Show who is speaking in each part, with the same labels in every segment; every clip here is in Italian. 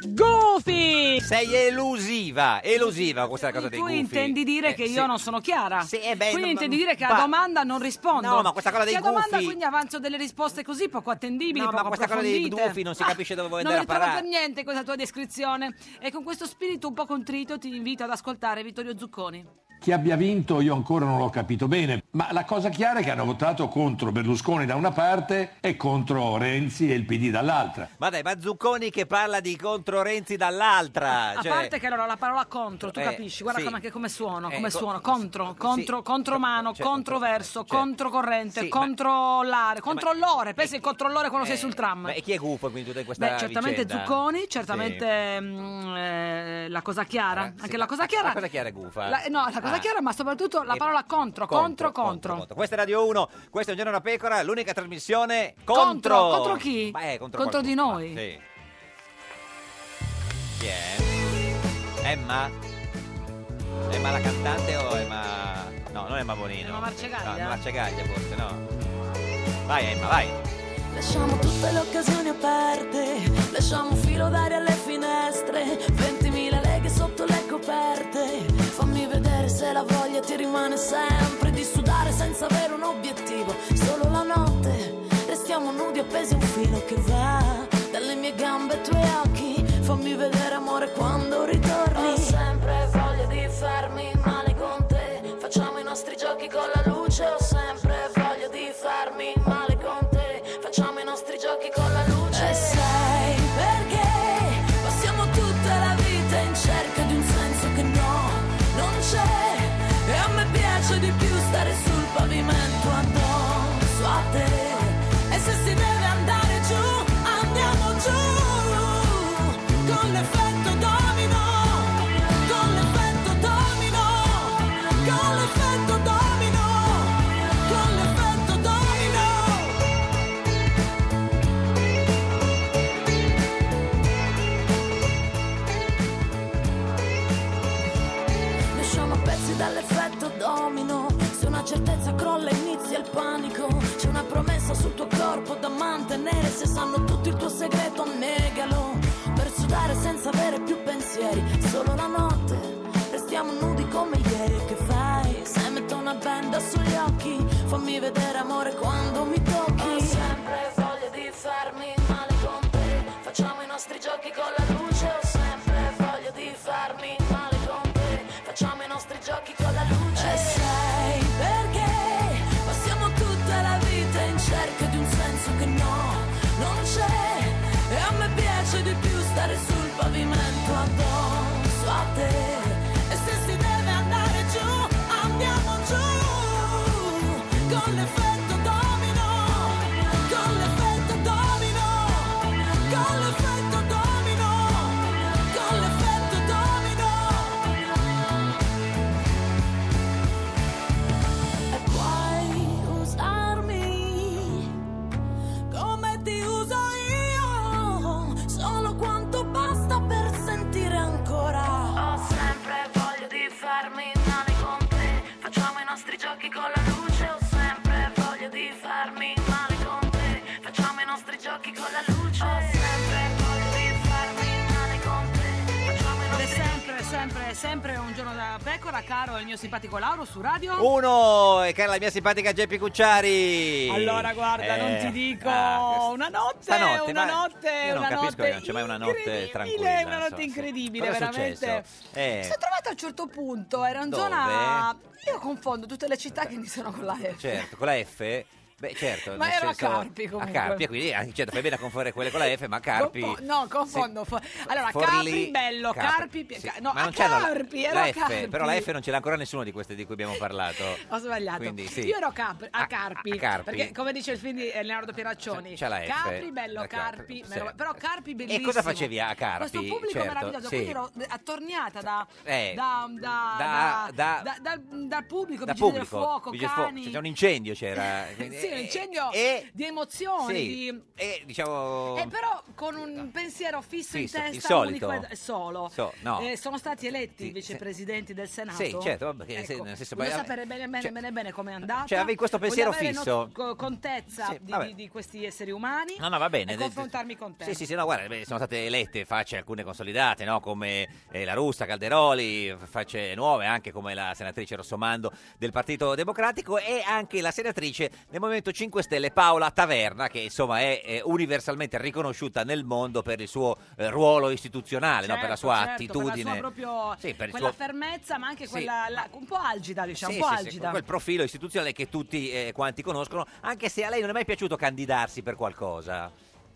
Speaker 1: Goofy!
Speaker 2: Sei elusiva, elusiva questa cosa dei
Speaker 1: Tu
Speaker 2: gufi.
Speaker 1: intendi dire
Speaker 2: Eh,
Speaker 1: che
Speaker 2: sì.
Speaker 1: io non sono chiara?
Speaker 2: Sì, eh beh,
Speaker 1: quindi
Speaker 2: non-
Speaker 1: intendi dire che
Speaker 2: pa-
Speaker 1: a domanda non rispondo?
Speaker 2: No, ma questa cosa dei
Speaker 1: che a domanda
Speaker 2: gufi-
Speaker 1: quindi avanzo delle risposte così poco attendibili,
Speaker 2: No, ma
Speaker 1: poco
Speaker 2: questa cosa dei
Speaker 1: approfondite.
Speaker 2: gufi non si capisce dove vuoi
Speaker 1: Ah, non
Speaker 2: andare a
Speaker 1: ritrovo per
Speaker 2: parare.
Speaker 1: niente questa tua descrizione e con questo spirito un po' contrito ti invito ad ascoltare Vittorio Zucconi.
Speaker 3: Chi abbia vinto io ancora non l'ho capito bene, ma la cosa chiara è che hanno votato contro Berlusconi da una parte e contro Renzi e il PD dall'altra.
Speaker 2: Ma dai, ma Zucconi che parla di contro Renzi dall'altra.
Speaker 1: A
Speaker 2: cioè-
Speaker 1: parte che allora la parola contro, tu
Speaker 2: Eh,
Speaker 1: capisci, guarda
Speaker 2: sì.
Speaker 1: come, anche come suono,
Speaker 2: Eh,
Speaker 1: come
Speaker 2: co-
Speaker 1: suono, contro, contro, contromano,
Speaker 2: certo,
Speaker 1: controverso,
Speaker 2: certo.
Speaker 1: controcorrente,
Speaker 2: Sì, ma-
Speaker 1: controllare, controllore, pensa il controllore quando sei
Speaker 2: eh,
Speaker 1: sul tram.
Speaker 2: Ma e chi è gufo quindi tutta in questa
Speaker 1: Beh, certamente
Speaker 2: vicenda?
Speaker 1: Zucconi,
Speaker 2: Sì.
Speaker 1: certamente mm, eh, la cosa chiara,
Speaker 2: Sì,
Speaker 1: anche la cosa chiara.
Speaker 2: La cosa chiara è gufa.
Speaker 1: la- eh, no, la cosa
Speaker 2: Ah.
Speaker 1: chiara, ma soprattutto la
Speaker 2: Eh,
Speaker 1: parola contro, contro, contro.
Speaker 2: contro. Questa è Radio 1, questo è Un giorno da pecora, l'unica trasmissione contro.
Speaker 1: Contro, contro chi?
Speaker 2: Beh, contro,
Speaker 1: Contro di
Speaker 2: qualcuno,
Speaker 1: noi?
Speaker 2: ma Sì. Chi è? Emma? Emma la cantante o Emma... No, non Emma Bonino.
Speaker 1: Emma Marcegaglia?
Speaker 2: No, Emma Marcegaglia forse, no. Vai Emma, vai.
Speaker 4: Lasciamo tutte le occasioni aperte, lasciamo un filo d'aria alle finestre, 20.000 leghe sotto le coperte. Fammi vedere se la voglia ti rimane sempre di sudare senza avere un obiettivo. Solo la notte restiamo nudi appesi a un filo che va dalle mie gambe ai tuoi occhi. Fammi vedere amore quando ritorni. Ho sempre voglia di farmi male con te, facciamo i nostri giochi con la luce. Ho sempre voglia di farmi male con te. Facciamo i nostri giochi con la luce. E sai perché passiamo tutta la vita in cerca di un senso che no, non c'è. E a me piace di più stare sul pavimento addosso a te. E se si deve andare giù, andiamo giù. Con l'effetto domino, con l'effetto domino, con l'effetto domino, con l'effetto domino. Lasciamo a pezzi dall'effetto domino Se una certezza crolla inizia il panico C'è una promessa sul tuo corpo da mantenere Se sanno tutto il tuo segreto negalo Per sudare senza avere più pensieri Solo la notte restiamo nudi come ieri E Che fai? Se metto una benda sugli occhi Fammi vedere amore quando mi tocchi Ho sempre voglia di farmi male con te Facciamo i nostri giochi con la luce Ho sempre voglia di farmi male con te Facciamo i nostri giochi con la luce. E sai perché passiamo tutta la vita in cerca di un senso che no, non c'è. E a me piace di più stare sul pavimento addosso a te. E se si deve andare giù, andiamo giù. Con l'effetto domino, con l'effetto domino, con l'effetto domino, con l'effetto domino. E puoi usarmi come ti uso io, solo quanto basta per sentire ancora. Ho sempre voglia di farmi male con te, facciamo i nostri giochi con la luce. Ho sempre voglia di farmi male con te, facciamo i nostri giochi con la luce. Ho sempre voglia di farmi male con te, facciamo i
Speaker 1: Ed è
Speaker 4: nostri giochi.
Speaker 1: sempre, sempre, sempre un giorno da pecora, caro il mio simpatico Lauro su radio.
Speaker 2: Uno, e cara la mia simpatica Geppi Cucciari.
Speaker 1: Allora guarda, non
Speaker 2: Eh,
Speaker 1: ti dico
Speaker 2: ah,
Speaker 1: una notte,
Speaker 2: stanotte,
Speaker 1: una
Speaker 2: ma
Speaker 1: notte,
Speaker 2: io non
Speaker 1: una
Speaker 2: capisco
Speaker 1: notte
Speaker 2: che non c'è mai una notte
Speaker 1: incredibile,
Speaker 2: tranquilla.
Speaker 1: una notte
Speaker 2: insomma, sì.
Speaker 1: incredibile,
Speaker 2: Cosa è
Speaker 1: veramente.
Speaker 2: successo? Eh,
Speaker 1: Mi sono trovata a un certo punto, era in
Speaker 2: Dove?
Speaker 1: zona io confondo tutte le città che iniziano con la F.
Speaker 2: Certo, con la F? Beh, certo.
Speaker 1: Ma
Speaker 2: nel
Speaker 1: ero a
Speaker 2: senso-
Speaker 1: Carpi, comunque.
Speaker 2: A Carpi, quindi eh, certo, fai bene a confondere quelle con la F, ma Carpi...
Speaker 1: Confo- no, confondo. fo- allora,
Speaker 2: Forlì,
Speaker 1: Capri bello, Carpi,
Speaker 2: sì.
Speaker 1: Pia- no, a
Speaker 2: ma non c'è la-
Speaker 1: Carpi, ero
Speaker 2: la
Speaker 1: a
Speaker 2: F,
Speaker 1: Carpi. Oh,
Speaker 2: Però la F non ce l'ha ancora nessuno di queste di cui abbiamo parlato.
Speaker 1: Ho sbagliato.
Speaker 2: Quindi, sì.
Speaker 1: Io ero cap- a,
Speaker 2: A-
Speaker 1: Carpi,
Speaker 2: a Carpi.
Speaker 1: Perché, come dice il film di Leonardo Pieraccioni,
Speaker 2: C'è la F.
Speaker 1: Capri, bello,
Speaker 2: La Carpi,
Speaker 1: Carpi.
Speaker 2: sì.
Speaker 1: merav- Però Carpi, bellissimo.
Speaker 2: E cosa facevi a Carpi?
Speaker 1: Questo pubblico
Speaker 2: Certo,
Speaker 1: meraviglioso.
Speaker 2: sì.
Speaker 1: Quindi ero attorniata da,
Speaker 2: Eh,
Speaker 1: da,
Speaker 2: da-
Speaker 1: da, da,
Speaker 2: da-
Speaker 1: da- dal- dal pubblico,
Speaker 2: da
Speaker 1: vicini del
Speaker 2: pubblico,
Speaker 1: fuoco,
Speaker 2: Vigili del fuoco. cioè,
Speaker 1: cani.
Speaker 2: C'era un incendio, c'era. quindi, eh,
Speaker 1: Sì, un incendio
Speaker 2: e-
Speaker 1: di emozioni,
Speaker 2: sì.
Speaker 1: di-
Speaker 2: E diciamo...
Speaker 1: Eh, però con un pensiero fisso,
Speaker 2: Fisso,
Speaker 1: in
Speaker 2: il
Speaker 1: testa
Speaker 2: solito.
Speaker 1: unico e solo.
Speaker 2: So- no.
Speaker 1: Eh, sono stati eletti vicepresidenti del Senato.
Speaker 2: Sì, certo, vabbè, che se-
Speaker 1: Ecco,
Speaker 2: nel senso,
Speaker 1: voglio
Speaker 2: poi-
Speaker 1: sapere bene bene,
Speaker 2: cioè-
Speaker 1: bene, bene come è andata.
Speaker 2: cioè, avevi questo
Speaker 1: Voglio
Speaker 2: pensiero
Speaker 1: avere
Speaker 2: fisso.
Speaker 1: not- co- contezza
Speaker 2: Sì,
Speaker 1: di,
Speaker 2: vabbè.
Speaker 1: di- di questi esseri umani.
Speaker 2: No, no, va bene.
Speaker 1: E confrontarmi con te.
Speaker 2: Sì, sì, sì, no, guarda, beh, sono state elette facce alcune consolidate, no? come eh, la Russa, Calderoli, facce nuove anche come la senatrice Rossomando del Partito Democratico e anche la senatrice del Movimento 5 Stelle Paola Taverna, che insomma è, eh, universalmente riconosciuta nel mondo per il suo eh, ruolo istituzionale, no? per
Speaker 1: Certo,
Speaker 2: la sua
Speaker 1: certo,
Speaker 2: attitudine.
Speaker 1: per la sua proprio
Speaker 2: Sì, per il
Speaker 1: quella
Speaker 2: suo-
Speaker 1: fermezza, ma anche
Speaker 2: Sì.
Speaker 1: quella la- un po' algida, diciamo,
Speaker 2: Sì,
Speaker 1: un po'
Speaker 2: sì, sì,
Speaker 1: algida.
Speaker 2: quel profilo istituzionale che tutti eh, quanti conoscono, anche se a lei non è mai piaciuto candidarsi per qualcosa.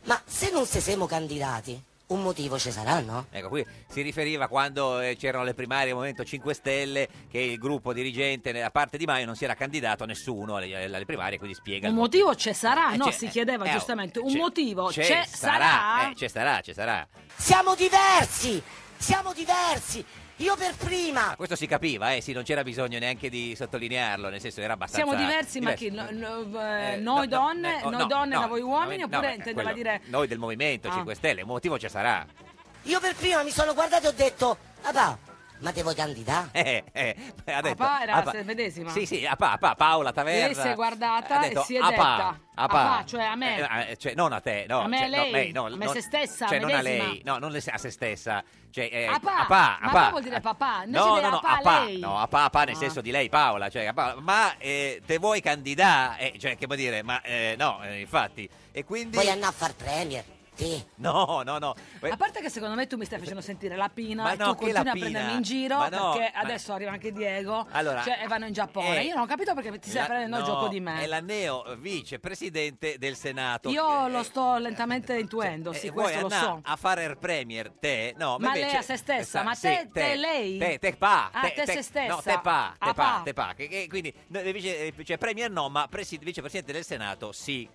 Speaker 5: Ma se non si siamo candidati, un motivo ci sarà, no?
Speaker 2: Ecco, qui si riferiva quando eh, c'erano le primarie del Movimento 5 Stelle che il gruppo dirigente, a parte Di Maio, non si era candidato a nessuno alle, alle primarie, quindi spiega
Speaker 1: Un
Speaker 2: il
Speaker 1: motivo c'è sarà,
Speaker 2: Eh,
Speaker 1: no?
Speaker 2: c'è-
Speaker 1: si chiedeva
Speaker 2: eh, oh,
Speaker 1: giustamente. Un
Speaker 2: c'è-
Speaker 1: motivo c'è,
Speaker 2: C'è
Speaker 1: sarà.
Speaker 2: eh, c'è sarà, c'è sarà.
Speaker 5: Siamo diversi! Siamo diversi! Io per prima!
Speaker 2: Questo si capiva, eh, sì, non c'era bisogno neanche di sottolinearlo, nel senso era abbastanza...
Speaker 1: Siamo diversi, ma
Speaker 2: diverso.
Speaker 1: chi? No- no- eh,
Speaker 2: Eh,
Speaker 1: noi
Speaker 2: no, no,
Speaker 1: donne,
Speaker 2: eh, oh,
Speaker 1: noi
Speaker 2: no,
Speaker 1: donne
Speaker 2: no,
Speaker 1: da voi uomini,
Speaker 2: no,
Speaker 1: oppure
Speaker 2: beh,
Speaker 1: intendeva
Speaker 2: quello-
Speaker 1: dire
Speaker 2: Noi del Movimento
Speaker 1: Ah.
Speaker 2: 5 Stelle, un motivo c'è sarà.
Speaker 5: Io per prima mi sono guardato e ho detto, papà, ma devo candidare?
Speaker 2: Eh, eh, ha detto,
Speaker 1: Apa Ah, era
Speaker 2: apa-
Speaker 1: svedesima.
Speaker 2: Sì, sì, apa, apa, Paola Taverna.
Speaker 1: Lei si è guardata
Speaker 2: ha detto,
Speaker 1: e si è
Speaker 2: apa,
Speaker 1: detta.
Speaker 2: apa.
Speaker 1: Apa, cioè a me.
Speaker 2: Eh, eh, cioè, non a te, no.
Speaker 1: A me,
Speaker 2: cioè, no,
Speaker 1: lei.
Speaker 2: no,
Speaker 1: A me
Speaker 2: non-
Speaker 1: se stessa,
Speaker 2: Cioè, non a
Speaker 1: medesima.
Speaker 2: lei. No, non le- a se stessa. Cioè, eh,
Speaker 1: Apa, ma
Speaker 2: apa, apa.
Speaker 1: apa vuol dire papà? Invece
Speaker 2: No,
Speaker 1: di
Speaker 2: no, no,
Speaker 1: apa,
Speaker 2: apa,
Speaker 1: lei.
Speaker 2: no, apa, apa nel
Speaker 1: Ah.
Speaker 2: senso di lei, Paola. Cioè, apa, ma eh, te vuoi candidare? Eh, cioè, che vuol dire? Ma eh, no, eh, infatti. E quindi...
Speaker 5: Vuoi andare a far premier? Sì.
Speaker 2: No, no, no.
Speaker 1: A parte che secondo me tu mi stai facendo sentire la pina
Speaker 2: Ma
Speaker 1: e
Speaker 2: no,
Speaker 1: tu continui
Speaker 2: che la
Speaker 1: a
Speaker 2: pina?
Speaker 1: prendermi in giro
Speaker 2: Ma no,
Speaker 1: perché
Speaker 2: ma-
Speaker 1: adesso arriva anche Diego
Speaker 2: Allora,
Speaker 1: cioè, e vanno in Giappone.
Speaker 2: eh,
Speaker 1: Io non ho capito perché ti stai
Speaker 2: La-
Speaker 1: prendendo il
Speaker 2: no,
Speaker 1: gioco di me.
Speaker 2: È la neo vicepresidente del Senato.
Speaker 1: Io lo sto lentamente intuendo,
Speaker 2: Eh,
Speaker 1: sì,
Speaker 2: vuoi
Speaker 1: questo lo
Speaker 2: andà
Speaker 1: so.
Speaker 2: a fare il premier te? No, ma,
Speaker 1: Ma
Speaker 2: invece,
Speaker 1: lei a se stessa,
Speaker 2: sa-
Speaker 1: ma
Speaker 2: sì,
Speaker 1: te- te lei?
Speaker 2: Te, te pa,
Speaker 1: Ah, te se stessa.
Speaker 2: No, te pa, te
Speaker 1: Ah,
Speaker 2: pa,
Speaker 1: pa.
Speaker 2: te pa. Che, che- quindi no, invece, eh, cioè, premier no, ma presi- vicepresidente del Senato sì.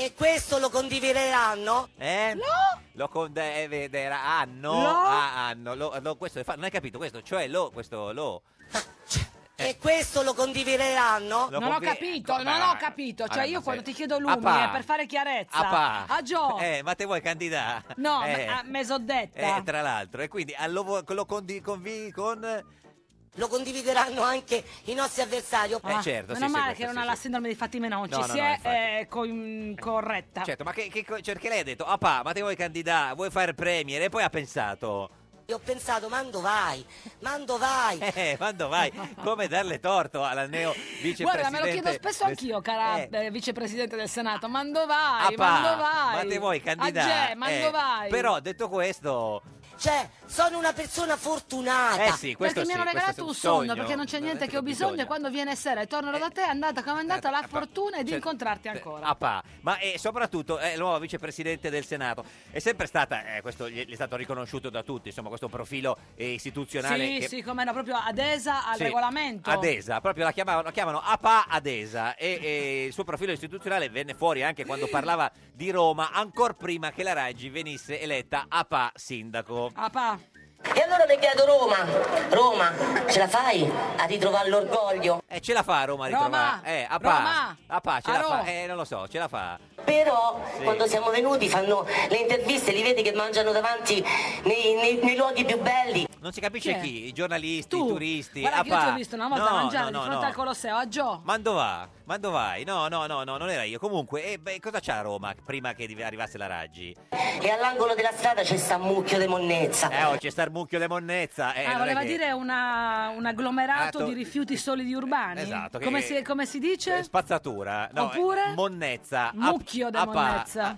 Speaker 5: E questo lo condivideranno?
Speaker 2: Eh?
Speaker 5: No!
Speaker 2: Lo con- eh, vederà hanno,
Speaker 5: No.
Speaker 2: ah, hanno, lo- lo- questo è fa- non hai capito questo, cioè lo questo lo
Speaker 5: E questo lo condivideranno?
Speaker 2: Eh. Lo
Speaker 1: Non ho
Speaker 2: convi-
Speaker 1: capito,
Speaker 2: co-
Speaker 1: non
Speaker 2: ma-
Speaker 1: ho capito. Cioè,
Speaker 2: Vabbè,
Speaker 1: io
Speaker 2: ma
Speaker 1: quando
Speaker 2: se-
Speaker 1: ti chiedo
Speaker 2: Ah, pa.
Speaker 1: lumi è per fare chiarezza.
Speaker 2: Apa.
Speaker 1: A Gio.
Speaker 2: Eh, ma te vuoi candidare?
Speaker 1: No,
Speaker 2: eh.
Speaker 1: ma ah, me so detta.
Speaker 2: Eh, tra l'altro, e quindi allo- lo, condivideranno con...
Speaker 5: Lo condivideranno anche i nostri avversari.
Speaker 2: Eh, certo,
Speaker 1: Ah, Meno
Speaker 2: sì, sì,
Speaker 1: male
Speaker 2: questo
Speaker 1: che non
Speaker 2: sì,
Speaker 1: ha la
Speaker 2: sì.
Speaker 1: sindrome di Fatima non
Speaker 2: No,
Speaker 1: ci
Speaker 2: no,
Speaker 1: si
Speaker 2: no,
Speaker 1: è
Speaker 2: infatti.
Speaker 1: eh, co- corretta.
Speaker 2: Certo, ma che, che co- cioè, che lei ha detto? Ah, pa, ma te vuoi candidare, vuoi fare premier? E poi ha pensato...
Speaker 5: E ho pensato, mando vai, mando vai.
Speaker 2: Eh, quando vai? Come darle torto alla neo vicepresidente?
Speaker 1: Guarda, me lo chiedo spesso
Speaker 2: del-
Speaker 1: anch'io, cara
Speaker 2: Eh,
Speaker 1: eh, vicepresidente del Senato. Ma dove vai?
Speaker 2: apa,
Speaker 1: ma dove vai?
Speaker 2: ma te vuoi candidare?
Speaker 1: A Gè, ma
Speaker 2: Eh,
Speaker 1: dove vai?
Speaker 2: Però, detto questo...
Speaker 5: Cioè, sono una persona fortunata.
Speaker 2: Eh sì,
Speaker 1: perché
Speaker 2: questo
Speaker 1: mi
Speaker 2: sì,
Speaker 1: hanno
Speaker 2: questo
Speaker 1: regalato
Speaker 2: è
Speaker 1: un
Speaker 2: un
Speaker 1: sonno,
Speaker 2: sogno.
Speaker 1: perché non c'è niente che ho bisogno, e quando viene sera e torno
Speaker 2: Eh,
Speaker 1: da te è andata come è andata la fortuna è di
Speaker 2: cioè,
Speaker 1: incontrarti ancora.
Speaker 2: Ah, pa. Ma e soprattutto è nuova vicepresidente del Senato. È sempre stata, eh, questo gli gli è stato riconosciuto da tutti, insomma, questo profilo eh, istituzionale.
Speaker 1: Sì,
Speaker 2: che-
Speaker 1: sì, come era proprio adesa al
Speaker 2: Sì,
Speaker 1: regolamento.
Speaker 2: Adesa, proprio la chiamavano, la chiamano APA Adesa e, e il suo profilo istituzionale venne fuori anche quando parlava di Roma, ancora prima che la Raggi venisse eletta APA sindaco.
Speaker 1: Apa.
Speaker 5: E allora mi chiedo Roma, Roma, ce la fai a ritrovare l'orgoglio?
Speaker 2: Eh, ce la fa a Roma a
Speaker 5: Roma!
Speaker 2: ritrovare? Eh, APA.
Speaker 5: Roma!
Speaker 2: APA ce
Speaker 5: A
Speaker 2: la
Speaker 5: Roma!
Speaker 2: fa? Eh, non lo so, ce la fa.
Speaker 5: Però
Speaker 2: Sì.
Speaker 5: quando siamo venuti fanno le interviste, li vedi che mangiano davanti nei, nei- nei luoghi più belli.
Speaker 2: Non si capisce
Speaker 5: Chi è?
Speaker 2: chi, i giornalisti, i turisti,
Speaker 1: Guarda che io
Speaker 2: APA.
Speaker 1: ti ho visto una volta
Speaker 2: No,
Speaker 1: mangiare
Speaker 2: no,
Speaker 1: di
Speaker 2: no,
Speaker 1: fronte
Speaker 2: no.
Speaker 1: al Colosseo, a Gio.
Speaker 2: Ma dove va? Ma dove vai? No, no, no, no, non era io. Comunque, eh, beh, cosa c'ha a Roma prima che div- arrivasse la Raggi?
Speaker 5: E all'angolo della strada c'è sta mucchio di monnezza.
Speaker 2: Eh, oh, c'è Starmucchio Le Monnezza. Eh,
Speaker 1: Ah,
Speaker 2: non è
Speaker 1: voleva
Speaker 2: che-
Speaker 1: dire una- un agglomerato
Speaker 2: Ah, to-
Speaker 1: di rifiuti solidi urbani.
Speaker 2: Esatto, che-
Speaker 1: Come, si, come si dice?
Speaker 2: Eh, Spazzatura. No,
Speaker 1: Oppure?
Speaker 2: eh, Monnezza.
Speaker 1: Mucchio da
Speaker 2: da
Speaker 1: monnezza.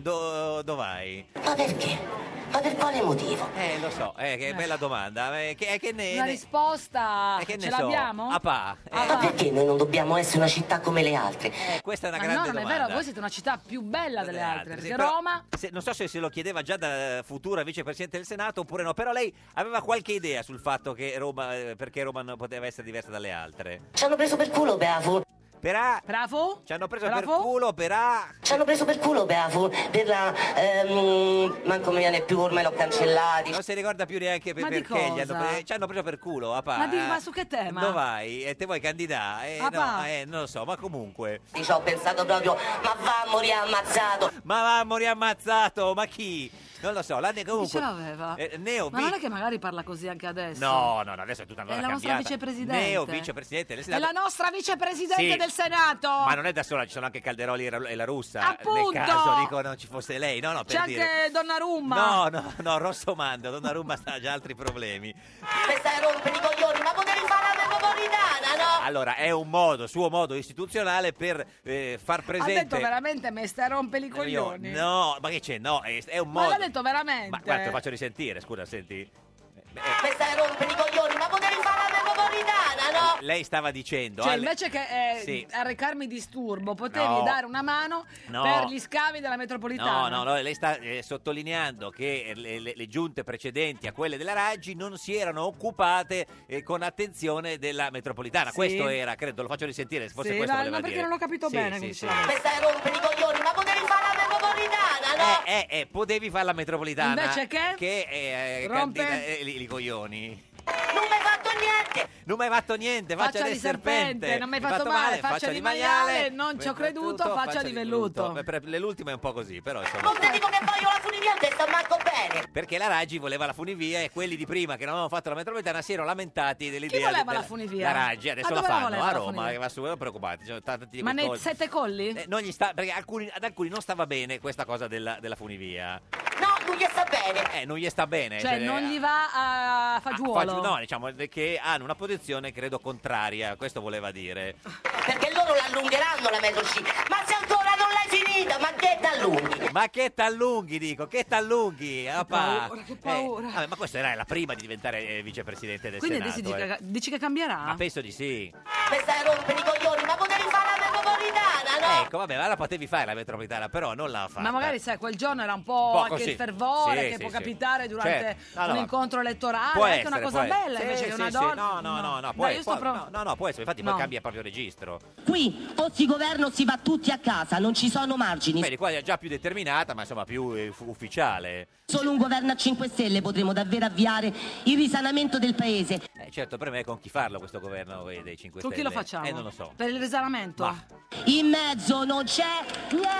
Speaker 2: do, dov'hai?
Speaker 5: Ma perché? Ma per quale motivo?
Speaker 2: Eh, lo so, eh, che bella domanda. Eh, che, eh, che ne...
Speaker 1: Una
Speaker 2: ne-
Speaker 1: risposta
Speaker 2: eh, che ne
Speaker 1: ce
Speaker 2: so?
Speaker 1: l'abbiamo?
Speaker 2: Apà. Eh,
Speaker 5: Ma perché noi non dobbiamo essere una città come le altre?
Speaker 2: eh, questa è una
Speaker 1: Ma no,
Speaker 2: grande
Speaker 1: non
Speaker 2: domanda.
Speaker 1: è vero, voi siete una città più bella delle altre,
Speaker 2: Sì,
Speaker 1: perché
Speaker 2: però-
Speaker 1: Roma
Speaker 2: se- non so se se lo chiedeva già da futura vicepresidente del Senato oppure no, però lei aveva qualche idea sul fatto che Roma, eh, perché Roma non poteva essere diversa dalle altre.
Speaker 5: Ci hanno preso per culo, Beafo.
Speaker 2: Per A.
Speaker 1: Bravo.
Speaker 2: Ci hanno preso per culo, per A.
Speaker 5: Ci hanno preso per culo Beafo, per la... ehm, manco mi viene più, ormai l'ho cancellati.
Speaker 2: Non si ricorda più neanche per-
Speaker 1: Ma di
Speaker 2: perché gli hanno
Speaker 1: cosa?
Speaker 2: pre- ci hanno preso per culo, a eh.
Speaker 1: Ma, di, Eh, ma su che tema?
Speaker 2: Dove vai? E te vuoi candidare? Eh,
Speaker 1: Ah,
Speaker 2: no,
Speaker 1: va.
Speaker 2: eh, non lo so, ma comunque.
Speaker 5: Ci ho pensato proprio, ma va a morire ammazzato.
Speaker 2: Ma va, morì ammazzato, ma chi? Non lo so, la ne
Speaker 1: Chi ce
Speaker 2: comunque.
Speaker 1: l'aveva?
Speaker 2: Eh, Neo
Speaker 1: ma non è
Speaker 2: vi-
Speaker 1: che magari parla così anche adesso?
Speaker 2: No, no, no, adesso è tutta una
Speaker 1: È la nostra vicepresidente.
Speaker 2: Neo vicepresidente del
Speaker 1: È
Speaker 2: Senato.
Speaker 1: la nostra vicepresidente
Speaker 2: Sì.
Speaker 1: del Senato.
Speaker 2: Ma non è da sola, ci sono anche Calderoli e la- e la russa.
Speaker 1: Appunto!
Speaker 2: Nel caso dico non ci fosse lei, no, no, per
Speaker 1: C'è anche
Speaker 2: dire.
Speaker 1: Donnarumma.
Speaker 2: No, no, no, Rossomando, Donnarumma sta già altri problemi.
Speaker 5: Questa è rompere i coglioni, ma potevi fare la metropolitana, no?
Speaker 2: Allora, è un modo, suo modo istituzionale per eh, far
Speaker 1: Ha
Speaker 2: presente...
Speaker 1: detto veramente me sta rompe i coglioni.
Speaker 2: Eh, No, ma che c'è? No, è, è un
Speaker 1: Ma
Speaker 2: modo...
Speaker 1: l'ha detto veramente.
Speaker 2: Ma guarda, te lo faccio risentire, scusa, senti.
Speaker 5: Questa è rompere i coglioni, ma potevi fare la metropolitana, no?
Speaker 2: Lei stava dicendo...
Speaker 1: Cioè,
Speaker 2: alle-
Speaker 1: invece che eh,
Speaker 2: Sì.
Speaker 1: arrecarmi disturbo, potevi
Speaker 2: No.
Speaker 1: dare una mano
Speaker 2: No.
Speaker 1: per gli scavi della metropolitana.
Speaker 2: No, no, no, lei sta eh, sottolineando che eh, le, le- le giunte precedenti a quelle della Raggi non si erano occupate eh, con attenzione della metropolitana.
Speaker 5: Sì.
Speaker 2: Questo era, credo, lo faccio risentire, forse
Speaker 5: Sì,
Speaker 2: questo
Speaker 5: ma-
Speaker 2: voleva
Speaker 5: ma perché
Speaker 2: dire.
Speaker 5: non ho capito
Speaker 2: Sì,
Speaker 5: bene
Speaker 2: sì,
Speaker 5: come
Speaker 2: sì.
Speaker 5: Questa è rompere i coglioni, ma potevi fare la metropolitana, no?
Speaker 2: Eh, eh, eh, potevi fare la metropolitana.
Speaker 5: Invece che?
Speaker 2: Che eh, eh,
Speaker 5: Rompe?
Speaker 2: candida- eh, li, li coglioni.
Speaker 5: Non mi hai fatto niente!
Speaker 2: Non mi hai fatto niente, faccia,
Speaker 1: Faccia
Speaker 2: di
Speaker 1: di serpente, non mi hai fatto male, faccia di maiale, non ci ho creduto, faccia di velluto. Oh.
Speaker 2: Beh, per- le- L'ultima è un po' così, però insomma.
Speaker 5: Non ti dico che voglio la funivia e sta manco bene!
Speaker 2: Perché la Raggi voleva la funivia e quelli di prima che non avevano fatto la metropolitana si erano lamentati dell'idea.
Speaker 1: Chi voleva
Speaker 2: della-
Speaker 1: la funivia?
Speaker 2: La Raggi, adesso
Speaker 1: Ma
Speaker 2: la
Speaker 1: dove la
Speaker 2: fanno
Speaker 1: voleva
Speaker 2: a
Speaker 1: la
Speaker 2: Roma,
Speaker 1: funivia?
Speaker 2: che va su, non preoccupati. ci sono tanti di
Speaker 1: Ma nei
Speaker 2: cose.
Speaker 1: sette colli?
Speaker 2: Eh, non gli sta, perché alcuni- ad alcuni non stava bene questa cosa della, della funivia.
Speaker 5: No, non gli sta bene!
Speaker 2: Eh, non gli sta bene.
Speaker 1: Cioè, non gli va
Speaker 2: Ah,
Speaker 1: a fagiolo.
Speaker 2: Faccio- no, diciamo che hanno una posizione credo contraria, questo voleva dire.
Speaker 5: Perché loro l'allungheranno la metro C. Ma se ancora non l'hai finita, ma che t'allunghi?
Speaker 2: Ma che t'allunghi, dico, che t'allunghi, papà.
Speaker 1: paura, che paura.
Speaker 2: Eh, vabbè, ma questa era la prima di diventare eh, vicepresidente del
Speaker 1: Quindi
Speaker 2: Senato.
Speaker 1: dici, dici
Speaker 2: eh.
Speaker 1: che, dici che cambierà?
Speaker 2: Ma penso di sì.
Speaker 5: Questa è rompere i coglioni, ma potevi fare la metropolitana, no?
Speaker 2: Ecco, vabbè, ma la potevi fare la metropolitana, però non l'ha fatta.
Speaker 1: Ma magari sai, quel giorno era un po'
Speaker 2: Po'
Speaker 1: anche
Speaker 2: così.
Speaker 1: il fervore
Speaker 2: Sì,
Speaker 1: che
Speaker 2: sì,
Speaker 1: può
Speaker 2: sì.
Speaker 1: capitare durante
Speaker 2: Certo. No, no,
Speaker 1: un
Speaker 2: ma-
Speaker 1: incontro elettorale,
Speaker 2: Può
Speaker 1: anche
Speaker 2: essere,
Speaker 1: una cosa
Speaker 2: può essere.
Speaker 1: bella
Speaker 2: Sì,
Speaker 1: invece
Speaker 2: sì,
Speaker 1: che una
Speaker 2: sì.
Speaker 1: donna.
Speaker 2: No, no, no, no, può,
Speaker 1: Dai, io sto
Speaker 2: può-
Speaker 1: prov-
Speaker 2: no, no, no, può essere, infatti
Speaker 1: No.
Speaker 2: poi cambia proprio registro.
Speaker 5: Qui o si governa o si va tutti a casa, non ci sono margini.
Speaker 2: Vedi, qua è già più determinata, ma insomma più eh, fu- ufficiale.
Speaker 5: Solo un governo a 5 Stelle potremo davvero avviare il risanamento del paese.
Speaker 2: Eh, certo, per me è con chi farlo questo governo eh, dei 5 Stelle.
Speaker 1: Con chi lo facciamo?
Speaker 2: Eh, non lo so.
Speaker 1: Per il risanamento?
Speaker 2: Ma-
Speaker 5: In mezzo non c'è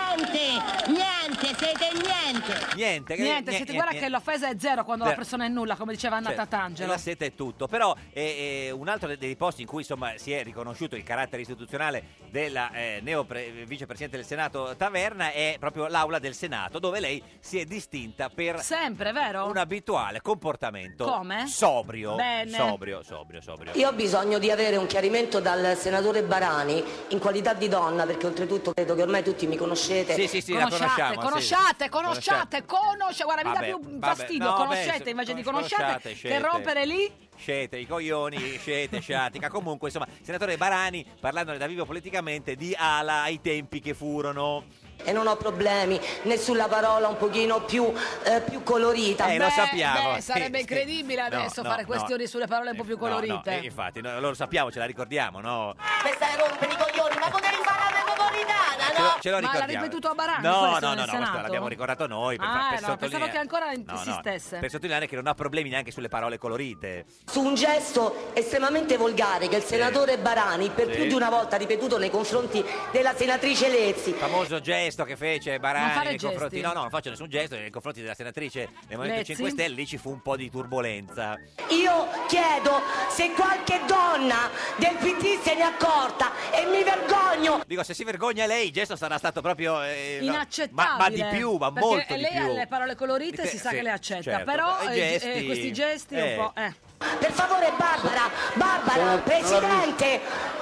Speaker 5: niente, niente, siete niente.
Speaker 2: Niente, che-
Speaker 1: Niente, siete, guarda
Speaker 2: niente.
Speaker 1: che l'offesa è zero quando la
Speaker 2: Zero.
Speaker 1: persona è nulla, come diceva Anna
Speaker 2: Certo,
Speaker 1: Tatangelo.
Speaker 2: La seta è tutto, però eh, eh, un altro de- dei posti in cui insomma si è riconosciuto il carattere istituzionale della eh, neo pre- vicepresidente del Senato Taverna è proprio l'aula del Senato, dove lei si è distinta per
Speaker 1: Sempre, vero?
Speaker 2: un abituale comportamento
Speaker 5: Come?
Speaker 2: sobrio,
Speaker 5: Bene.
Speaker 2: sobrio, sobrio, sobrio.
Speaker 5: Io ho bisogno di avere un chiarimento dal senatore Barani in qualità di donna, perché oltretutto credo che ormai tutti mi conoscete.
Speaker 2: Sì, sì, sì, la
Speaker 1: Conosciate,
Speaker 2: conosciamo. sì.
Speaker 1: Cioè, conosciate, conosciate, conosce, guarda, mi dà
Speaker 2: Vabbè,
Speaker 1: più
Speaker 2: vabbè,
Speaker 1: fastidio,
Speaker 2: no, beh,
Speaker 1: conoscete
Speaker 2: se-
Speaker 1: invece di
Speaker 2: conosciate,
Speaker 1: conosciate,
Speaker 2: scelte.
Speaker 1: che rompere lì.
Speaker 2: Scete, i coglioni, scete, sciatica. Comunque, insomma, senatore Barani, parlandone da vivo politicamente, di ala ai tempi che furono.
Speaker 5: E non ho problemi né sulla parola un pochino più, eh, più colorita.
Speaker 2: Eh, lo sappiamo.
Speaker 1: beh, sarebbe incredibile
Speaker 2: No,
Speaker 1: adesso
Speaker 2: no,
Speaker 1: fare
Speaker 2: no.
Speaker 1: questioni sulle parole un po' più
Speaker 2: No, no,
Speaker 1: colorite.
Speaker 2: eh, infatti, no, lo sappiamo, ce la ricordiamo, no?
Speaker 5: Questa è rompere i coglioni, ma potevi fare la metropolitana,
Speaker 2: Ce
Speaker 5: no?
Speaker 2: lo, ce lo
Speaker 1: Ah, Ma l'ha
Speaker 2: ricordiamo.
Speaker 1: ripetuto a Barani
Speaker 2: No,
Speaker 1: questo
Speaker 2: no,
Speaker 1: nel
Speaker 2: no, no, questo
Speaker 1: Senato?
Speaker 2: l'abbiamo ricordato noi per, fa-
Speaker 1: Ah,
Speaker 2: per
Speaker 1: no, pensavo
Speaker 2: sottolineare-
Speaker 1: che ancora in-
Speaker 2: No, no,
Speaker 1: insistesse.
Speaker 2: Per sottolineare che non ha problemi neanche sulle parole colorite.
Speaker 5: Su un gesto estremamente volgare che il senatore Barani per
Speaker 2: Sì.
Speaker 5: più di una volta ha ripetuto nei confronti della senatrice Lezzi.
Speaker 2: famoso gesto che fece
Speaker 5: Non
Speaker 2: Barani
Speaker 5: fare
Speaker 2: nei confronti
Speaker 5: gesti.
Speaker 2: no no non faccio nessun gesto nei confronti della senatrice del Movimento
Speaker 5: Lezzi.
Speaker 2: 5 Stelle lì ci fu un po' di turbolenza
Speaker 5: Io chiedo se qualche donna del PT se ne è accorta e mi vergogno.
Speaker 2: dico se si vergogna lei il gesto sarà stato proprio eh, no,
Speaker 1: inaccettabile.
Speaker 2: ma, ma di più ma
Speaker 1: Perché
Speaker 2: molto di
Speaker 1: lei
Speaker 2: più
Speaker 1: ha le parole colorite
Speaker 2: Sì,
Speaker 1: si sa
Speaker 2: sì,
Speaker 1: che le accetta,
Speaker 2: certo.
Speaker 1: però
Speaker 2: I
Speaker 1: eh,
Speaker 2: gesti-
Speaker 1: eh, questi gesti un
Speaker 2: eh.
Speaker 1: po'... eh.
Speaker 5: Per favore Barbara, Barbara,
Speaker 2: Sono-
Speaker 5: Presidente,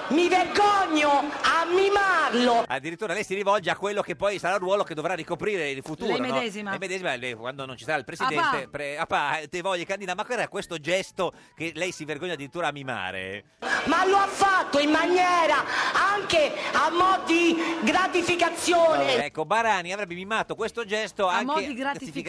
Speaker 5: mi vergogno a mimarlo.
Speaker 2: Addirittura lei si rivolge a quello che poi sarà il ruolo che dovrà ricoprire in futuro.
Speaker 1: Lei
Speaker 2: no?
Speaker 1: medesima.
Speaker 2: Lei medesima, lei, quando non ci sarà il presidente,
Speaker 1: Apà.
Speaker 2: pre- apà, te voglio candidare. Ma qual era questo gesto che lei si vergogna addirittura a mimare?
Speaker 5: Ma lo ha fatto in maniera anche a mo' di gratificazione gratificazione.
Speaker 2: Ecco, Barani avrebbe mimato questo gesto anche
Speaker 1: mo' di gratificazione.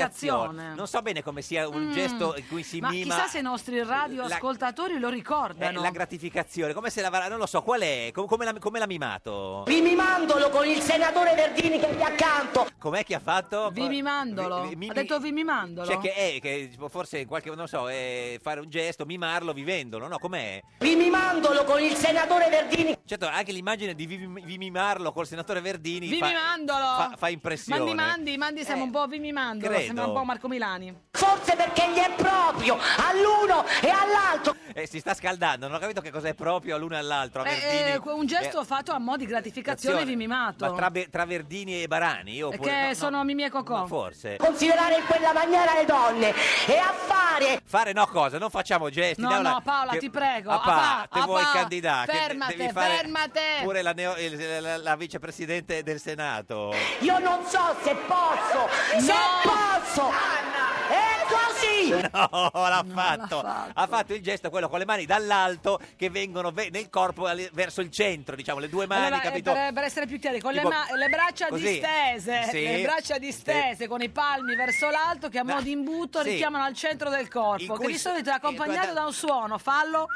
Speaker 2: gratificazione. Non so bene come sia un
Speaker 1: Mm.
Speaker 2: gesto in cui si
Speaker 1: Ma
Speaker 2: mima
Speaker 1: chissà se i nostri radioascoltatori lo
Speaker 2: eh,
Speaker 1: ricordano.
Speaker 2: la gratificazione, come se la Varani, non lo so, qual è, Com- come, l'ha, come l'ha mimato?
Speaker 5: Vi mimandolo con il senatore Verdini che è lì accanto.
Speaker 2: Com'è che ha fatto?
Speaker 1: Vi mimandolo.
Speaker 2: Eh, Vi- vi- mi-
Speaker 1: ha detto vi mimandolo.
Speaker 2: Cioè che è, che forse in qualche, non so, è fare un gesto, mimarlo vivendolo, no? Com'è?
Speaker 5: Vi mimandolo con il senatore Verdini.
Speaker 2: Certo, anche l'immagine di vi, vi mimarlo col senatore Verdini
Speaker 1: Vi
Speaker 2: fa,
Speaker 1: mimandolo.
Speaker 2: fa, fa impressione.
Speaker 1: Mandi, mandi, mandi, siamo un po' vi mimandolo.
Speaker 2: Eh, credo.
Speaker 1: Sembra un po' Marco Milani.
Speaker 5: Forse perché gli è proprio all'uno e all'altro.
Speaker 2: Eh, si sta scaldando, non ho capito che cos'è proprio l'uno all'altro. a
Speaker 1: Eh,
Speaker 2: Verdini.
Speaker 1: eh, un gesto
Speaker 2: Eh,
Speaker 1: fatto a mo' di gratificazione vi mimato. Eh,
Speaker 2: Ma tra, Be- tra Verdini e Barani? Oppure,
Speaker 1: che
Speaker 2: no,
Speaker 1: sono Mimì e Cocò.
Speaker 2: no, forse.
Speaker 5: Considerare in quella maniera le donne e a fare
Speaker 2: Fare no cosa, non facciamo gesti.
Speaker 1: No,
Speaker 2: Paola,
Speaker 1: no, Paola, ti prego,
Speaker 2: Apà,
Speaker 1: apà,
Speaker 2: te vuoi
Speaker 1: apà,
Speaker 2: candidare. che de-
Speaker 1: fermate,
Speaker 2: devi fare
Speaker 1: fermate.
Speaker 2: Pure la, neo- il- la- la vicepresidente del Senato.
Speaker 5: Io non so se posso, se
Speaker 1: No!
Speaker 5: posso. Eh, È
Speaker 1: Ah,
Speaker 5: così.
Speaker 2: No, l'ha fatto. Ha fatto il gesto, quello con le mani dall'alto che vengono ve- nel corpo alle- verso il centro, diciamo, le due mani,
Speaker 1: Allora, eh,
Speaker 2: capito?
Speaker 1: Per, per essere più chiari, con le,
Speaker 2: Tipo-
Speaker 1: ma- le braccia
Speaker 2: così.
Speaker 1: distese,
Speaker 2: Sì.
Speaker 1: le braccia distese con i palmi verso l'alto che a
Speaker 2: Ma-
Speaker 1: mo' di imbuto
Speaker 2: sì.
Speaker 1: richiamano al centro del
Speaker 2: In
Speaker 1: corpo, che
Speaker 2: cui
Speaker 1: di
Speaker 2: so-
Speaker 1: solito è accompagnato
Speaker 2: eh,
Speaker 1: da un suono, fallo.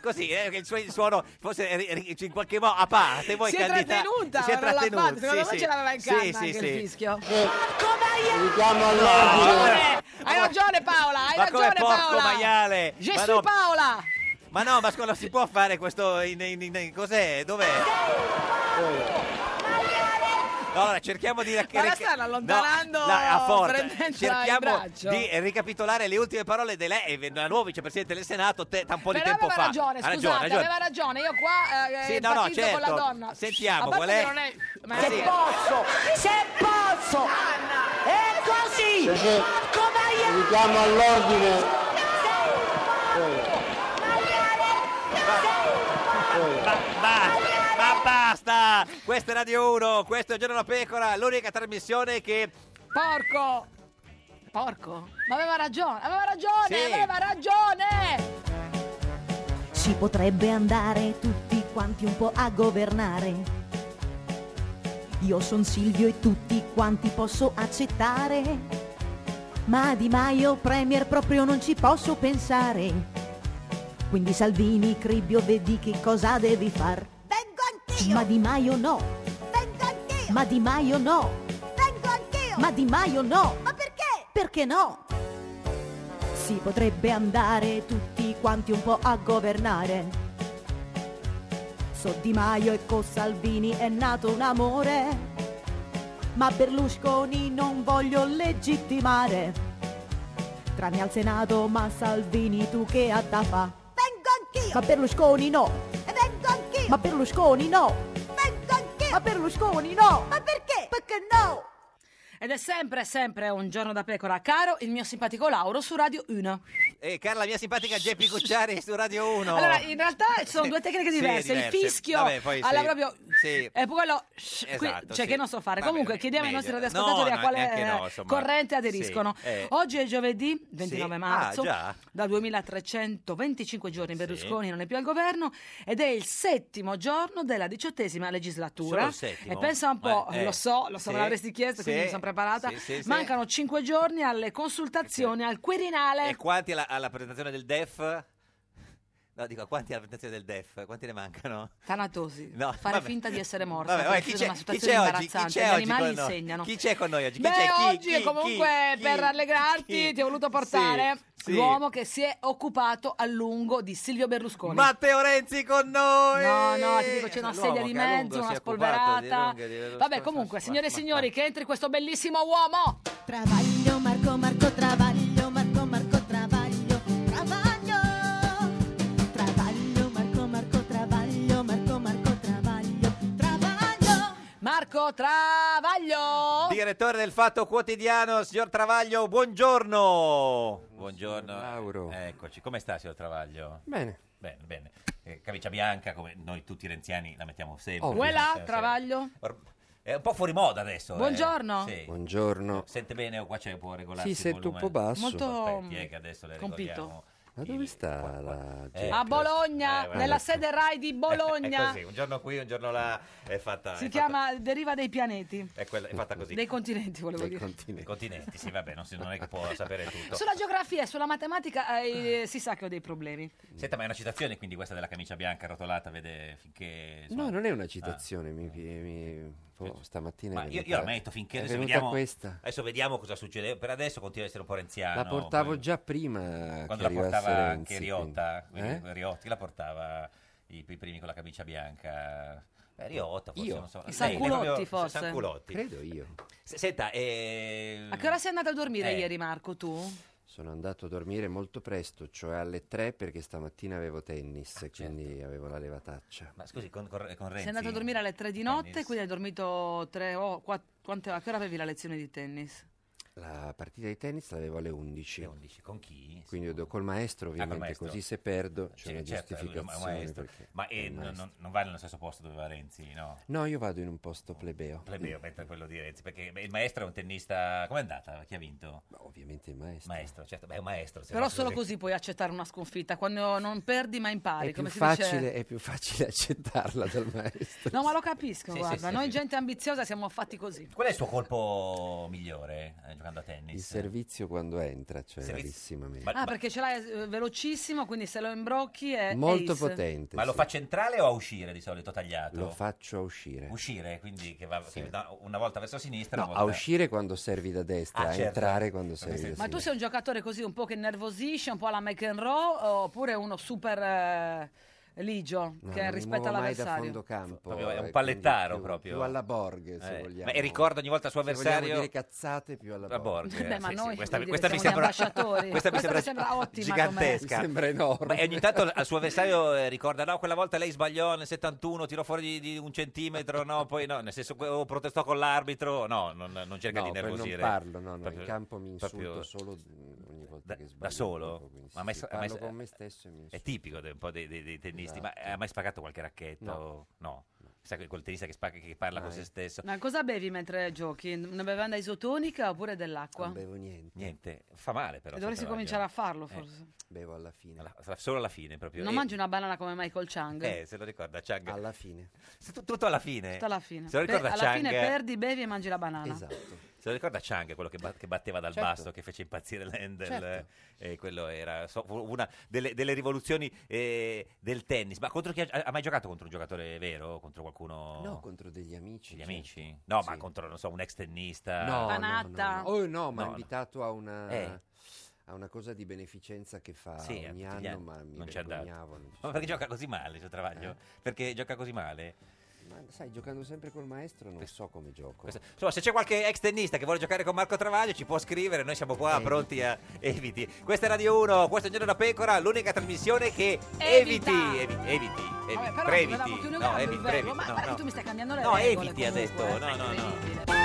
Speaker 2: Così, eh, che il suo il suono forse eh, ri- in qualche modo a parte. Voi
Speaker 1: Si è
Speaker 2: candidati-
Speaker 1: trattenuta,
Speaker 2: si è
Speaker 1: ma non l'ha
Speaker 2: trattenuta.
Speaker 1: fatto, secondo me ce l'aveva in
Speaker 2: Sì,
Speaker 1: canna
Speaker 2: sì,
Speaker 1: anche
Speaker 2: sì.
Speaker 1: il fischio.
Speaker 5: Richiamo
Speaker 2: all'ordine.
Speaker 1: Hai ragione Paola, hai
Speaker 2: Ma come
Speaker 1: ragione
Speaker 2: porco
Speaker 1: Paola.
Speaker 2: maiale. Ma
Speaker 1: Gesù
Speaker 2: no.
Speaker 1: Paola.
Speaker 2: Ma no, ma scusa, si può fare questo in, in- in- cos'è? Dov'è? No, allora cerchiamo di
Speaker 1: Ma la stanno allontanando,
Speaker 2: No, la- a forza.
Speaker 1: prendendola in
Speaker 2: Cerchiamo
Speaker 1: braccio.
Speaker 2: di ricapitolare le ultime parole di lei, la nuova vicepresidente del Senato, te, da un po' di
Speaker 1: Però
Speaker 2: tempo
Speaker 1: aveva
Speaker 2: fa.
Speaker 1: ragione,
Speaker 2: Ha
Speaker 1: scusate, aveva ragione. Io qua eh,
Speaker 2: Sì,
Speaker 1: eh,
Speaker 2: no, no,
Speaker 1: empatizzo con la
Speaker 2: certo.
Speaker 1: donna.
Speaker 2: Sentiamo,
Speaker 1: A parte
Speaker 2: qual è?
Speaker 1: che non è- ma
Speaker 5: Se
Speaker 1: sì.
Speaker 5: posso, se posso. Eh, È così. Porco maiale. Richiamo all'ordine.
Speaker 2: Ma basta, ma basta! Questa è Radio 1, questo è Giorno della Pecora, l'unica trasmissione che...
Speaker 1: Porco! Porco? Ma aveva ragione, aveva ragione,
Speaker 2: Sì.
Speaker 1: aveva ragione!
Speaker 6: Si potrebbe andare tutti quanti un po' a governare. Io son Silvio e tutti quanti posso accettare. Ma Di Maio Premier proprio non ci posso pensare. Quindi Salvini, Cribbio, vedi che cosa devi far. Vengo anch'io! Ma Di Maio no! Vengo anch'io! Ma Di Maio no! Vengo anch'io! Ma Di Maio no! Ma perché? Perché no? Si potrebbe andare tutti quanti un po' a governare. So Di Maio e con Salvini è nato un amore, ma Berlusconi non voglio legittimare. Tranne al Senato, ma Salvini tu che ha da fa? Vengo anch'io! Ma Berlusconi no! E vengo anch'io! Ma Berlusconi no! Vengo anch'io! Ma Berlusconi no! Ma perché? Perché no?
Speaker 1: Ed è sempre, sempre un giorno da pecora, caro il mio simpatico Lauro su Radio 1.
Speaker 2: E cara la Eh, mia simpatica Geppi Cucciari su Radio 1.
Speaker 1: Allora, in realtà ci sono due tecniche
Speaker 2: Sì,
Speaker 1: diverse.
Speaker 2: diverse.
Speaker 1: Il fischio
Speaker 2: Vabbè, poi
Speaker 1: alla
Speaker 2: sì.
Speaker 1: proprio.
Speaker 2: Sì.
Speaker 1: E poi quello. qui-
Speaker 2: Esatto,
Speaker 1: cioè,
Speaker 2: sì.
Speaker 1: che non so fare.
Speaker 2: Vabbè,
Speaker 1: Comunque, chiediamo ai
Speaker 2: meglio.
Speaker 1: nostri radioascoltatori
Speaker 2: No,
Speaker 1: a
Speaker 2: no,
Speaker 1: quale
Speaker 2: neanche no,
Speaker 1: eh,
Speaker 2: insomma.
Speaker 1: corrente aderiscono.
Speaker 2: Sì, eh.
Speaker 1: Oggi è giovedì 29
Speaker 2: Sì.
Speaker 1: marzo.
Speaker 2: Ah, già?
Speaker 1: Da 2325 giorni Berlusconi non è più al governo. Ed è il settimo giorno della diciottesima
Speaker 2: Solo
Speaker 1: legislatura.
Speaker 2: il settimo?
Speaker 1: E pensa un po',
Speaker 2: Eh, eh.
Speaker 1: lo so, lo so,
Speaker 2: Sì.
Speaker 1: me l'avresti chiesto,
Speaker 2: Sì.
Speaker 1: quindi mi sono preparata.
Speaker 2: Sì, sì, sì.
Speaker 1: Mancano cinque giorni alle consultazioni al Quirinale.
Speaker 2: E quanti alla, alla presentazione del DEF? No, dico, quanti alla presentazione del DEF? Quanti ne mancano?
Speaker 1: Tanatosi,
Speaker 2: No,
Speaker 1: fare
Speaker 2: vabbè.
Speaker 1: finta di essere morta.
Speaker 2: Vabbè, vabbè, chi, c'è,
Speaker 1: una
Speaker 2: chi
Speaker 1: situazione
Speaker 2: c'è oggi? Chi
Speaker 1: imbarazzante.
Speaker 2: c'è
Speaker 1: Gli
Speaker 2: oggi
Speaker 1: animali
Speaker 2: con noi?
Speaker 1: insegnano.
Speaker 2: Chi c'è con noi oggi? Cioè, Chi
Speaker 1: Beh,
Speaker 2: c'è? Chi,
Speaker 1: oggi
Speaker 2: chi,
Speaker 1: comunque
Speaker 2: chi,
Speaker 1: per
Speaker 2: chi?
Speaker 1: rallegrarti
Speaker 2: Chi?
Speaker 1: ti ho voluto
Speaker 2: Sì,
Speaker 1: portare
Speaker 2: sì.
Speaker 1: l'uomo che si è occupato a lungo di Silvio Berlusconi.
Speaker 2: Matteo Renzi con noi! Cioè,
Speaker 1: No, no, ti dico c'è una
Speaker 2: L'uomo
Speaker 1: sedia di
Speaker 2: che a lungo
Speaker 1: mezzo,
Speaker 2: si
Speaker 1: una
Speaker 2: è occupato di
Speaker 1: spolverata.
Speaker 2: lunghe, di- dello
Speaker 1: Vabbè,
Speaker 2: scorso-
Speaker 1: comunque,
Speaker 2: ma-
Speaker 1: signore e
Speaker 2: ma-
Speaker 1: signori, che entri questo bellissimo uomo.
Speaker 6: Travaglio, Marco, Marco, travaglio, Marco, Marco, travaglio, travaglio. Travaglio, Marco, Marco, travaglio, Marco, Marco, travaglio, travaglio.
Speaker 1: Marco Travaglio.
Speaker 2: Direttore del Fatto Quotidiano, signor Travaglio, buongiorno. Buongiorno.
Speaker 7: Lauro.
Speaker 2: Eccoci, come sta, signor Travaglio?
Speaker 7: Bene.
Speaker 2: Bene, bene. Eh, camicia bianca, come noi tutti renziani la mettiamo sempre. Eh,
Speaker 7: Ovvio.
Speaker 1: Quella,
Speaker 2: Sempre,
Speaker 1: Travaglio.
Speaker 2: sempre. Or- È un po' fuori moda adesso. eh.
Speaker 1: Buongiorno.
Speaker 2: Sì.
Speaker 7: Buongiorno.
Speaker 2: Sente bene o qua c'è un po' regolare
Speaker 7: Sì, sento un po' basso.
Speaker 1: Molto
Speaker 2: Aspetti, eh, che adesso le
Speaker 1: compito.
Speaker 2: regoliamo.
Speaker 7: Ma dove sta la gente?
Speaker 1: a Bologna,
Speaker 2: Eh, guarda.
Speaker 1: nella sede RAI di
Speaker 2: Eh, È
Speaker 1: Bologna.
Speaker 2: così, un giorno qui, un giorno là è fatta.
Speaker 1: si
Speaker 2: è
Speaker 1: chiama Deriva dei pianeti,
Speaker 2: fatta- è quella- è fatta così.
Speaker 1: dei continenti volevo dire.
Speaker 2: continenti. continenti, sì, vabbè, non, si- non è che può sapere tutto.
Speaker 1: Sulla geografia e sulla matematica eh, si sa che ho dei problemi.
Speaker 2: Senta, ma è una citazione quindi questa della camicia bianca rotolata, vede finché. insomma-
Speaker 7: No, non è una
Speaker 2: Ah.
Speaker 7: citazione, mi, mi- boh, stamattina
Speaker 2: Ma
Speaker 7: è
Speaker 2: io,
Speaker 7: venuta-
Speaker 2: io la metto finché
Speaker 7: è
Speaker 2: adesso
Speaker 7: venuta
Speaker 2: vediamo,
Speaker 7: questa.
Speaker 2: adesso vediamo cosa succede. Per adesso continua a essere un forenziano.
Speaker 7: La portavo
Speaker 2: poi-
Speaker 7: già prima
Speaker 2: quando
Speaker 7: Eh, che
Speaker 2: la
Speaker 7: arrivasse
Speaker 2: portava
Speaker 7: Renzi,
Speaker 2: anche Riotta,
Speaker 7: quindi. Eh?
Speaker 2: quindi Riotti la portava i, i primi con la camicia bianca. Eh, Riotta, forse
Speaker 7: Io?
Speaker 2: non so.
Speaker 7: I
Speaker 2: Lei, lei
Speaker 1: Sanculotti,
Speaker 2: proprio-
Speaker 1: forse.
Speaker 2: Sanculotti.
Speaker 7: Credo io.
Speaker 2: S- Senta, eh,
Speaker 1: A che ora sei andata a dormire
Speaker 7: Mm. Eh.
Speaker 1: ieri, Marco? Tu?
Speaker 7: Sono andato a dormire molto presto, cioè alle 3 perché stamattina avevo tennis, quindi avevo la levataccia.
Speaker 2: Ma scusi, con, con, con
Speaker 1: Sei andato a dormire alle 3 di notte,
Speaker 7: tennis.
Speaker 1: quindi hai dormito 3 o 4. a che ora avevi la lezione di tennis?
Speaker 7: La partita di tennis l'avevo alle 11.
Speaker 2: con chi? Ah,
Speaker 7: Quindi io do- col maestro ovviamente,
Speaker 2: maestro.
Speaker 7: così se perdo c'è
Speaker 2: Sì,
Speaker 7: una
Speaker 2: certo, lui è un
Speaker 7: giustificazione.
Speaker 2: maestro.
Speaker 7: perché-
Speaker 2: Ma
Speaker 7: è
Speaker 2: eh,
Speaker 7: un
Speaker 2: non-
Speaker 7: maestro.
Speaker 2: non, non va nello stesso posto dove va Renzi, no?
Speaker 7: No, io vado in un posto plebeo.
Speaker 2: Plebeo, mentre quello di Renzi, perché beh, il maestro è un tennista. Com'è andata? Chi ha vinto?
Speaker 7: ovviamente il maestro.
Speaker 2: Maestro, certo, beh, è un maestro. se
Speaker 1: Però
Speaker 2: no-
Speaker 1: solo così puoi accettare una sconfitta, quando non perdi ma impari.
Speaker 7: È più,
Speaker 1: come si
Speaker 7: facile,
Speaker 1: dice.
Speaker 7: è più facile accettarla dal maestro.
Speaker 1: No, ma lo capisco,
Speaker 7: Sì,
Speaker 1: guarda.
Speaker 7: sì, sì,
Speaker 1: Noi
Speaker 7: sì.
Speaker 1: gente ambiziosa siamo fatti così.
Speaker 2: Qual è il suo colpo migliore eh, giocando a tennis?
Speaker 7: Il servizio quando entra, cioè
Speaker 2: Servizio-
Speaker 7: rarissimamente.
Speaker 1: Ah, perché ce l'hai eh, velocissimo, quindi se lo imbrocchi è
Speaker 7: Molto
Speaker 1: ace.
Speaker 7: potente.
Speaker 2: Ma lo
Speaker 7: sì.
Speaker 2: fa centrale o a uscire di solito tagliato?
Speaker 7: Lo faccio a uscire.
Speaker 2: Uscire, quindi che va
Speaker 7: Sì.
Speaker 2: che da- una volta verso sinistra,
Speaker 7: No,
Speaker 2: una
Speaker 7: a
Speaker 2: volta-
Speaker 7: uscire quando servi da destra,
Speaker 2: Ah,
Speaker 7: a
Speaker 2: certo.
Speaker 7: entrare quando servi da
Speaker 1: Ma tu
Speaker 7: sinistra.
Speaker 1: sei un giocatore così un po' che nervosisce, un po' alla McEnroe, oppure uno super eh, ligio
Speaker 7: No, non
Speaker 1: che
Speaker 7: mi
Speaker 1: rispetta
Speaker 7: muovo mai da
Speaker 1: l'avversario?
Speaker 7: fondo campo.
Speaker 2: Proprio è
Speaker 7: eh,
Speaker 2: un
Speaker 7: quindi
Speaker 2: pallettaro
Speaker 7: più-
Speaker 2: proprio.
Speaker 7: Più alla Borg, se
Speaker 2: Eh,
Speaker 7: vogliamo.
Speaker 2: ma- E ricorda ogni volta il suo
Speaker 7: Se vogliamo
Speaker 2: avversario.
Speaker 7: dire cazzate più alla
Speaker 2: La Borg.
Speaker 7: Borg.
Speaker 1: Beh, ma
Speaker 2: sì, sì,
Speaker 1: noi,
Speaker 2: questa,
Speaker 1: voglio dire,
Speaker 2: questa mi
Speaker 1: siamo gli
Speaker 2: sembra,
Speaker 1: ambasciatori.
Speaker 2: questa mi
Speaker 1: Questa
Speaker 2: sembra,
Speaker 1: mi sembra ottima
Speaker 2: gigantesca.
Speaker 7: com'è. Mi sembra enorme.
Speaker 2: Ma e ogni tanto al suo avversario eh, ricorda: no, quella volta lei sbagliò nel 71, tirò fuori di, di un centimetro. No, poi no, nel senso, o protestò con l'arbitro. No, non, non cerca
Speaker 7: No,
Speaker 2: di
Speaker 7: poi non
Speaker 2: nervosire.
Speaker 7: parlo, no, no, in
Speaker 2: Proprio-
Speaker 7: campo mi insulto
Speaker 2: proprio-
Speaker 7: solo mm, ogni volta che sbaglio.
Speaker 2: da solo?
Speaker 7: ecco, quindi
Speaker 2: Ma a me-
Speaker 7: sì,
Speaker 2: a me-
Speaker 7: parlo con me stesso e mi
Speaker 2: È
Speaker 7: insulto.
Speaker 2: tipico de- un po' dei, dei- dei tennisti, ma
Speaker 7: Esatto.
Speaker 2: ha mai spaccato qualche racchetto?
Speaker 7: No. Ah, eh.
Speaker 2: Sai quel tennista che, spacca, che parla con
Speaker 7: Mai.
Speaker 2: se stesso?
Speaker 1: Ma cosa bevi mentre giochi? Una bevanda isotonica oppure dell'acqua?
Speaker 7: Non bevo niente,
Speaker 2: Niente, fa male però.
Speaker 1: Dovresti
Speaker 2: sotto la
Speaker 1: cominciare a
Speaker 2: ragione.
Speaker 1: farlo
Speaker 2: Eh,
Speaker 1: forse.
Speaker 7: bevo alla fine.
Speaker 2: alla- solo alla fine proprio.
Speaker 1: Non
Speaker 2: E-
Speaker 1: mangi una banana come Michael Chang.
Speaker 2: Eh, se lo ricorda Chang.
Speaker 7: Alla fine.
Speaker 2: Se tu- tutto alla fine.
Speaker 1: Tutto alla fine.
Speaker 2: Se lo ricorda
Speaker 1: Beh, alla
Speaker 2: Chang. eh.
Speaker 1: fine perdi, bevi e mangi la banana.
Speaker 7: Esatto.
Speaker 2: Se lo ricorda Chang, quello che, bat- che batteva dal
Speaker 7: Certo.
Speaker 2: basso, che fece impazzire Lendl,
Speaker 7: Certo.
Speaker 2: eh, quello era so- fu una delle, delle rivoluzioni eh, del tennis. Ma contro chi ha, ha mai giocato contro un giocatore vero? Contro qualcuno?
Speaker 7: No, contro degli amici.
Speaker 2: Gli
Speaker 7: certo.
Speaker 2: amici? No, ma
Speaker 7: Sì.
Speaker 2: contro, non so, un ex tennista.
Speaker 7: No, no, no,
Speaker 1: Panatta.
Speaker 7: no. Oh, no,
Speaker 2: No,
Speaker 7: ma
Speaker 2: no.
Speaker 7: ha invitato a una,
Speaker 2: Eh.
Speaker 7: a una cosa di beneficenza che fa
Speaker 2: Sì, a
Speaker 7: ogni
Speaker 2: tutti
Speaker 7: anno,
Speaker 2: gli anni.
Speaker 7: ma mi
Speaker 2: non ci è andato.
Speaker 7: vergognavo. non ci
Speaker 2: Ma
Speaker 7: sono
Speaker 2: perché gioca
Speaker 7: andato.
Speaker 2: così male, suo Travaglio?
Speaker 7: Eh?
Speaker 2: Perché gioca così male?
Speaker 7: Ma sai, giocando sempre col maestro non so come gioco.
Speaker 2: Questo- Insomma, se c'è qualche ex tennista che vuole giocare con Marco Travaglio, ci può scrivere, noi siamo qua
Speaker 7: Eviti.
Speaker 2: pronti a eviti. Questa è Radio 1, questo è Un Giorno da Pecora, l'unica trasmissione che
Speaker 1: Evita.
Speaker 2: eviti, evi- eviti, eviti,
Speaker 1: Vabbè, però
Speaker 2: previti.
Speaker 1: dovevamo più
Speaker 2: no,
Speaker 1: negarlo il
Speaker 2: eviti,
Speaker 1: verbo.
Speaker 2: previti.
Speaker 1: Ma
Speaker 2: no,
Speaker 1: guarda
Speaker 2: no.
Speaker 1: che tu mi stai cambiando le
Speaker 2: No,
Speaker 1: regole.
Speaker 2: eviti ha
Speaker 1: comunque,
Speaker 2: detto,
Speaker 1: eh,
Speaker 2: no, no, no.
Speaker 1: incredibile.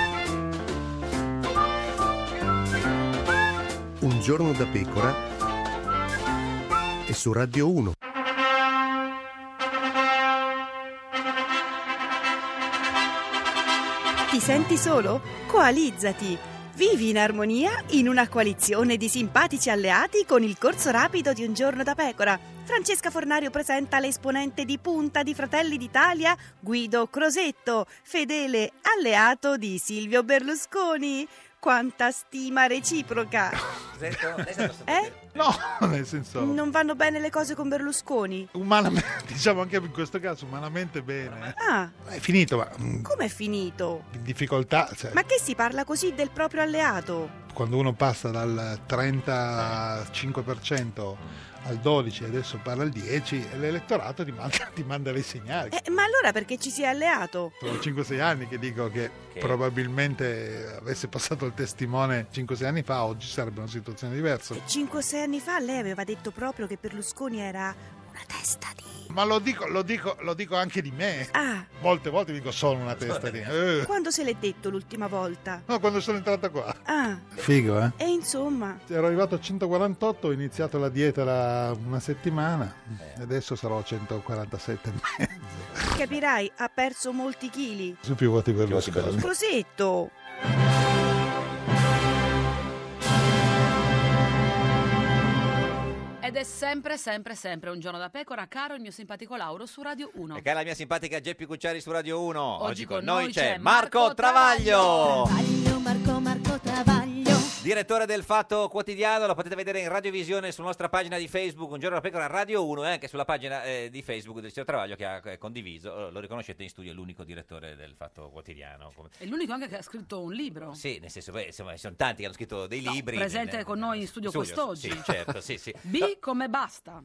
Speaker 8: Un giorno da pecora e su Radio 1.
Speaker 9: Ti senti solo? Coalizzati! Vivi in armonia in una coalizione di simpatici alleati con il corso rapido di Un giorno da pecora. Francesca Fornario presenta l'esponente di punta di Fratelli d'Italia, Guido Crosetto, fedele alleato di Silvio Berlusconi. Quanta stima reciproca!
Speaker 2: Sento- lei sta
Speaker 9: Eh?
Speaker 10: No, nel senso.
Speaker 9: Non vanno bene le cose con Berlusconi?
Speaker 10: Umanamente, diciamo anche in questo caso, umanamente bene. eh.
Speaker 9: Ah,
Speaker 10: È finito, ma mm,
Speaker 9: com'è finito?
Speaker 10: in difficoltà. cioè,
Speaker 9: Ma che si parla così del proprio alleato?
Speaker 10: Quando uno passa dal 35% al 12% e adesso parla al 10%, l'elettorato ti manda, ti manda dei segnali.
Speaker 9: Eh, ma allora perché ci si è alleato?
Speaker 10: Sono 5-6 anni che dico che
Speaker 2: Che-
Speaker 10: probabilmente avesse passato il testimone 5-6 anni fa, oggi sarebbe una situazione diversa.
Speaker 9: 5 o 6 anni fa lei aveva detto proprio che Berlusconi era una testa di...
Speaker 10: Ma lo dico, lo dico, lo dico anche di me.
Speaker 9: Ah,
Speaker 10: Molte volte dico sono una testa di... Eh.
Speaker 9: quando se l'è detto l'ultima volta?
Speaker 10: No, quando sono entrata qua.
Speaker 9: Ah,
Speaker 10: Figo, eh?
Speaker 9: e insomma...
Speaker 10: Ero arrivato a 148, ho iniziato la dieta da una settimana e adesso sarò a 147 e mezzo.
Speaker 9: Capirai, ha perso molti chili.
Speaker 10: Su più voti per lo
Speaker 9: Crosetto!
Speaker 1: È Ed è sempre, sempre, sempre un giorno da pecora, caro il mio simpatico Lauro su Radio 1.
Speaker 2: E cara la mia simpatica Geppi Cucciari su Radio 1. Oggi, con noi,
Speaker 1: noi
Speaker 2: c'è
Speaker 1: c'è
Speaker 2: Marco, Travaglio.
Speaker 6: Io Marco Marco Travaglio.
Speaker 2: Direttore del Fatto Quotidiano, lo potete vedere in radiovisione sulla nostra pagina di Facebook, Un giorno da pecora Radio 1 e anche sulla pagina eh, di Facebook del signor Travaglio che ha eh, condiviso, Eh, lo riconoscete in studio, è l'unico direttore del Fatto Quotidiano. Come-
Speaker 1: È l'unico anche che ha scritto un libro.
Speaker 2: Sì, nel senso, beh, insomma, ci sono tanti che hanno scritto dei libri.
Speaker 1: presente
Speaker 2: nel-
Speaker 1: con noi in studio quest'oggi.
Speaker 2: eh. Sì, certo, sì, sì.
Speaker 1: B come basta.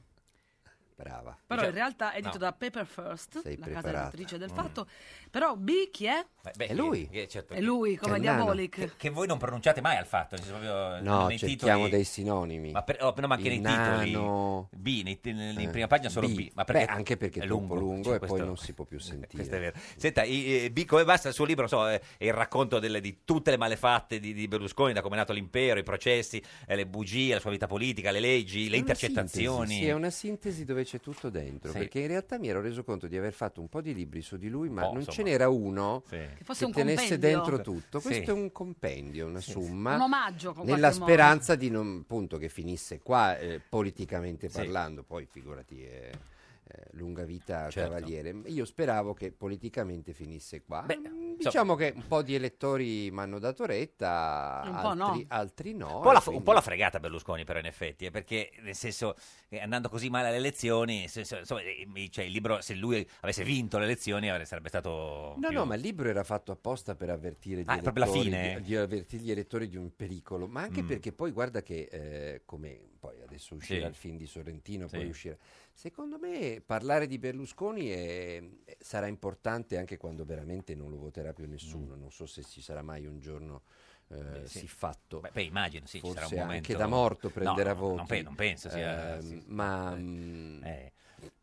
Speaker 7: Brava.
Speaker 1: Però
Speaker 2: Cioè,
Speaker 1: in realtà è edito
Speaker 2: no.
Speaker 1: da Paper First,
Speaker 7: Sei
Speaker 1: la casa
Speaker 7: preparata.
Speaker 1: editrice del
Speaker 2: Mm.
Speaker 1: fatto. Però B chi è?
Speaker 2: Beh, beh,
Speaker 7: È lui.
Speaker 2: che- che- certo
Speaker 1: È
Speaker 2: che-
Speaker 1: lui, come
Speaker 7: Cannano.
Speaker 1: Diabolic.
Speaker 2: Che, che voi non pronunciate mai al fatto, nel senso proprio,
Speaker 7: No,
Speaker 2: nei
Speaker 7: cerchiamo
Speaker 2: titoli-
Speaker 7: dei sinonimi.
Speaker 2: Ma, per- oh, no, ma anche nei
Speaker 7: Il
Speaker 2: titoli
Speaker 7: nano.
Speaker 2: B, nei- nei- in
Speaker 7: Eh,
Speaker 2: prima pagina solo B, ma
Speaker 7: Beh,
Speaker 2: perché
Speaker 7: anche perché
Speaker 2: è
Speaker 7: è troppo lungo,
Speaker 2: lungo, cioè,
Speaker 7: e
Speaker 2: questo-
Speaker 7: poi non si può più sentire.
Speaker 2: Questo è vero. Senta, i- eh, Bico e Basta, il suo libro, non so, eh, è il racconto delle- di tutte le malefatte di, di Berlusconi, da come è nato l'impero, i processi, eh, le bugie, la sua vita politica, le leggi, le
Speaker 7: È una
Speaker 2: intercettazioni.
Speaker 7: sintesi, Sì, è una sintesi dove c'è tutto dentro.
Speaker 2: Sì.
Speaker 7: Perché in realtà mi ero reso conto di aver fatto un po' di libri su di lui, ma
Speaker 2: po',
Speaker 7: non
Speaker 2: insomma.
Speaker 7: ce n'era uno
Speaker 2: Sì.
Speaker 7: che,
Speaker 1: Che fosse un
Speaker 7: tenesse
Speaker 1: compendio.
Speaker 7: dentro tutto.
Speaker 2: Sì.
Speaker 7: Questo è un compendio, una summa.
Speaker 1: Un omaggio con
Speaker 7: Nella
Speaker 1: qualche modo.
Speaker 7: speranza di non, appunto, che finisse qua eh, politicamente parlando, poi figurati, eh, eh, lunga vita
Speaker 2: Certo.
Speaker 7: cavaliere. Io speravo che politicamente finisse qua.
Speaker 2: Beh,
Speaker 7: Mm, diciamo che un po' di elettori mi hanno dato retta,
Speaker 1: Un po' no.
Speaker 7: altri, altri no.
Speaker 2: Un po' la,
Speaker 7: e
Speaker 2: un
Speaker 7: quindi-
Speaker 2: po' la fregata Berlusconi, però, in effetti, eh, perché nel senso, eh, andando così male alle elezioni, nel senso, insomma, eh, mi- cioè, il libro, se lui avesse vinto le elezioni, avrebbe- sarebbe stato.
Speaker 7: No,
Speaker 2: più-
Speaker 7: no, ma il libro era fatto apposta per avvertire gli,
Speaker 2: Ah, è proprio la
Speaker 7: elettori,
Speaker 2: fine?
Speaker 7: di- di avvertire gli elettori di un pericolo, ma anche
Speaker 2: Mm.
Speaker 7: perché poi guarda che eh, come poi adesso uscirà
Speaker 2: Sì.
Speaker 7: il film di Sorrentino,
Speaker 2: Sì.
Speaker 7: poi uscirà. Secondo me parlare di Berlusconi è- eh, sarà importante anche quando veramente non lo voterà più nessuno. Non so se ci sarà mai un giorno eh,
Speaker 2: Mm. Beh, sì.
Speaker 7: sì fatto.
Speaker 2: Beh, beh, immagino, sì, ci
Speaker 7: Forse
Speaker 2: sarà un momento.
Speaker 7: anche da morto
Speaker 2: No,
Speaker 7: prenderà
Speaker 2: no,
Speaker 7: voti.
Speaker 2: non pe- non penso sia-
Speaker 7: Ehm,
Speaker 2: sì, sì.
Speaker 7: Ma...
Speaker 2: Eh,
Speaker 7: mm,
Speaker 2: eh,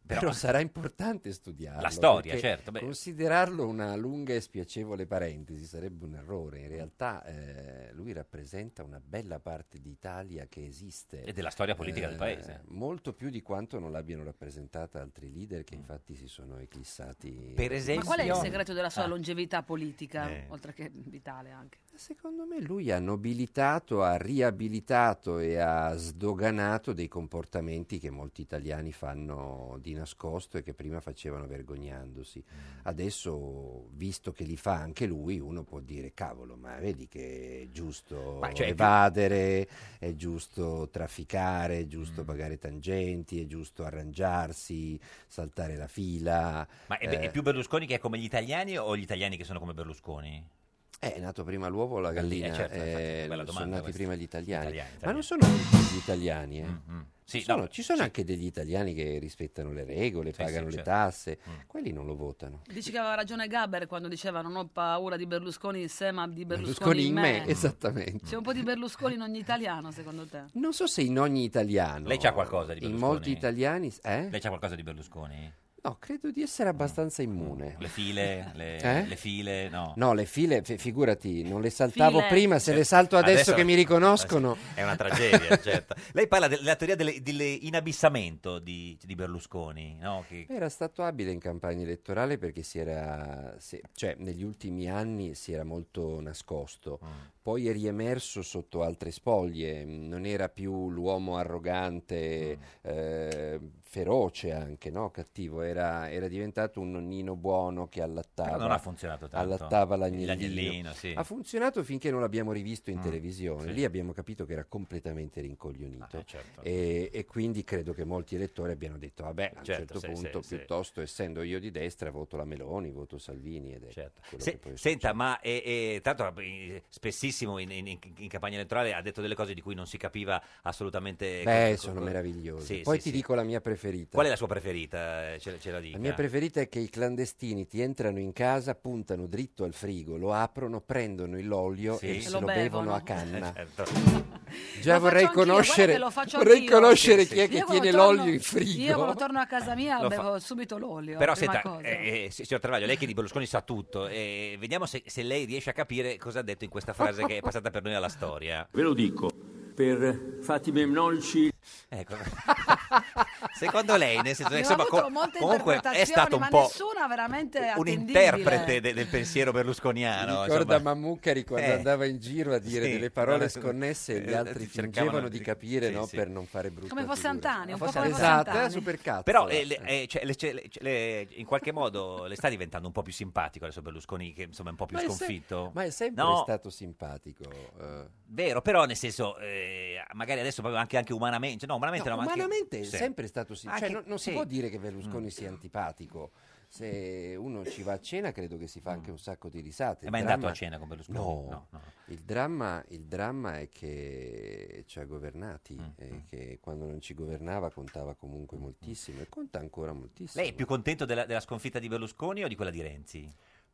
Speaker 2: però-
Speaker 7: però, sarà importante studiarlo.
Speaker 2: La storia,
Speaker 7: perché
Speaker 2: certo, beh.
Speaker 7: Considerarlo una lunga e spiacevole parentesi sarebbe un errore. In realtà eh, lui rappresenta una bella parte d'Italia che esiste. eh,
Speaker 2: E della storia politica del paese.
Speaker 7: Molto più di quanto non l'abbiano rappresentata altri leader
Speaker 2: Mm.
Speaker 7: che infatti si sono eclissati.
Speaker 2: Per esempio-
Speaker 1: Ma qual è il segreto della sua
Speaker 7: Ah.
Speaker 1: longevità politica,
Speaker 7: Eh.
Speaker 1: oltre che vitale anche?
Speaker 7: Secondo me lui ha nobilitato, ha riabilitato e ha sdoganato dei comportamenti che molti italiani fanno di nascosto e che prima facevano vergognandosi.
Speaker 2: Mm.
Speaker 7: Adesso, visto che li fa anche lui, uno può dire cavolo, ma vedi che è giusto
Speaker 2: Ma cioè, è più-
Speaker 7: evadere, è giusto trafficare, è
Speaker 2: Mm.
Speaker 7: giusto pagare tangenti, è giusto arrangiarsi, saltare la fila.
Speaker 2: Ma è,
Speaker 7: eh,
Speaker 2: è più Berlusconi che è come gli italiani o gli italiani che sono come Berlusconi?
Speaker 7: Eh, È nato prima l'uovo o la gallina?
Speaker 2: Eh, certo, infatti,
Speaker 7: Eh,
Speaker 2: bella domanda
Speaker 7: sono nati
Speaker 2: questa.
Speaker 7: prima gli italiani.
Speaker 2: Italiani,
Speaker 7: Ma
Speaker 2: italiani. Mm,
Speaker 7: non sono tutti gli italiani. eh.
Speaker 2: Sì,
Speaker 7: Sono-
Speaker 2: no,
Speaker 7: ci sono
Speaker 2: sì.
Speaker 7: anche degli italiani che rispettano le regole,
Speaker 2: Sì,
Speaker 7: pagano
Speaker 2: sì,
Speaker 7: le
Speaker 2: certo.
Speaker 7: tasse. Quelli non lo votano.
Speaker 1: Dici che aveva ragione Gaber quando diceva non ho paura di Berlusconi in sé, ma di
Speaker 7: Berlusconi in me, Esatto.
Speaker 1: C'è
Speaker 7: esattamente.
Speaker 1: un po' di Berlusconi in ogni italiano, secondo te?
Speaker 7: Non so se in ogni italiano.
Speaker 2: Lei c'ha qualcosa di
Speaker 7: In
Speaker 2: Berlusconi?
Speaker 7: molti italiani... Eh?
Speaker 2: Lei c'ha qualcosa di Berlusconi?
Speaker 7: No, credo di essere abbastanza immune.
Speaker 2: Mm. Le file? Le,
Speaker 7: Eh?
Speaker 2: le file? No. Cioè,
Speaker 7: No, le file, fi- figurati, non le saltavo
Speaker 1: File.
Speaker 7: prima, se le salto adesso, che mi riconoscono.
Speaker 2: È una tragedia, certo. Lei parla de- della teoria delle- dell'inabissamento di, di Berlusconi, no? Che-
Speaker 7: Era stato abile in campagna elettorale perché si era, si- cioè, negli ultimi anni si era molto nascosto,
Speaker 2: Mm.
Speaker 7: poi è riemerso sotto altre spoglie, mm, non era più l'uomo arrogante,
Speaker 2: Mm.
Speaker 7: eh, feroce anche, no? cattivo, era, era diventato un nonnino buono che allattava,
Speaker 2: Però non ha funzionato tanto.
Speaker 7: allattava l'agnellino.
Speaker 2: L'agnellino, sì.
Speaker 7: Ha funzionato finché non l'abbiamo rivisto in
Speaker 2: Mm,
Speaker 7: televisione,
Speaker 2: sì.
Speaker 7: lì abbiamo capito che era completamente rincoglionito
Speaker 2: Eh, certo.
Speaker 7: e, e quindi credo che molti elettori abbiano detto vabbè a un
Speaker 2: Certo,
Speaker 7: certo
Speaker 2: sì,
Speaker 7: punto
Speaker 2: sì, sì.
Speaker 7: piuttosto essendo io di destra voto la Meloni voto Salvini ed è quello
Speaker 2: Certo. Se-
Speaker 7: che poi è
Speaker 2: senta, ma eh, eh, tanto eh, spessissimo in, in- in- in campagna elettorale ha detto delle cose di cui non si capiva assolutamente.
Speaker 7: successo. beh
Speaker 2: co- co-
Speaker 7: sono
Speaker 2: co-
Speaker 7: meravigliosi
Speaker 2: eh, Sì,
Speaker 7: poi
Speaker 2: sì,
Speaker 7: ti
Speaker 2: sì.
Speaker 7: dico la mia preferita
Speaker 2: Qual è la sua preferita? Eh, Ce, ce la dica.
Speaker 7: La mia preferita è che i clandestini ti entrano in casa, puntano dritto al frigo, lo aprono, prendono il- l'olio
Speaker 2: Sì.
Speaker 7: e
Speaker 2: E
Speaker 7: se
Speaker 2: lo
Speaker 7: lo, bevono a
Speaker 2: bevono.
Speaker 7: canna.
Speaker 2: Certo.
Speaker 7: Già
Speaker 1: Lo
Speaker 7: vorrei
Speaker 1: faccio anch'io, guarda
Speaker 7: conoscere,
Speaker 1: che lo faccio
Speaker 7: vorrei
Speaker 1: anch'io.
Speaker 7: conoscere
Speaker 1: Sì, sì.
Speaker 7: chi è
Speaker 1: Io
Speaker 7: che
Speaker 1: quando
Speaker 7: tiene
Speaker 1: torno-
Speaker 7: l'olio in frigo.
Speaker 1: Io quando torno a casa mia
Speaker 2: Lo fa-
Speaker 1: bevo subito l'olio,
Speaker 2: Però
Speaker 1: prima
Speaker 2: senta,
Speaker 1: cosa.
Speaker 2: eh, eh, signor Travaglio, lei che di Berlusconi sa tutto, eh, vediamo se, se lei riesce a capire cosa ha detto in questa frase che è passata per noi alla storia.
Speaker 11: Ve lo dico, per Fatime Mnolci.
Speaker 2: Ecco. Secondo lei, nel senso,
Speaker 1: Abbiamo
Speaker 2: insomma,
Speaker 1: avuto
Speaker 2: com-
Speaker 1: molte
Speaker 2: comunque è
Speaker 1: interpretazioni,
Speaker 2: stato un
Speaker 1: ma
Speaker 2: po'
Speaker 1: nessuna veramente
Speaker 2: un
Speaker 1: attendibile.
Speaker 2: interprete de- del pensiero berlusconiano.
Speaker 7: Ricorda
Speaker 2: insomma.
Speaker 7: Mammucari quando
Speaker 2: Eh,
Speaker 7: andava in giro a dire
Speaker 2: sì,
Speaker 7: delle parole
Speaker 2: no, adesso-
Speaker 7: sconnesse e gli
Speaker 2: eh,
Speaker 7: altri
Speaker 2: cercavano
Speaker 7: fingevano
Speaker 2: di-
Speaker 7: di capire
Speaker 2: sì,
Speaker 7: no,
Speaker 2: sì.
Speaker 7: per non fare brutta
Speaker 1: Come fosse
Speaker 7: figura.
Speaker 1: Antani, un po'
Speaker 7: Fosse-
Speaker 1: come fosse
Speaker 7: esatto,
Speaker 1: Antani.
Speaker 7: eh, supercazzola.
Speaker 2: Però eh, le- eh, cioè, le- cioè, le- cioè, le- in qualche modo le sta diventando un po' più simpatico adesso Berlusconi, che insomma è un po' più
Speaker 7: Ma è se-
Speaker 2: sconfitto.
Speaker 7: ma è sempre
Speaker 2: No,
Speaker 7: stato simpatico. eh.
Speaker 2: Vero, però nel senso, eh, magari adesso proprio anche, anche umanamente, no, umanamente
Speaker 7: No,
Speaker 2: no, ma anche-
Speaker 7: umanamente è
Speaker 2: sì. Mm.
Speaker 7: sempre stato sì. Cioè,
Speaker 2: Anche-
Speaker 7: non, non si
Speaker 2: sì.
Speaker 7: può dire che Berlusconi sia antipatico. Se uno ci va a cena, credo che si fa anche un sacco di risate.
Speaker 2: Mm. Eh,
Speaker 7: Il
Speaker 2: ma è andato
Speaker 7: dramma-
Speaker 2: a cena con Berlusconi?
Speaker 7: No,
Speaker 2: No, no.
Speaker 7: Il, dramma, il dramma è che ci ha governati,
Speaker 2: Mm,
Speaker 7: e che quando non ci governava contava comunque moltissimo e conta ancora moltissimo.
Speaker 2: Lei è più contento della, della sconfitta di Berlusconi o di quella di Renzi?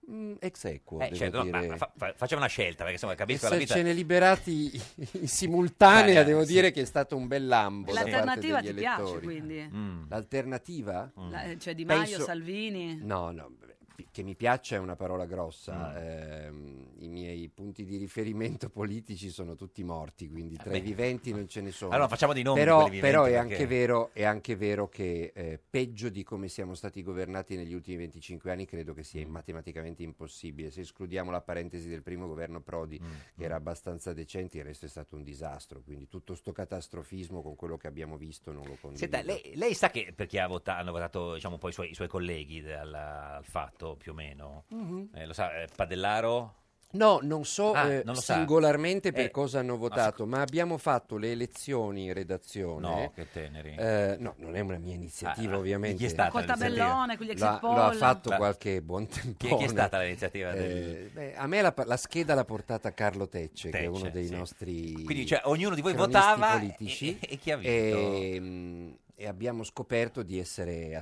Speaker 7: Mm, ex equo,
Speaker 2: Eh,
Speaker 7: devo
Speaker 2: cioè, no, ma-
Speaker 7: dire.
Speaker 2: ma fa- fa- facciamo una scelta, perché insomma
Speaker 7: E
Speaker 2: capisco la vita...
Speaker 7: essercene liberati in simultanea,
Speaker 2: Italiana,
Speaker 7: devo
Speaker 2: sì.
Speaker 7: dire che è stato un bel lambo. da parte
Speaker 1: L'alternativa
Speaker 7: degli
Speaker 1: ti piace,
Speaker 7: elettori.
Speaker 1: quindi?
Speaker 2: Mm.
Speaker 7: L'alternativa?
Speaker 1: La- eh, cioè Di Maio,
Speaker 7: Penso-
Speaker 1: Salvini.
Speaker 7: No, no, beh, pi- che mi piaccia è una parola grossa.
Speaker 2: Mm.
Speaker 7: ehm, I miei punti di riferimento politici sono tutti morti, quindi tra
Speaker 2: Eh, beh.
Speaker 7: i viventi non ce ne sono.
Speaker 2: Allora facciamo dei nomi di
Speaker 7: Però,
Speaker 2: quelli
Speaker 7: però è,
Speaker 2: viventi,
Speaker 7: anche
Speaker 2: perché-
Speaker 7: vero, è anche vero che eh, peggio di come siamo stati governati negli ultimi 25 anni credo che
Speaker 2: Mm.
Speaker 7: sia matematicamente impossibile. Se escludiamo la parentesi del primo governo Prodi,
Speaker 2: Mm,
Speaker 7: che era abbastanza decente, il resto è stato un disastro. Quindi tutto sto catastrofismo con quello che abbiamo visto non lo condivido.
Speaker 2: Senta, lei, lei sa che perché ha vota- hanno votato diciamo, un po' i suoi, i suoi colleghi dal- al fatto più o meno?
Speaker 7: Mhm.
Speaker 2: Eh, lo sa, eh, Padellaro?
Speaker 7: No, non so
Speaker 2: Ah,
Speaker 7: eh,
Speaker 2: non lo sa.
Speaker 7: singolarmente per
Speaker 2: Eh,
Speaker 7: cosa hanno
Speaker 2: no,
Speaker 7: votato, ma abbiamo fatto le elezioni in redazione.
Speaker 2: No, che teneri.
Speaker 7: Eh, no, non è una mia iniziativa,
Speaker 2: Ah,
Speaker 7: ovviamente.
Speaker 2: di chi è stata
Speaker 1: Col l'iniziativa? tabellone, con gli exit
Speaker 7: Lo ha- Lo ha
Speaker 1: poll.
Speaker 7: fatto
Speaker 2: Ma-
Speaker 7: qualche buon
Speaker 2: Chi è-
Speaker 7: tempo.
Speaker 2: chi è stata l'iniziativa del-
Speaker 7: a me la, pa- la scheda l'ha portata Carlo Tecce, che è
Speaker 2: Tecce,
Speaker 7: uno dei
Speaker 2: sì.
Speaker 7: nostri.
Speaker 2: Quindi, cioè, ognuno di voi
Speaker 7: cronisti
Speaker 2: votava e-
Speaker 7: politici,
Speaker 2: e- e chi ha vinto?
Speaker 7: E, mm, e abbiamo scoperto di essere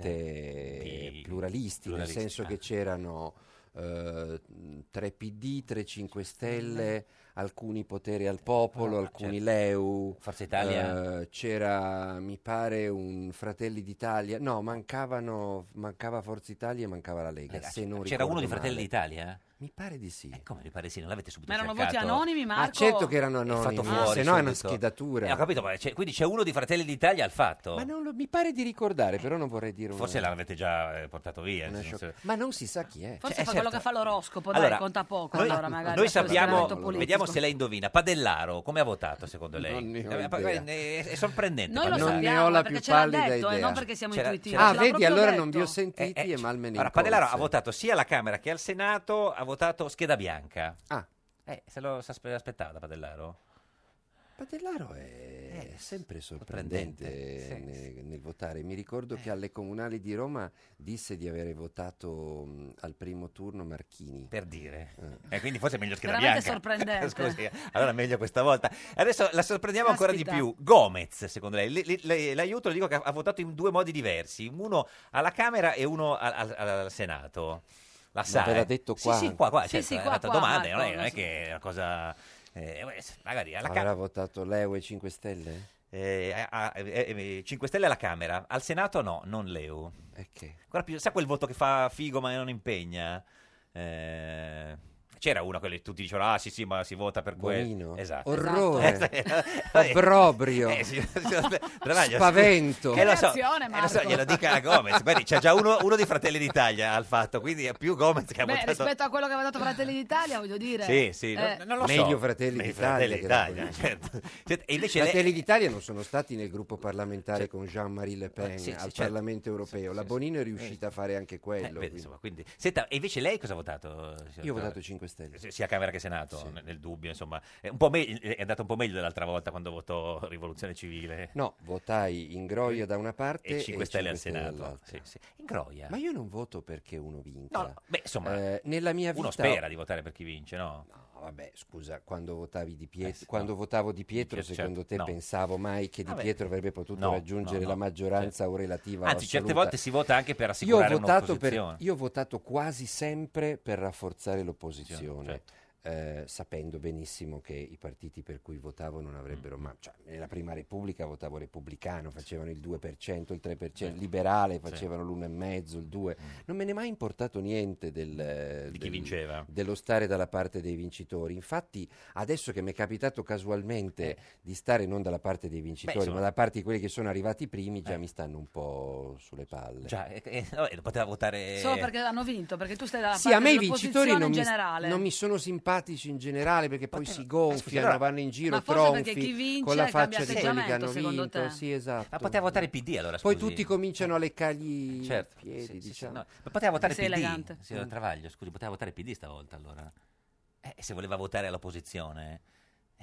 Speaker 7: assolutamente pluralisti, nel
Speaker 2: pluralisti,
Speaker 7: senso
Speaker 2: ah.
Speaker 7: che c'erano eh, 3 PD, 3 5 Stelle, alcuni poteri al popolo, alcuni Leu,
Speaker 2: Ah, certo. Forza Italia?
Speaker 7: eh, c'era mi pare un Fratelli d'Italia, no mancavano, mancava Forza Italia e mancava la
Speaker 2: Eh,
Speaker 7: Lega, se non
Speaker 2: C'era
Speaker 7: ricordo
Speaker 2: uno di
Speaker 7: male.
Speaker 2: Fratelli d'Italia? eh?
Speaker 7: Mi pare di sì.
Speaker 2: come mi pare sì? Non l'avete subito
Speaker 1: Ma erano
Speaker 2: cercato? Ah,
Speaker 1: voti anonimi,
Speaker 7: Ma
Speaker 1: Marco?
Speaker 7: certo che erano
Speaker 2: È
Speaker 7: anonimi,
Speaker 2: fatto fuori
Speaker 7: se no è una
Speaker 2: subito.
Speaker 7: schedatura.
Speaker 2: Eh, ho capito, ma c'è- quindi c'è uno di Fratelli d'Italia al fatto.
Speaker 7: Ma non lo- mi pare di ricordare, però non vorrei dire una-
Speaker 2: Eh, Forse l'avete già eh, portato via. nel senso-
Speaker 7: Ma non si sa chi è.
Speaker 1: Forse
Speaker 2: Cioè,
Speaker 1: fa
Speaker 2: certo.
Speaker 1: quello che fa l'oroscopo,
Speaker 2: Allora,
Speaker 1: dai, conta poco.
Speaker 2: noi,
Speaker 1: allora, magari
Speaker 2: noi
Speaker 1: questo
Speaker 2: sappiamo,
Speaker 1: schieramento politico.
Speaker 2: vediamo se lei indovina. Padellaro, come ha votato secondo lei?
Speaker 7: Non ne ho
Speaker 2: Eh, ma-
Speaker 7: idea.
Speaker 2: È, è sorprendente.
Speaker 1: Noi lo
Speaker 2: Padellaro.
Speaker 1: sappiamo,
Speaker 7: ho la
Speaker 1: perché
Speaker 7: più
Speaker 1: ce l'ha
Speaker 7: pallida
Speaker 1: detto, eh,
Speaker 7: idea.
Speaker 1: non perché siamo
Speaker 2: C'era-
Speaker 1: intuitivi.
Speaker 2: c'era-
Speaker 7: Ah,
Speaker 1: ce l'ha
Speaker 7: vedi,
Speaker 1: proprio
Speaker 7: allora
Speaker 1: detto.
Speaker 7: non vi ho sentiti e mal me ne
Speaker 2: Eh, Allora,
Speaker 7: incolse.
Speaker 2: Padellaro ha votato sia alla Camera che al Senato, ha votato scheda bianca.
Speaker 7: Ah.
Speaker 2: Eh, se lo si aspe- aspettava Padellaro?
Speaker 7: Padellaro è sempre sorprendente
Speaker 2: sorprendente, sì, Eh.
Speaker 7: ne- nel, votare. Mi ricordo che alle comunali di Roma disse di avere votato mh, al primo turno Marchini.
Speaker 2: Per dire. Eh, quindi forse è meglio scheda
Speaker 1: Veramente
Speaker 2: bianca.
Speaker 1: sorprendente.
Speaker 2: Scusi, eh. allora meglio questa volta. Adesso la sorprendiamo ancora di
Speaker 1: Caspita.
Speaker 2: più. Gomez, secondo lei. Le- le- le- l'aiuto, le dico che ha- ha votato in due modi diversi. Uno alla Camera e uno al, al- al Senato. La sa,
Speaker 7: ve l'ha
Speaker 2: eh?
Speaker 7: detto
Speaker 2: Sì,
Speaker 7: qua?
Speaker 2: Sì, qua, qua.
Speaker 7: Sì,
Speaker 2: certo,
Speaker 7: sì,
Speaker 2: è
Speaker 7: qua,
Speaker 2: fatta
Speaker 7: qua,
Speaker 2: domande,
Speaker 7: Marco,
Speaker 2: non, è, non è
Speaker 7: lo so.
Speaker 2: che è una cosa... eh, magari alla
Speaker 7: Avrà
Speaker 2: Camera...
Speaker 7: votato Leo e 5 Stelle?
Speaker 2: Eh, a- a- eh, eh, 5 Stelle alla Camera, al Senato no, non Leu. Ancora più, sa quel voto che fa figo ma non impegna? Eh, c'era uno che le- tutti dicevano, ah sì sì, ma si vota per quello.
Speaker 7: Bonino?
Speaker 2: Esatto.
Speaker 7: Orrore.
Speaker 2: Eh,
Speaker 7: Obbrobrio.
Speaker 2: eh, sì, signor Travaglio,
Speaker 7: Spavento.
Speaker 2: scusi. Eh, lo so,
Speaker 1: Reazione,
Speaker 2: eh, lo so,
Speaker 1: Marco.
Speaker 2: glielo dica a Gomez. Guardi, c'è già uno, uno di Fratelli d'Italia al fatto, quindi è più Gomez che ha
Speaker 1: Beh,
Speaker 2: votato. Eh.
Speaker 1: rispetto a quello che aveva dato Fratelli d'Italia, voglio dire.
Speaker 2: Sì, sì,
Speaker 1: eh,
Speaker 2: no- non lo so.
Speaker 7: Meglio Fratelli
Speaker 2: Meglio
Speaker 7: d'Italia
Speaker 2: Fratelli
Speaker 7: che
Speaker 2: d'Italia,
Speaker 7: la-
Speaker 2: certo. Senta, e invece lei-
Speaker 7: Fratelli d'Italia non sono stati nel gruppo parlamentare con Jean-Marie Le Pen
Speaker 2: Eh, sì, sì,
Speaker 7: al
Speaker 2: certo.
Speaker 7: Parlamento europeo. La Bonino è riuscita a fare anche
Speaker 2: Eh,
Speaker 7: quello.
Speaker 2: vedi,
Speaker 7: quindi.
Speaker 2: insomma, quindi- Senta, e invece lei cosa ha votato?
Speaker 7: Io ho votato 5 Stelle.
Speaker 2: Stelle. Sia Camera che Senato,
Speaker 7: Sì.
Speaker 2: nel- nel dubbio, insomma. È, un po' me- è andato un po' meglio dell'altra volta quando votò Rivoluzione Civile.
Speaker 7: No, votai Ingroia da una parte
Speaker 2: Eh. E 5 Stelle al
Speaker 7: Stelle
Speaker 2: Senato.
Speaker 7: dall'altra.
Speaker 2: Sì, sì. Ingroia.
Speaker 7: Ma io non voto perché uno vinca.
Speaker 2: No, beh, insomma,
Speaker 7: Eh, nella mia vita
Speaker 2: Uno spera di votare per chi vince, no?
Speaker 7: No, vabbè, scusa, quando votavi Di Pietro, quando votavo Di Pietro,
Speaker 2: Pietro,
Speaker 7: secondo
Speaker 2: certo,
Speaker 7: te
Speaker 2: no.
Speaker 7: pensavo mai che Di
Speaker 2: Vabbè,
Speaker 7: Pietro avrebbe potuto
Speaker 2: no,
Speaker 7: raggiungere
Speaker 2: no, no, Cioè,
Speaker 7: la maggioranza o relativa o
Speaker 2: Anzi, certe
Speaker 7: assoluta?
Speaker 2: volte si vota anche per
Speaker 7: Io ho
Speaker 2: assicurare
Speaker 7: votato per-
Speaker 2: un'opposizione.
Speaker 7: io ho votato quasi sempre per rafforzare l'opposizione. eh, sapendo benissimo che i partiti per cui votavo non
Speaker 12: Mm.
Speaker 7: avrebbero mai... Cioè, nella prima Repubblica votavo repubblicano, facevano il 2%, il 3%,
Speaker 12: Certo.
Speaker 7: liberale
Speaker 12: Sì. Mm.
Speaker 7: facevano l'1,5%, il 2%. Non me ne è mai importato niente del, eh,
Speaker 12: Di chi
Speaker 7: del-
Speaker 12: vinceva.
Speaker 7: dello stare dalla parte dei vincitori. Infatti, adesso che mi è capitato
Speaker 12: Eh.
Speaker 7: casualmente di stare non dalla parte dei vincitori,
Speaker 2: insomma.
Speaker 7: ma dalla parte di quelli che sono arrivati primi,
Speaker 12: Eh.
Speaker 7: già mi stanno un po' sulle palle.
Speaker 2: Già, eh, eh, no, eh, poteva votare...
Speaker 1: Solo perché hanno vinto, perché tu stai dalla
Speaker 7: Sì,
Speaker 1: parte
Speaker 7: a me i
Speaker 1: dell'opposizione
Speaker 7: vincitori non
Speaker 1: in
Speaker 7: mi,
Speaker 1: generale. eh,
Speaker 7: non mi sono simpatici in generale perché poi si
Speaker 2: scusa,
Speaker 7: gonfiano,
Speaker 2: allora-
Speaker 7: vanno in giro
Speaker 1: Ma forse perché
Speaker 7: tronfi
Speaker 1: chi vince
Speaker 7: con la
Speaker 1: cambia
Speaker 7: faccia di quelli che
Speaker 1: atteggiamento,
Speaker 7: hanno
Speaker 1: secondo
Speaker 7: vinto.
Speaker 1: te.
Speaker 7: Sì, esatto.
Speaker 2: Ma poteva votare PD
Speaker 7: Poi
Speaker 2: allora, scusi. Eh,
Speaker 7: tutti cominciano a leccargli
Speaker 2: Certo,
Speaker 7: i piedi,
Speaker 2: sì, sì, sì,
Speaker 7: diciamo.
Speaker 2: no. Ma poteva votare PD,
Speaker 1: Sei elegante.
Speaker 2: signor Travaglio, scusi, poteva votare PD stavolta allora? Eh, se voleva votare all'opposizione...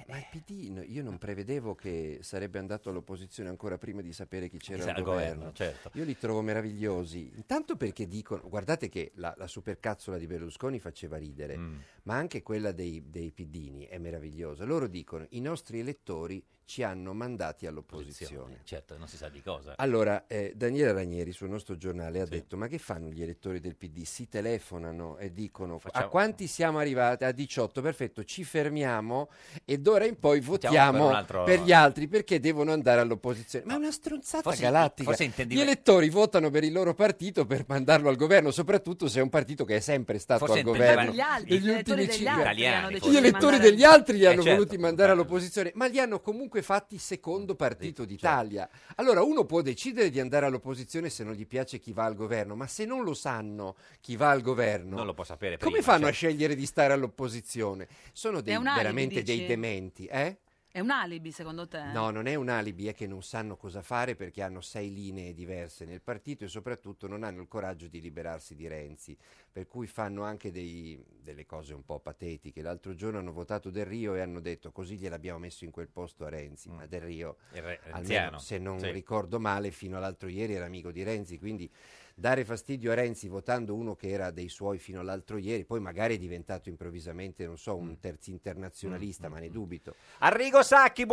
Speaker 7: Ma il PD, no, io non prevedevo che sarebbe andato all'opposizione ancora prima di sapere chi c'era
Speaker 2: Sì,
Speaker 7: al
Speaker 2: al
Speaker 7: governo.
Speaker 2: governo, certo.
Speaker 7: Io li trovo meravigliosi. Intanto perché dicono, guardate che la, la supercazzola di Berlusconi faceva ridere, ma anche quella dei, dei PDini è meravigliosa. Loro dicono, i nostri elettori ci hanno mandati all'opposizione.
Speaker 2: Certo, non si sa di cosa.
Speaker 7: Allora, eh, Daniele Ranieri sul nostro giornale ha detto: Ma che fanno gli elettori del PD? Si telefonano e dicono
Speaker 2: Facciamo-
Speaker 7: a quanti siamo arrivati? A 18, perfetto, ci fermiamo e d'ora in poi
Speaker 2: per
Speaker 7: votiamo
Speaker 2: un
Speaker 7: per,
Speaker 2: altro-
Speaker 7: gli altri perché devono andare all'opposizione. Ma è una stronzata
Speaker 2: Forse-
Speaker 7: galattica.
Speaker 2: forse intendi-
Speaker 7: Gli elettori votano per il loro partito per mandarlo al governo, soprattutto se è un partito che è sempre stato
Speaker 2: Forse
Speaker 7: al
Speaker 2: intendeva-
Speaker 7: governo.
Speaker 2: Gli altri,
Speaker 7: degli
Speaker 2: gli elettori
Speaker 7: ultimi
Speaker 2: degli
Speaker 7: cinque
Speaker 2: altri
Speaker 7: anni.
Speaker 2: Italiani, hanno deciso
Speaker 7: Gli
Speaker 2: di
Speaker 7: elettori
Speaker 2: mandare-
Speaker 7: degli altri li
Speaker 2: Eh,
Speaker 7: hanno
Speaker 2: certo.
Speaker 7: voluti mandare all'opposizione, ma li hanno comunque fatti secondo partito d'Italia. Allora uno può decidere di andare all'opposizione se non gli piace chi va al governo, ma se non lo sanno chi va al governo,
Speaker 2: Non lo può sapere
Speaker 7: come
Speaker 2: prima,
Speaker 7: fanno a
Speaker 2: certo.
Speaker 7: scegliere di stare all'opposizione? Sono dei-
Speaker 1: È un alibi,
Speaker 7: veramente dei
Speaker 1: dici?
Speaker 7: dementi, eh?
Speaker 1: È un alibi, secondo
Speaker 2: Eh.
Speaker 1: te?
Speaker 7: No, non è un alibi, è che non sanno cosa fare perché hanno sei linee diverse nel partito e soprattutto non hanno il coraggio di liberarsi di Renzi, per cui fanno anche dei- delle cose un po' patetiche. L'altro giorno hanno votato Del Rio e hanno detto così gliel'abbiamo messo in quel posto a Renzi, ma Del Rio,
Speaker 2: Mm. Il re-
Speaker 7: almeno
Speaker 2: renziano,
Speaker 7: se non
Speaker 2: sì.
Speaker 7: ricordo male, fino all'altro ieri era amico di Renzi, quindi dare fastidio a Renzi votando uno che era dei suoi fino all'altro ieri, poi magari è diventato improvvisamente, non so,
Speaker 2: Mm.
Speaker 7: un terzi internazionalista, ma ne dubito.
Speaker 2: Arrigo Sacchi,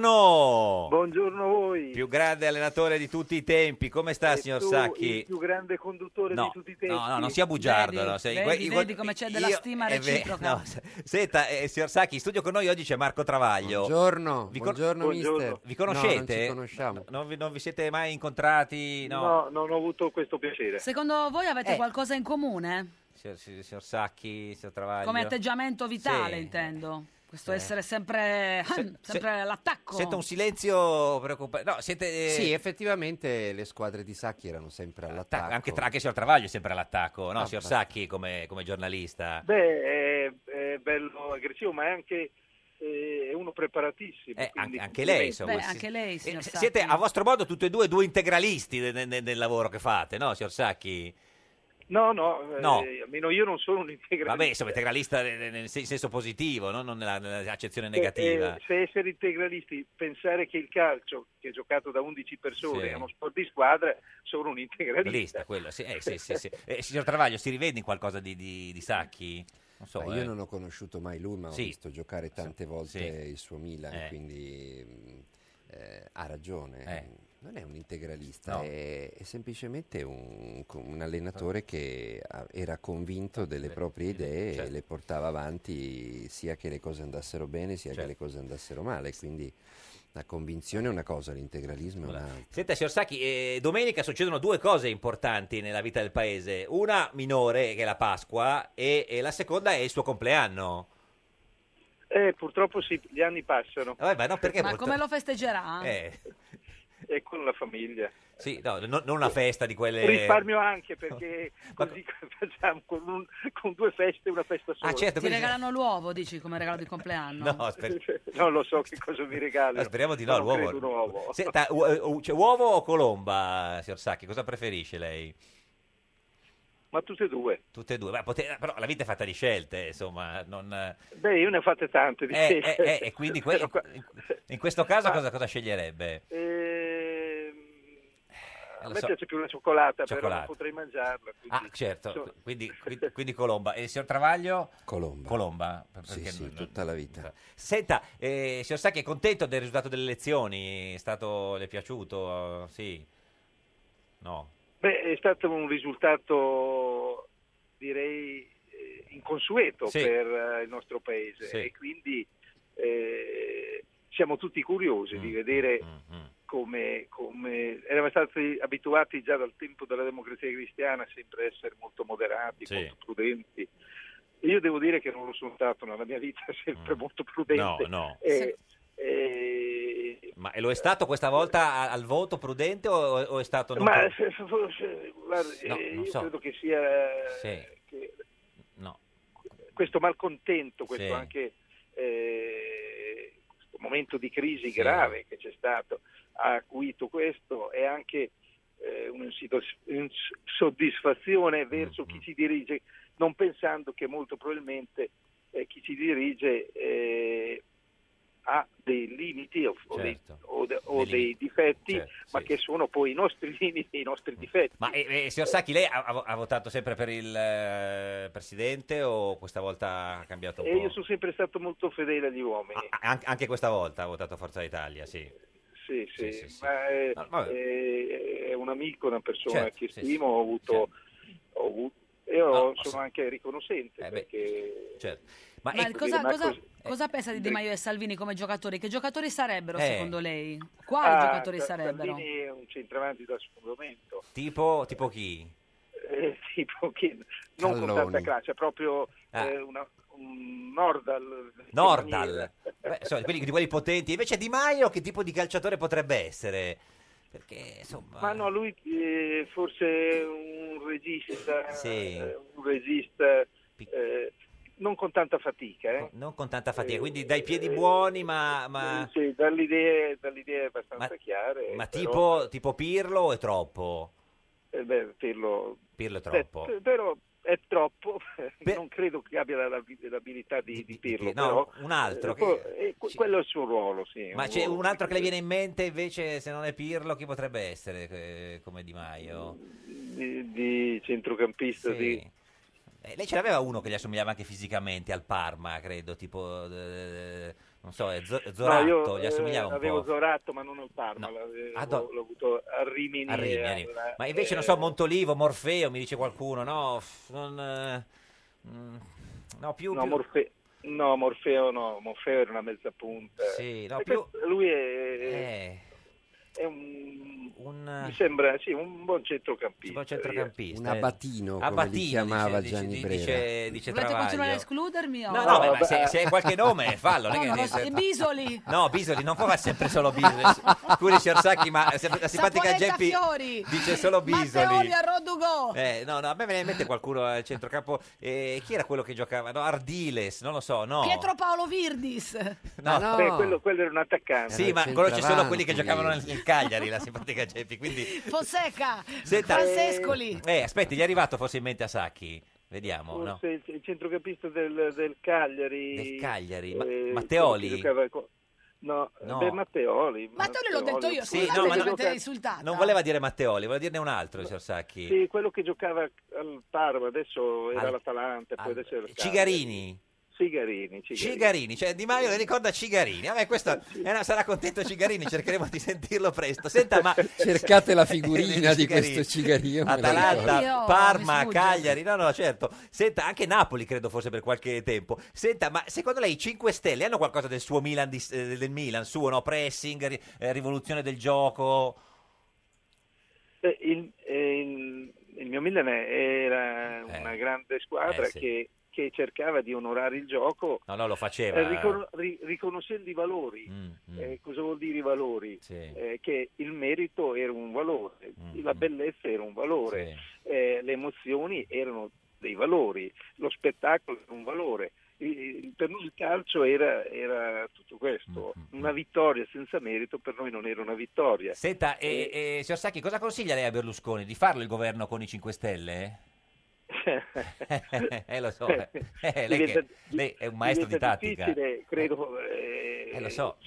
Speaker 2: buongiorno!
Speaker 13: Buongiorno a voi.
Speaker 2: Più grande allenatore di tutti i tempi, come sta signor
Speaker 13: tu,
Speaker 2: Sacchi?
Speaker 13: il più grande conduttore
Speaker 2: No,
Speaker 13: di tutti i tempi.
Speaker 2: no, no, non sia bugiardo.
Speaker 1: Vedi,
Speaker 2: no, se-
Speaker 1: vedi,
Speaker 2: guai-
Speaker 1: vedi come c'è della stima
Speaker 2: è eh, ve-
Speaker 1: reciproca.
Speaker 2: no, se- senta, eh, signor Sacchi, in studio con noi oggi c'è Marco Travaglio.
Speaker 7: Buongiorno,
Speaker 2: Vi con-
Speaker 7: buongiorno, mister.
Speaker 2: Vi
Speaker 7: No, non ci
Speaker 2: conoscete?
Speaker 7: conosciamo.
Speaker 2: No, non, vi, non vi siete mai incontrati? No,
Speaker 13: non ho avuto questo piacere.
Speaker 1: Secondo voi avete
Speaker 2: Eh.
Speaker 1: qualcosa in comune?
Speaker 2: Signor, signor- signor Sacchi, signor Travaglio.
Speaker 1: Come atteggiamento vitale,
Speaker 2: Sì.
Speaker 1: intendo. Questo
Speaker 2: Eh.
Speaker 1: essere sempre, ah, sempre all'attacco.
Speaker 2: Sento un silenzio preoccupante. No, siete... eh,
Speaker 7: Sì, effettivamente le squadre di Sacchi erano sempre all'attacco.
Speaker 2: Anche, eh, tra, anche il signor Travaglio è sempre all'attacco, no,
Speaker 7: Ah,
Speaker 2: signor
Speaker 7: basta.
Speaker 2: Sacchi come, come giornalista.
Speaker 13: Beh, è, è bello aggressivo, ma è anche eh, è uno preparatissimo.
Speaker 2: Eh,
Speaker 13: quindi-
Speaker 2: an- anche lei, insomma.
Speaker 1: Beh,
Speaker 2: si-
Speaker 1: anche lei, signor
Speaker 2: eh,
Speaker 1: Sacchi.
Speaker 2: siete a vostro modo tutti e due due integralisti de- de- de- del lavoro che fate, no, signor Sacchi?
Speaker 13: No, no, eh,
Speaker 2: No.
Speaker 13: almeno io non sono un integralista.
Speaker 2: Vabbè, insomma, integralista de- de- nel sen- senso positivo, no? non nella- nell'accezione
Speaker 13: Eh,
Speaker 2: negativa.
Speaker 13: eh, se essere integralisti, pensare che il calcio, che è giocato da 11 persone,
Speaker 2: Sì.
Speaker 13: è uno sport di squadra, sono un integralista.
Speaker 2: Lista, quello, sì, eh, sì, sì, sì. Eh, signor Travaglio, si rivede in qualcosa di, di- di Sacchi? Non so,
Speaker 7: Ma io
Speaker 2: eh.
Speaker 7: non ho conosciuto mai lui, ma
Speaker 2: Sì.
Speaker 7: ho visto giocare tante volte
Speaker 2: Sì.
Speaker 7: il suo Milan,
Speaker 2: Eh.
Speaker 7: quindi mh, eh, ha ragione.
Speaker 2: Eh.
Speaker 7: Non è un integralista,
Speaker 2: No.
Speaker 7: è, è semplicemente un, un allenatore che a- era convinto delle proprie idee e
Speaker 2: Eh, certo.
Speaker 7: le portava avanti sia che le cose andassero bene sia che
Speaker 2: Certo.
Speaker 7: le cose andassero male. Quindi la convinzione è una cosa, l'integralismo è un'altra.
Speaker 2: Senta, signor Sacchi, eh, domenica succedono due cose importanti nella vita del paese. Una minore, che è la Pasqua, e, e la seconda è il suo compleanno.
Speaker 13: Eh, purtroppo sì, gli anni passano.
Speaker 2: Eh, ma no, perché
Speaker 1: Ma
Speaker 2: molto-
Speaker 1: come lo festeggerà?
Speaker 2: Eh,
Speaker 13: E con la famiglia.
Speaker 2: sì, no, non, non una festa di quelle...
Speaker 13: Risparmio anche perché così facciamo con, un- con due feste una festa sola.
Speaker 2: Ah, certo,
Speaker 1: Ti regalano l'uovo, dici, come regalo di compleanno?
Speaker 2: No, aspe-
Speaker 13: Non lo so che cosa mi regalano.
Speaker 2: no, Eh, speriamo di no,
Speaker 13: Non
Speaker 2: l'uovo.
Speaker 13: credo un uovo.
Speaker 2: Senta, u- eh, u- c'è uovo o colomba, signor Sacchi? Cosa preferisce lei?
Speaker 13: Ma tutte e due.
Speaker 2: Tutte e due. Ma pote- però la vita è fatta di scelte, insomma. Non... eh,
Speaker 13: Beh, io ne ho fatte tante di
Speaker 2: eh,
Speaker 13: queste.
Speaker 2: eh, e quindi que- in questo
Speaker 13: Ah.
Speaker 2: caso cosa, cosa sceglierebbe?
Speaker 13: Ehm,
Speaker 2: Eh,
Speaker 13: a
Speaker 2: lo
Speaker 13: me
Speaker 2: so.
Speaker 13: piace più la cioccolata, però
Speaker 2: Cioccolata.
Speaker 13: non potrei mangiarla. quindi-
Speaker 2: Ah, certo,
Speaker 13: Insomma,
Speaker 2: quindi, quindi- quindi Colomba. E il signor Travaglio?
Speaker 7: Colomba.
Speaker 2: Colomba? per-
Speaker 7: Sì,
Speaker 2: perché
Speaker 7: sì,
Speaker 2: non-
Speaker 7: tutta la vita.
Speaker 2: Senta, eh, signor Sacchi è contento del risultato delle elezioni? È stato, le è piaciuto? Sì? No?
Speaker 13: Beh, è stato un risultato, direi, eh, inconsueto
Speaker 2: Sì.
Speaker 13: per eh, il nostro paese
Speaker 2: Sì.
Speaker 13: e quindi eh, siamo tutti curiosi
Speaker 2: Mm,
Speaker 13: di vedere come, come- eravamo stati abituati già dal tempo della democrazia cristiana sempre a essere molto moderati,
Speaker 2: Sì.
Speaker 13: molto prudenti. E Io devo dire che non lo sono stato nella mia vita, sempre molto prudente.
Speaker 2: Mm. No, no.
Speaker 13: E- e-
Speaker 2: Ma lo è stato questa volta a- al voto prudente o, o è stato... non
Speaker 13: ma
Speaker 2: pro-
Speaker 13: se- se- se- guarda,
Speaker 2: No,
Speaker 13: eh,
Speaker 2: non
Speaker 13: io
Speaker 2: so.
Speaker 13: credo che sia
Speaker 2: Sì.
Speaker 13: che
Speaker 2: No.
Speaker 13: questo malcontento, questo
Speaker 2: Sì.
Speaker 13: anche eh, questo momento di crisi
Speaker 2: Sì.
Speaker 13: grave che c'è stato ha acuito questo e anche eh, un'insido- un'insoddisfazione verso
Speaker 2: Mm-hmm.
Speaker 13: chi si dirige, non pensando che molto probabilmente eh, chi si dirige eh, ha dei limiti o, o dei- o de- o
Speaker 2: Certo. Dei
Speaker 13: dei difetti,
Speaker 2: Certo,
Speaker 13: ma che sono poi i nostri limiti e i nostri difetti.
Speaker 2: Ma eh, eh, signor Sacchi, lei ha, ha- ha votato sempre per il eh, presidente o questa volta ha cambiato un
Speaker 13: E
Speaker 2: po'?
Speaker 13: Eh, io sono sempre stato molto fedele agli uomini.
Speaker 2: An- anche questa volta ha votato Forza Italia, sì.
Speaker 13: Sì, sì,
Speaker 2: sì, sì.
Speaker 13: ma è,
Speaker 2: No, vabbè.
Speaker 13: è- è un amico, una persona
Speaker 2: Certo,
Speaker 13: che
Speaker 2: sì,
Speaker 13: stimo, ho avuto, ho avuto- io sono anche riconoscente perché
Speaker 2: Eh, certo. Ma,
Speaker 1: Ma
Speaker 13: ecco,
Speaker 1: cosa,
Speaker 13: dire, ma eh,
Speaker 1: cosa-
Speaker 13: cos-
Speaker 1: cosa pensa di Di Maio e Salvini come giocatori? Che giocatori sarebbero
Speaker 2: Eh.
Speaker 1: secondo lei? Quali
Speaker 13: Ah,
Speaker 1: giocatori
Speaker 13: Sa-
Speaker 1: sarebbero?
Speaker 13: Salvini è un centravanti da sfondamento,
Speaker 2: Tipo, tipo chi?
Speaker 13: eh, tipo che non con
Speaker 2: Calloni.
Speaker 13: tanta classe, è proprio
Speaker 2: Ah.
Speaker 13: eh, una- un Nordal.
Speaker 2: Nordal. Beh, insomma, quelli- di quelli potenti. Invece Di Maio che tipo di calciatore potrebbe essere? Perché, insomma...
Speaker 13: Ma no, lui eh, forse è un regista,
Speaker 2: Sì.
Speaker 13: eh, un regista eh, non con tanta fatica, eh.
Speaker 2: Non con tanta fatica, quindi dai piedi buoni, ma, ma-
Speaker 13: Sì, dall'idea, dall'idea è abbastanza
Speaker 2: Ma-
Speaker 13: chiara.
Speaker 2: ma
Speaker 13: però,
Speaker 2: tipo, tipo Pirlo o è troppo?
Speaker 13: eh, beh, Pirlo,
Speaker 2: Pirlo è troppo.
Speaker 13: Beh, però è troppo, non credo che abbia la- la- l'abilità di, di Pirlo.
Speaker 2: no,
Speaker 13: però,
Speaker 2: un altro
Speaker 13: eh,
Speaker 2: che-
Speaker 13: poi- eh, que- quello è il suo ruolo, sì.
Speaker 2: Ma c'è
Speaker 13: ruolo
Speaker 2: un altro che le
Speaker 13: di-
Speaker 2: viene in mente invece, se non è Pirlo, chi potrebbe essere eh, come Di Maio?
Speaker 13: di, di centrocampista.
Speaker 2: Sì.
Speaker 13: Di...
Speaker 2: Eh, lei ce l'aveva uno che gli assomigliava anche fisicamente al Parma, credo, tipo, eh, non so, eh, Zo- Zoratto,
Speaker 13: No, io,
Speaker 2: gli assomigliava
Speaker 13: eh,
Speaker 2: un
Speaker 13: avevo
Speaker 2: po'.
Speaker 13: Zoratto, ma non al Parma, l'avevo-
Speaker 2: Ah, do-
Speaker 13: l'ho avuto a Rimini.
Speaker 2: A Rimini, a Rimini.
Speaker 13: alla-
Speaker 2: Ma invece, non
Speaker 13: eh,
Speaker 2: so, Montolivo, Morfeo, mi dice qualcuno, no, f- non... eh, mm, no, più...
Speaker 13: No,
Speaker 2: più-
Speaker 13: Morfe- no, Morfeo no, Morfeo era una mezza punta.
Speaker 2: Sì, no,
Speaker 13: E
Speaker 2: più-
Speaker 13: questo- Lui è,
Speaker 2: Eh.
Speaker 13: è un,
Speaker 2: un...
Speaker 13: mi sembra sì, un buon centrocampista. Un buon
Speaker 7: Un
Speaker 2: eh,
Speaker 7: abbatino, come li chiamava Gianni Brera.
Speaker 1: Volete continuare a escludermi? o-
Speaker 2: No, no, beh, ma se, se hai qualche nome, fallo. non è
Speaker 1: eh. No,
Speaker 2: che-
Speaker 1: no, basta- Bisoli,
Speaker 2: No, Bisoli, non può fare sempre solo Bisoli. Scusi, signor Sacchi, ma se- la simpatica
Speaker 1: Saponetta
Speaker 2: Geppi
Speaker 1: Fiori,
Speaker 2: dice solo Bisoli.
Speaker 1: Matteoli a Rodugò.
Speaker 2: Eh, no, no, a me viene in mente qualcuno al centrocampo. Eh, chi era quello che giocava? No, Ardiles, non lo so, no.
Speaker 1: Pietro Paolo Virdis.
Speaker 2: No. No.
Speaker 13: Beh, quello, quello Eh, era un attaccante.
Speaker 2: Sì, ma conosce solo quelli che giocavano nel nel Cagliari, la simpatica Geppi, quindi...
Speaker 1: Fonseca,
Speaker 2: Senta-
Speaker 1: Francescoli.
Speaker 2: Eh, aspetti, gli è arrivato forse in mente a Sacchi? Vediamo, no?
Speaker 13: Forse il, il centrocampista del, del Cagliari.
Speaker 2: Del Cagliari, Ma-
Speaker 13: eh,
Speaker 2: Matteoli?
Speaker 13: che giocava con- No,
Speaker 2: No.
Speaker 13: beh, Matteoli.
Speaker 1: Matteoli l'ho detto io,
Speaker 2: Sì,
Speaker 1: scusate
Speaker 2: no, ma
Speaker 1: che
Speaker 2: no-
Speaker 1: mi avete insultata.
Speaker 2: eh, Non voleva dire Matteoli, voleva dirne un altro, signor Sacchi.
Speaker 13: Sì, quello che giocava al Parma, adesso era
Speaker 2: Al-
Speaker 13: l'Atalanta, poi adesso era il Cagliari.
Speaker 2: Cigarini.
Speaker 13: Cigarini, Cigarini.
Speaker 2: Cigarini, cioè Di Maio le ricorda Cigarini. Vabbè, questo è una- sarà contento Cigarini, cercheremo di sentirlo presto. Senta, ma
Speaker 7: Cercate la figurina di questo cigarino.
Speaker 2: Atalanta, Parma,
Speaker 7: mi sfugge.
Speaker 2: Cagliari. No, no, certo. Senta, anche Napoli credo forse per qualche tempo. Senta, ma secondo lei i 5 Stelle hanno qualcosa del suo Milan di- eh, del Milan suo, no? Pressing, ri- eh, rivoluzione del gioco.
Speaker 13: Eh, il, eh, il- il mio Milan è- era una grande squadra
Speaker 2: eh, sì.
Speaker 13: che, che cercava di onorare il gioco
Speaker 2: No, no, lo faceva. Mm,
Speaker 13: eh, ricon- ri- riconoscendo i valori. Eh, cosa vuol dire i valori? Eh, che il merito era un valore,
Speaker 2: Mm,
Speaker 13: la bellezza era un valore, eh, le emozioni erano dei valori, lo spettacolo era un valore. Eh, Per noi il calcio era, era tutto questo,
Speaker 2: Mm,
Speaker 13: una vittoria senza merito per noi non era una vittoria.
Speaker 2: Senta, e,
Speaker 13: eh,
Speaker 2: e, signor Sacchi, cosa consiglia lei a Berlusconi? Di farlo il governo con i 5 Stelle? eh, lo so, eh. Eh, lei, che-
Speaker 13: Diventa-
Speaker 2: lei è un maestro di
Speaker 13: diventa
Speaker 2: tattica.
Speaker 13: difficile, credo, eh,
Speaker 2: Eh, lo so.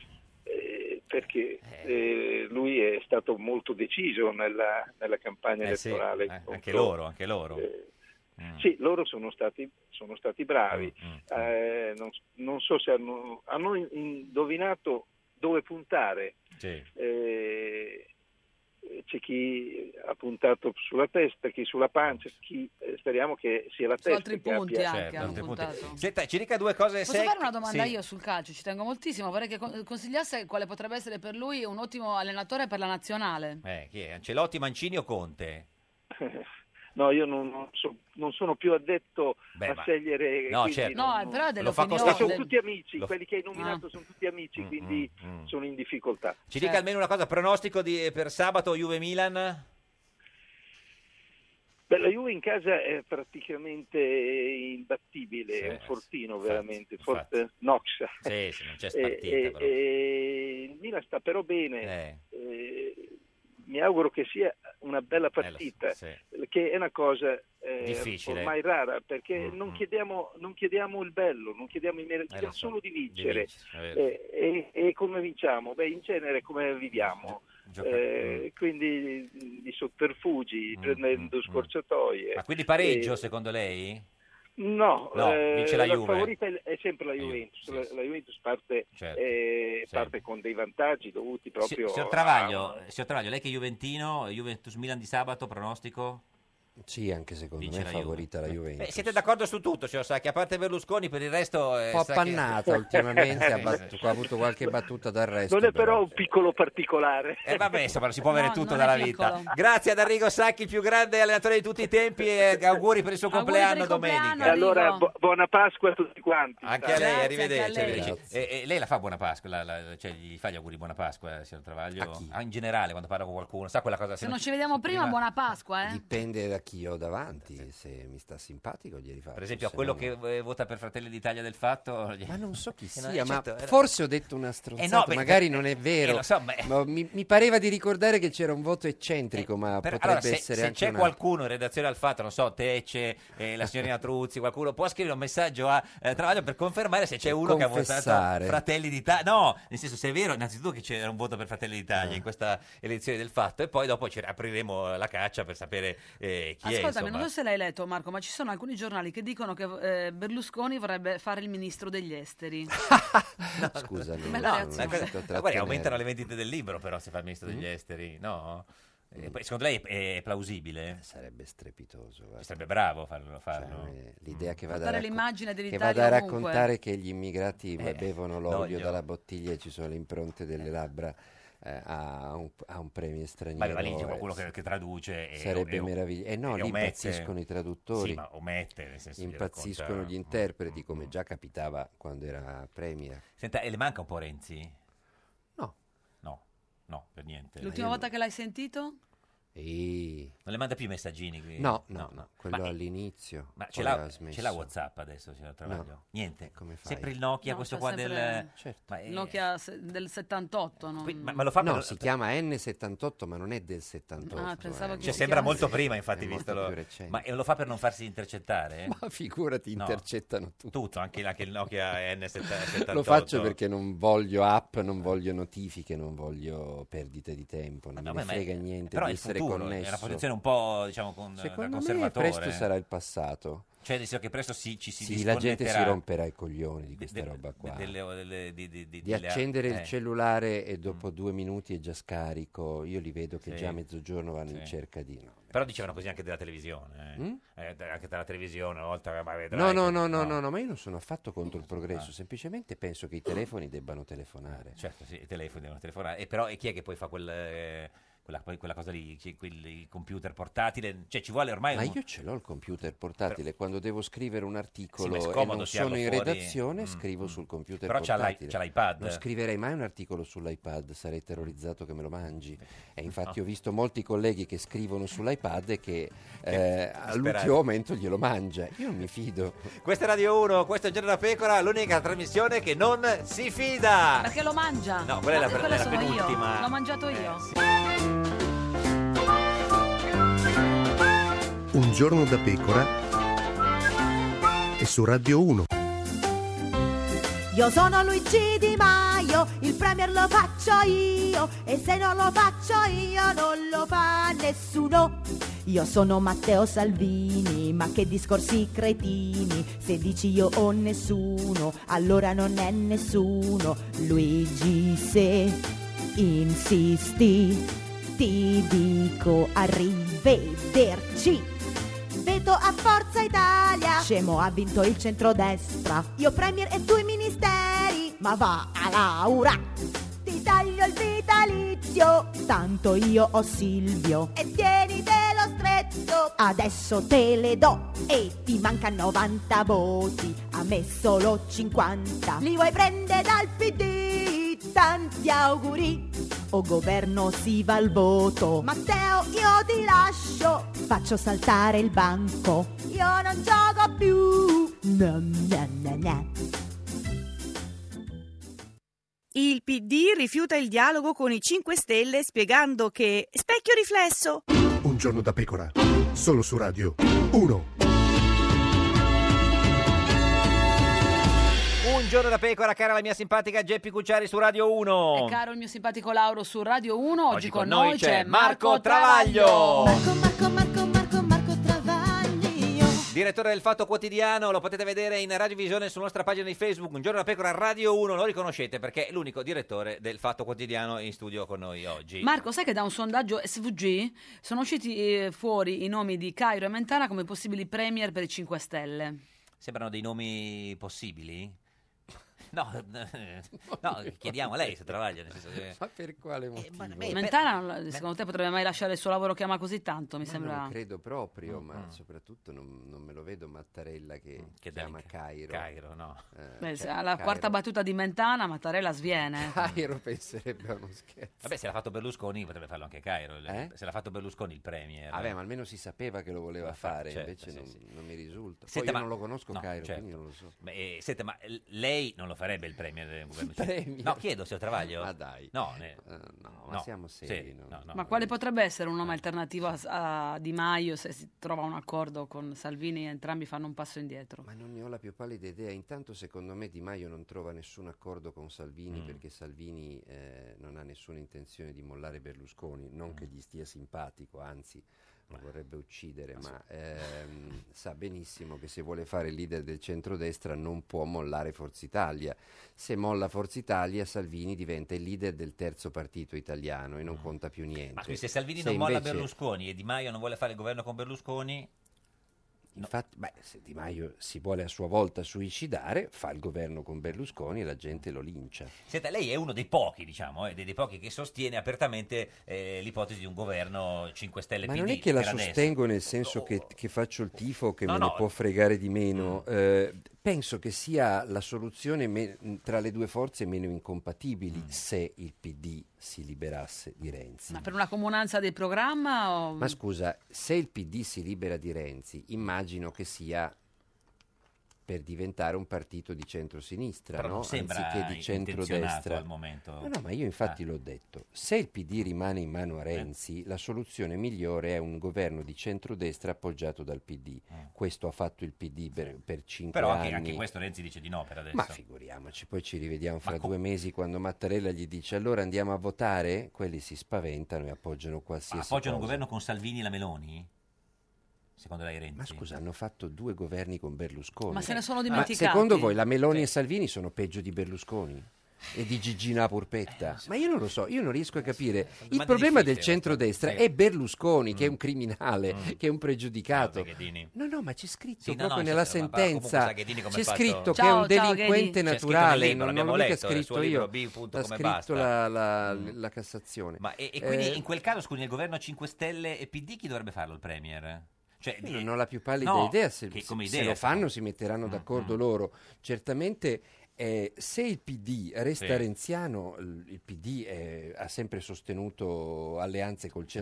Speaker 13: eh, perché eh, lui è stato molto deciso nella, nella campagna
Speaker 2: Eh, sì,
Speaker 13: elettorale.
Speaker 2: eh, anche loro, anche loro.
Speaker 13: Eh, Sì, loro sono stati, sono stati bravi.
Speaker 2: Mm,
Speaker 13: Eh, non, non so se hanno, hanno indovinato dove puntare.
Speaker 2: Sì.
Speaker 13: Eh, eh, c'è chi ha puntato sulla testa, chi sulla pancia, chi eh, speriamo che sia la
Speaker 1: Su
Speaker 13: testa.
Speaker 1: altri
Speaker 13: che
Speaker 1: punti
Speaker 13: abbia-
Speaker 2: Certo,
Speaker 1: anche, hanno puntato.
Speaker 2: Eh, Senta, ci dica due cose
Speaker 1: Posso
Speaker 2: secche.
Speaker 1: fare una domanda
Speaker 2: Sì.
Speaker 1: io sul calcio? Ci tengo moltissimo. Vorrei che con- consigliasse quale potrebbe essere per lui un ottimo allenatore per la nazionale.
Speaker 2: Eh, chi è? Ancelotti, Mancini o Conte?
Speaker 13: No, io non, non so- non sono più addetto
Speaker 2: Beh,
Speaker 13: a
Speaker 2: ma-
Speaker 13: scegliere.
Speaker 2: no,
Speaker 13: quindi
Speaker 2: certo.
Speaker 13: non-
Speaker 1: No, però Ah. è
Speaker 2: Lo fa dell'opinione.
Speaker 13: Ma sono
Speaker 2: costare-
Speaker 13: tutti amici,
Speaker 2: lo- Mm,
Speaker 13: quelli che hai nominato sono tutti amici, quindi sono in difficoltà.
Speaker 2: Ci dica almeno una cosa, pronostico di- eh, per sabato Juve-Milan?
Speaker 13: Beh, la Juve in casa è praticamente imbattibile, è un fortino veramente, eh, forte Noxa.
Speaker 2: Sì, sì, non c'è
Speaker 13: E- e-
Speaker 2: spartita però.
Speaker 13: e Eh, il Milan sta però bene. Eh, mi auguro che sia una
Speaker 2: Eh,
Speaker 13: bella partita, che è una cosa eh,
Speaker 2: Difficile. Mm,
Speaker 13: ormai rara, perché non, chiediamo, non chiediamo il bello, non chiediamo il merito, chiediamo solo di vincere.
Speaker 2: Eh, Di vincere,
Speaker 13: Eh, e, e come vinciamo? Beh, in genere come viviamo?
Speaker 2: Gioca- mm.
Speaker 13: Eh, quindi mh, di sotterfugi, prendendo scorciatoie.
Speaker 2: Ma quindi pareggio
Speaker 13: Eh,
Speaker 2: secondo lei?
Speaker 13: No,
Speaker 2: No,
Speaker 13: eh,
Speaker 2: vince la Juve.
Speaker 13: favorita è- è sempre la Juventus. La, la Juventus parte,
Speaker 2: Certo.
Speaker 13: eh, parte con dei vantaggi dovuti
Speaker 2: Si-
Speaker 13: proprio
Speaker 2: signor, Travaglio, signor Travaglio, lei che è Juventino, Juventus-Milan di sabato, pronostico?
Speaker 7: Sì, anche secondo
Speaker 2: Vince
Speaker 7: me
Speaker 2: la
Speaker 7: è
Speaker 2: Juve.
Speaker 7: favorita la Juventus.
Speaker 2: Beh, siete d'accordo su tutto, signor Sacchi, a parte Berlusconi, per il resto...
Speaker 7: Un
Speaker 2: eh,
Speaker 7: po'
Speaker 2: sa che-
Speaker 7: appannata ultimamente, ha,
Speaker 2: Sì, sì,
Speaker 7: battuto- ha avuto qualche battuta d'arresto.
Speaker 13: Non è però un piccolo particolare.
Speaker 2: Eh, vabbè, insomma, si può avere
Speaker 7: No,
Speaker 2: tutto
Speaker 7: non è
Speaker 2: dalla
Speaker 7: piccolo.
Speaker 2: vita. Grazie ad Arrigo Sacchi, il più grande allenatore di tutti i tempi, e auguri per il suo
Speaker 13: Auguri
Speaker 2: compleanno
Speaker 13: per il
Speaker 2: domenica.
Speaker 13: compleanno, Arrigo. E allora, buona Pasqua a tutti quanti.
Speaker 2: Anche a
Speaker 13: Grazie,
Speaker 2: lei,
Speaker 13: anche
Speaker 2: arrivederci.
Speaker 13: a lei.
Speaker 2: arrivederci. E, e lei la fa buona Pasqua, la- la- cioè gli fa gli auguri buona Pasqua, signor Travaglio? Ah, in generale, quando parla con qualcuno, sa quella cosa?
Speaker 1: Se non ci vediamo prima, buona Pasqua, eh.
Speaker 7: Dipende da chi ho davanti, se mi sta simpatico gli rifaccio.
Speaker 2: Per esempio, a
Speaker 7: se
Speaker 2: quello
Speaker 7: no
Speaker 2: che eh, vota per Fratelli d'Italia del fatto... Ma
Speaker 7: non so chi
Speaker 2: no,
Speaker 7: sia, ma
Speaker 2: certo, era-
Speaker 7: forse ho detto una stronzata,
Speaker 2: beh,
Speaker 7: magari
Speaker 2: eh,
Speaker 7: non è
Speaker 2: eh,
Speaker 7: vero.
Speaker 2: lo so, ma-
Speaker 7: ma mi, mi pareva di ricordare che c'era un voto eccentrico, ma
Speaker 2: Per-
Speaker 7: Ah, potrebbe
Speaker 2: allora, Eh, se,
Speaker 7: essere
Speaker 2: se
Speaker 7: anche
Speaker 2: c'è
Speaker 7: un altro.
Speaker 2: qualcuno in redazione al fatto, non so, Tece, eh, la signorina Truzzi, qualcuno può scrivere un messaggio a eh, Travaglio per confermare se c'è uno che ha votato
Speaker 7: confessare.
Speaker 2: Fratelli d'Italia. No, nel senso, se è vero, innanzitutto che c'era un voto per Fratelli d'Italia in
Speaker 7: Eh.
Speaker 2: questa elezione del fatto, e poi dopo ci apriremo la caccia per sapere eh, chi è.
Speaker 1: Ascoltami,
Speaker 2: insomma.
Speaker 1: non so se l'hai letto Marco, ma ci sono alcuni giornali che dicono che eh, Berlusconi vorrebbe fare il ministro degli esteri.
Speaker 7: Scusa, non
Speaker 1: Ma
Speaker 7: sono
Speaker 1: no,
Speaker 7: riuscito a
Speaker 2: Ma cosa- ma guarda,
Speaker 7: trattenere. Mm?
Speaker 2: aumentano le vendite del libro, però, se fa il ministro degli esteri, no? Eh, poi, secondo lei è, è plausibile?
Speaker 7: Eh, Sarebbe strepitoso. Cioè,
Speaker 2: Sarebbe bravo farlo. farlo.
Speaker 7: L'idea che vada, a
Speaker 1: Portare
Speaker 7: raccon-
Speaker 1: l'immagine
Speaker 7: che
Speaker 1: dell'Italia
Speaker 7: vada a
Speaker 1: ovunque.
Speaker 7: raccontare che gli immigrati
Speaker 2: Eh,
Speaker 7: bevono
Speaker 2: l'olio.
Speaker 7: l'olio dalla bottiglia e ci sono le impronte delle labbra eh, a, un, a un premio
Speaker 2: Ma
Speaker 7: straniero.
Speaker 2: ma lì c'è
Speaker 7: eh,
Speaker 2: qualcuno che, che traduce. E,
Speaker 7: Sarebbe
Speaker 2: e-
Speaker 7: meraviglioso. Eh no,
Speaker 2: e
Speaker 7: lì
Speaker 2: omette.
Speaker 7: impazziscono i traduttori.
Speaker 2: Sì, ma omette, nel senso gli
Speaker 7: impazziscono
Speaker 2: racconta-
Speaker 7: gli interpreti, come già capitava quando era premier.
Speaker 2: Senta, e le manca un po' Renzi?
Speaker 7: No.
Speaker 2: No, no, per niente.
Speaker 1: L'ultima volta che l'hai sentito?
Speaker 2: Non le manda più i messaggini? qui?
Speaker 7: No, no, no, quello
Speaker 2: Ma,
Speaker 7: all'inizio.
Speaker 2: ma
Speaker 7: poi
Speaker 2: ce l'ha,
Speaker 7: ha
Speaker 2: ce l'ha
Speaker 7: smesso.
Speaker 2: WhatsApp adesso, signor Travaglio?
Speaker 7: No.
Speaker 2: Niente.
Speaker 7: Come fai? Certo.
Speaker 2: Sempre il Nokia,
Speaker 1: No,
Speaker 2: questo
Speaker 1: c'è
Speaker 2: qua del...
Speaker 1: sempre-
Speaker 2: Eh, certo. Ma è- cioè,
Speaker 1: Il Nokia se- del 78, non-
Speaker 2: ma lo fa
Speaker 7: no,
Speaker 2: per-
Speaker 7: si chiama N78, ma non è del 78.
Speaker 1: Ah, pensavo
Speaker 7: eh.
Speaker 1: che
Speaker 2: Cioè,
Speaker 1: si
Speaker 2: sembra
Speaker 1: chiama-
Speaker 2: molto
Speaker 7: Sì,
Speaker 2: prima, infatti,
Speaker 7: è molto
Speaker 2: visto lo...
Speaker 7: più recente.
Speaker 2: Ma eh, lo fa per non farsi intercettare?
Speaker 7: Ma figurati, intercettano
Speaker 2: tutto. Tutto, anche, anche il Nokia N78.
Speaker 7: Lo faccio perché non voglio app, non voglio notifiche, non voglio perdite di tempo, non
Speaker 2: No,
Speaker 7: mi
Speaker 2: beh,
Speaker 7: ne
Speaker 2: ma è-
Speaker 7: frega niente
Speaker 2: però
Speaker 7: di
Speaker 2: è il
Speaker 7: essere
Speaker 2: futuro,
Speaker 7: connesso.
Speaker 2: È una posizione un po', diciamo, con, da
Speaker 7: Secondo me
Speaker 2: conservatore.
Speaker 7: presto sarà il passato.
Speaker 2: Cioè, nel senso che presto si, ci si
Speaker 7: Sì, la gente si
Speaker 2: disconnetterà
Speaker 7: romperà i coglioni di
Speaker 2: de-
Speaker 7: questa
Speaker 2: de-
Speaker 7: roba qua.
Speaker 2: delle- o delle- di, di- di-
Speaker 7: di
Speaker 2: delle-
Speaker 7: accendere
Speaker 2: eh. Mm.
Speaker 7: il cellulare e dopo due minuti è già scarico. Io li vedo che
Speaker 2: Sì.
Speaker 7: già a mezzogiorno vanno in
Speaker 2: Sì.
Speaker 7: cerca di no.
Speaker 2: Però dicevano così anche della televisione. eh. Eh, da- anche dalla televisione, una volta ma vedrai
Speaker 7: Mm? No,
Speaker 2: che-
Speaker 7: no, no, no, no, no, ma io non sono affatto contro il progresso, semplicemente penso che i telefoni debbano telefonare.
Speaker 2: Certo, sì, i telefoni devono telefonare. E però e chi è che poi fa quel, eh, quella, poi quella cosa lì, chi- quel il computer portatile? Cioè, ci vuole ormai...
Speaker 7: Ma
Speaker 2: un-
Speaker 7: io ce l'ho il computer portatile, quando devo scrivere un articolo
Speaker 2: Sì, ma è
Speaker 7: e
Speaker 2: scomodo
Speaker 7: non
Speaker 2: tirarlo
Speaker 7: sono in
Speaker 2: fuori.
Speaker 7: redazione,
Speaker 2: Mm,
Speaker 7: scrivo
Speaker 2: mm.
Speaker 7: sul computer
Speaker 2: Però c'ha l'i-
Speaker 7: portatile.
Speaker 2: c'ha l'iPad.
Speaker 7: Non scriverei mai un articolo sull'iPad, sarei terrorizzato che me lo mangi. E
Speaker 2: Eh,
Speaker 7: infatti ho visto molti colleghi che scrivono sull'iPad e che, eh, all'ultimo momento glielo mangia. Io non mi fido.
Speaker 2: Questa è Radio 1, questo è Giorno da Pecora, l'unica trasmissione che non si fida.
Speaker 1: Perché lo mangia?
Speaker 2: No, quella è la-
Speaker 1: Ma quello
Speaker 2: è la
Speaker 1: sono
Speaker 2: penultima. Eh,
Speaker 1: Io. L'ho mangiato io.
Speaker 8: Un giorno da pecora e su Radio 1.
Speaker 6: Io sono Luigi Di Maio, il premier lo faccio io e se non lo faccio io non lo fa nessuno. Io sono Matteo Salvini, ma che discorsi cretini. Se dici io o nessuno, allora non è nessuno. Luigi se insisti ti dico arrivederci.
Speaker 12: Veto a Forza Italia.
Speaker 6: Scemo ha vinto il centrodestra,
Speaker 12: Io premier e tu i ministeri.
Speaker 6: ma va a Laura.
Speaker 12: Ti taglio il vitalizio.
Speaker 6: Tanto io ho Silvio.
Speaker 12: E tienitelo stretto.
Speaker 6: Adesso te le do e ti manca 90 voti, a me solo 50.
Speaker 12: Li vuoi prendere dal PD? Tanti auguri.
Speaker 6: O governo si va al voto, ma
Speaker 12: Matteo, io ti lascio.
Speaker 6: faccio saltare il banco.
Speaker 12: Io non gioco più.
Speaker 6: Na, na, na, na.
Speaker 9: Il PD rifiuta il dialogo con i 5 Stelle spiegando che specchio riflesso.
Speaker 8: Un giorno da pecora. Solo su Radio 1.
Speaker 2: Un giorno da pecora, cara la mia simpatica Geppi Cucciari su Radio 1.
Speaker 1: E caro il mio simpatico Lauro su Radio 1, oggi, con noi, c'è
Speaker 2: Marco Travaglio.
Speaker 12: Travaglio.
Speaker 2: Direttore del Fatto Quotidiano, lo potete vedere in radiovisione sulla nostra pagina di Facebook, Un giorno da pecora Radio 1, lo riconoscete perché è l'unico direttore del Fatto Quotidiano in studio con noi oggi.
Speaker 1: Marco, sai che da un sondaggio SVG sono usciti eh, fuori i nomi di Cairo e Mentana come possibili premier per i 5 Stelle.
Speaker 2: Sembrano dei nomi possibili? No, Eh. no, chiediamo a lei se Travaglio, nel senso che...
Speaker 7: Ma per quale motivo?
Speaker 1: Mentana, non- secondo te, potrebbe mai lasciare il suo lavoro che ama così tanto? Mi
Speaker 7: Ma
Speaker 1: sembra.
Speaker 7: Non credo proprio,
Speaker 2: Mm,
Speaker 7: ma soprattutto non, non me lo vedo Mattarella che, chiama Cairo. Eh, cioè,
Speaker 2: Cairo, no.
Speaker 1: Beh, se alla quarta battuta di Mentana, Mattarella sviene.
Speaker 7: Cairo penserebbe a uno
Speaker 2: Eh,
Speaker 7: scherzo. Eh?
Speaker 2: Vabbè, se l'ha fatto Berlusconi potrebbe farlo anche Cairo. il- Se l'ha fatto Berlusconi il premier.
Speaker 7: Vabbè, ma almeno si sapeva che lo voleva fare,
Speaker 2: certo,
Speaker 7: invece
Speaker 2: sì,
Speaker 7: non, non mi risulta. Poi
Speaker 2: Senta,
Speaker 7: io
Speaker 2: ma-
Speaker 7: non lo conosco
Speaker 2: no,
Speaker 7: Cairo,
Speaker 2: certo.
Speaker 7: quindi non lo so.
Speaker 2: Ma, eh, senta, ma l- lei non lo farebbe il premier del governo? Cioè-
Speaker 7: premier?
Speaker 2: No, chiedo se ho travaglio. Ma dai. No, ne-
Speaker 7: Eh, no, ma siamo
Speaker 2: sì,
Speaker 7: seri,
Speaker 2: no, no.
Speaker 1: Ma
Speaker 7: eh.
Speaker 1: quale potrebbe essere un nome alternativo a, a Di Maio se si trova un accordo con Salvini e entrambi fanno un passo indietro?
Speaker 7: Ma non ne ho la più pallida idea. Intanto, secondo me, Di Maio non trova nessun accordo con Salvini
Speaker 2: Mm.
Speaker 7: perché Salvini eh, non ha nessuna intenzione di mollare Berlusconi. Non
Speaker 2: Mm.
Speaker 7: che gli stia simpatico, anzi, lo vorrebbe uccidere. Ma ehm, sa benissimo che se vuole fare il leader del centrodestra non può mollare Forza Italia. Se molla Forza Italia, Salvini diventa il leader del terzo partito italiano e non conta più niente.
Speaker 2: Mm. Ma scusi, se Salvini non molla
Speaker 7: invece-
Speaker 2: Berlusconi e Di Maio non vuole fare il governo con Berlusconi,
Speaker 7: Infatti, beh, se Di Maio si vuole a sua volta suicidare, fa il governo con Berlusconi e la gente lo lincia.
Speaker 2: senta, lei è uno dei pochi, diciamo, eh, dei, dei pochi che sostiene apertamente eh, l'ipotesi di un governo 5 Stelle
Speaker 7: Ma
Speaker 2: PD
Speaker 7: non è che la
Speaker 2: per adesso.
Speaker 7: sostengo nel senso che, che faccio il tifo, che
Speaker 2: No,
Speaker 7: me
Speaker 2: no. Mm.
Speaker 7: ne può fregare di meno. Eh, penso che sia la soluzione me- tra le due forze meno incompatibili
Speaker 2: Mm.
Speaker 7: se il PD si liberasse di Renzi.
Speaker 1: Ma per una comunanza del programma? O...
Speaker 7: Ma scusa, se il PD si libera di Renzi, immagino che sia per diventare un partito di centrosinistra,
Speaker 2: Però non
Speaker 7: no?
Speaker 2: sembra
Speaker 7: anziché di
Speaker 2: intenzionato
Speaker 7: centrodestra. Eh
Speaker 2: al momento. Ah.
Speaker 7: No, no, ma io infatti l'ho detto. Se il PD rimane in mano
Speaker 2: Eh.
Speaker 7: a Renzi, la soluzione migliore è un governo di centrodestra appoggiato dal PD. Questo ha fatto il PD per, per cinque
Speaker 2: Eh. Però
Speaker 7: anni.
Speaker 2: anche, anche questo Renzi dice di no per adesso.
Speaker 7: Ma figuriamoci, poi ci rivediamo fra due mesi quando Mattarella gli dice allora andiamo a votare, quelli si spaventano e appoggiano
Speaker 2: Ma
Speaker 7: qualsiasi
Speaker 2: appoggiano un
Speaker 7: cosa.
Speaker 2: governo con Salvini e la Meloni? Secondo lei Renzi?
Speaker 7: Ma scusa, hanno fatto due governi con Berlusconi.
Speaker 1: Ma se ne sono dimenticati.
Speaker 7: dimenticati secondo voi la Meloni e Salvini sono peggio di Berlusconi? E di Gigina
Speaker 2: Eh,
Speaker 7: Purpetta? Ma io non lo so, io non riesco a capire. Il problema del centrodestra è Berlusconi,
Speaker 2: Mm.
Speaker 7: che è un criminale, che è un pregiudicato. No, no, ma c'è scritto
Speaker 2: Eh, Sì, no,
Speaker 7: proprio
Speaker 2: no,
Speaker 7: nella
Speaker 2: certo, ma- ma comunque
Speaker 7: sentenza
Speaker 2: sa Ghedini come
Speaker 7: c'è
Speaker 2: ha fatto-
Speaker 7: scritto che è
Speaker 2: Ciao,
Speaker 7: un
Speaker 2: ciao,
Speaker 7: delinquente
Speaker 2: Ghedini. C'è scritto nel
Speaker 7: naturale,
Speaker 2: libro,
Speaker 7: non, non l'ho
Speaker 2: abbiamo
Speaker 7: mica
Speaker 2: letto, nel suo
Speaker 7: scritto
Speaker 2: libro
Speaker 7: io.
Speaker 2: B. punto
Speaker 7: L'ha
Speaker 2: come
Speaker 7: scritto
Speaker 2: basta. Mm.
Speaker 7: la, la- la Cassazione.
Speaker 2: Ma e, e quindi
Speaker 7: Eh,
Speaker 2: in quel caso, scusi, nel governo 5 Stelle e PD chi dovrebbe farlo il Premier? Cioè,
Speaker 7: Io
Speaker 2: di-
Speaker 7: non ho la più pallida
Speaker 2: No,
Speaker 7: idea, se,
Speaker 2: che
Speaker 7: se-
Speaker 2: come
Speaker 7: se
Speaker 2: idea, Mm,
Speaker 7: lo
Speaker 2: sì.
Speaker 7: fanno si metteranno d'accordo loro. Certamente eh, se il PD resta
Speaker 2: Sì.
Speaker 7: renziano, l- il PD eh, ha sempre sostenuto alleanze col centrodestra,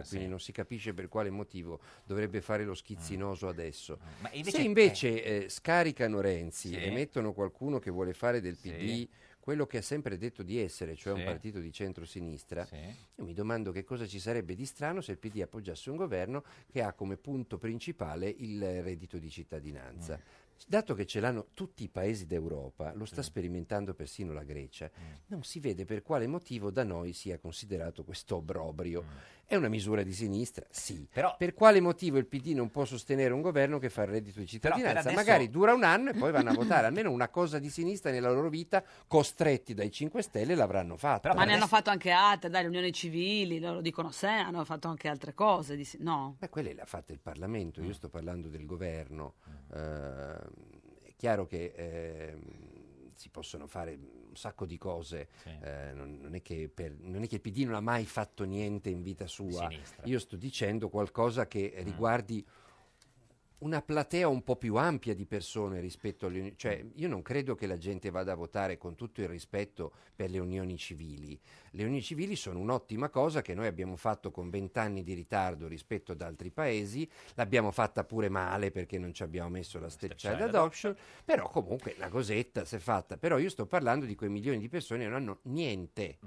Speaker 2: Centrodestra,
Speaker 7: quindi
Speaker 2: sì.
Speaker 7: non si capisce per quale motivo dovrebbe fare lo schizzinoso adesso.
Speaker 2: Mm. Ma invece-
Speaker 7: se invece eh, scaricano Renzi
Speaker 2: Sì.
Speaker 7: e mettono qualcuno che vuole fare del PD...
Speaker 2: Sì.
Speaker 7: Quello che ha sempre detto di essere, cioè
Speaker 2: Sì.
Speaker 7: un partito di centrosinistra, io mi domando che cosa ci sarebbe di strano se il PD appoggiasse un governo che ha come punto principale il reddito di cittadinanza.
Speaker 2: Mm.
Speaker 7: Dato che ce l'hanno tutti i paesi d'Europa, lo sta sperimentando persino
Speaker 2: Mm. Mm.
Speaker 7: la Grecia, non si vede per quale motivo da noi sia considerato questo obbrobrio. È una misura di sinistra, sì. per quale motivo il PD non può sostenere un governo che fa il reddito di cittadinanza?
Speaker 2: adesso-
Speaker 7: Magari dura un anno e poi vanno a votare. Almeno una cosa di sinistra nella loro vita, costretti dai 5 Stelle, l'avranno fatta.
Speaker 1: Ma ne hanno fatto anche altre, dai, le unioni civili, loro dicono se, hanno fatto anche altre cose, di sì- no?
Speaker 7: Beh, quelle le ha fatte il Parlamento, io sto parlando del governo. Ehm, è chiaro che ehm, si possono fare un sacco di cose, eh, non, non è che per- non è che il PD non ha mai fatto niente in vita sua.
Speaker 2: sinistra.
Speaker 7: Io sto dicendo qualcosa che riguardi una platea un po' più ampia di persone rispetto alle unioni. Cioè, io non credo che la gente vada a votare con tutto il rispetto per le unioni civili. Le unioni civili sono un'ottima cosa che noi abbiamo fatto con vent'anni di ritardo rispetto ad altri paesi, l'abbiamo fatta pure male perché non ci abbiamo messo la step child
Speaker 2: child
Speaker 7: adoption, però comunque la cosetta si è fatta. Però io sto parlando di quei milioni di persone che non hanno niente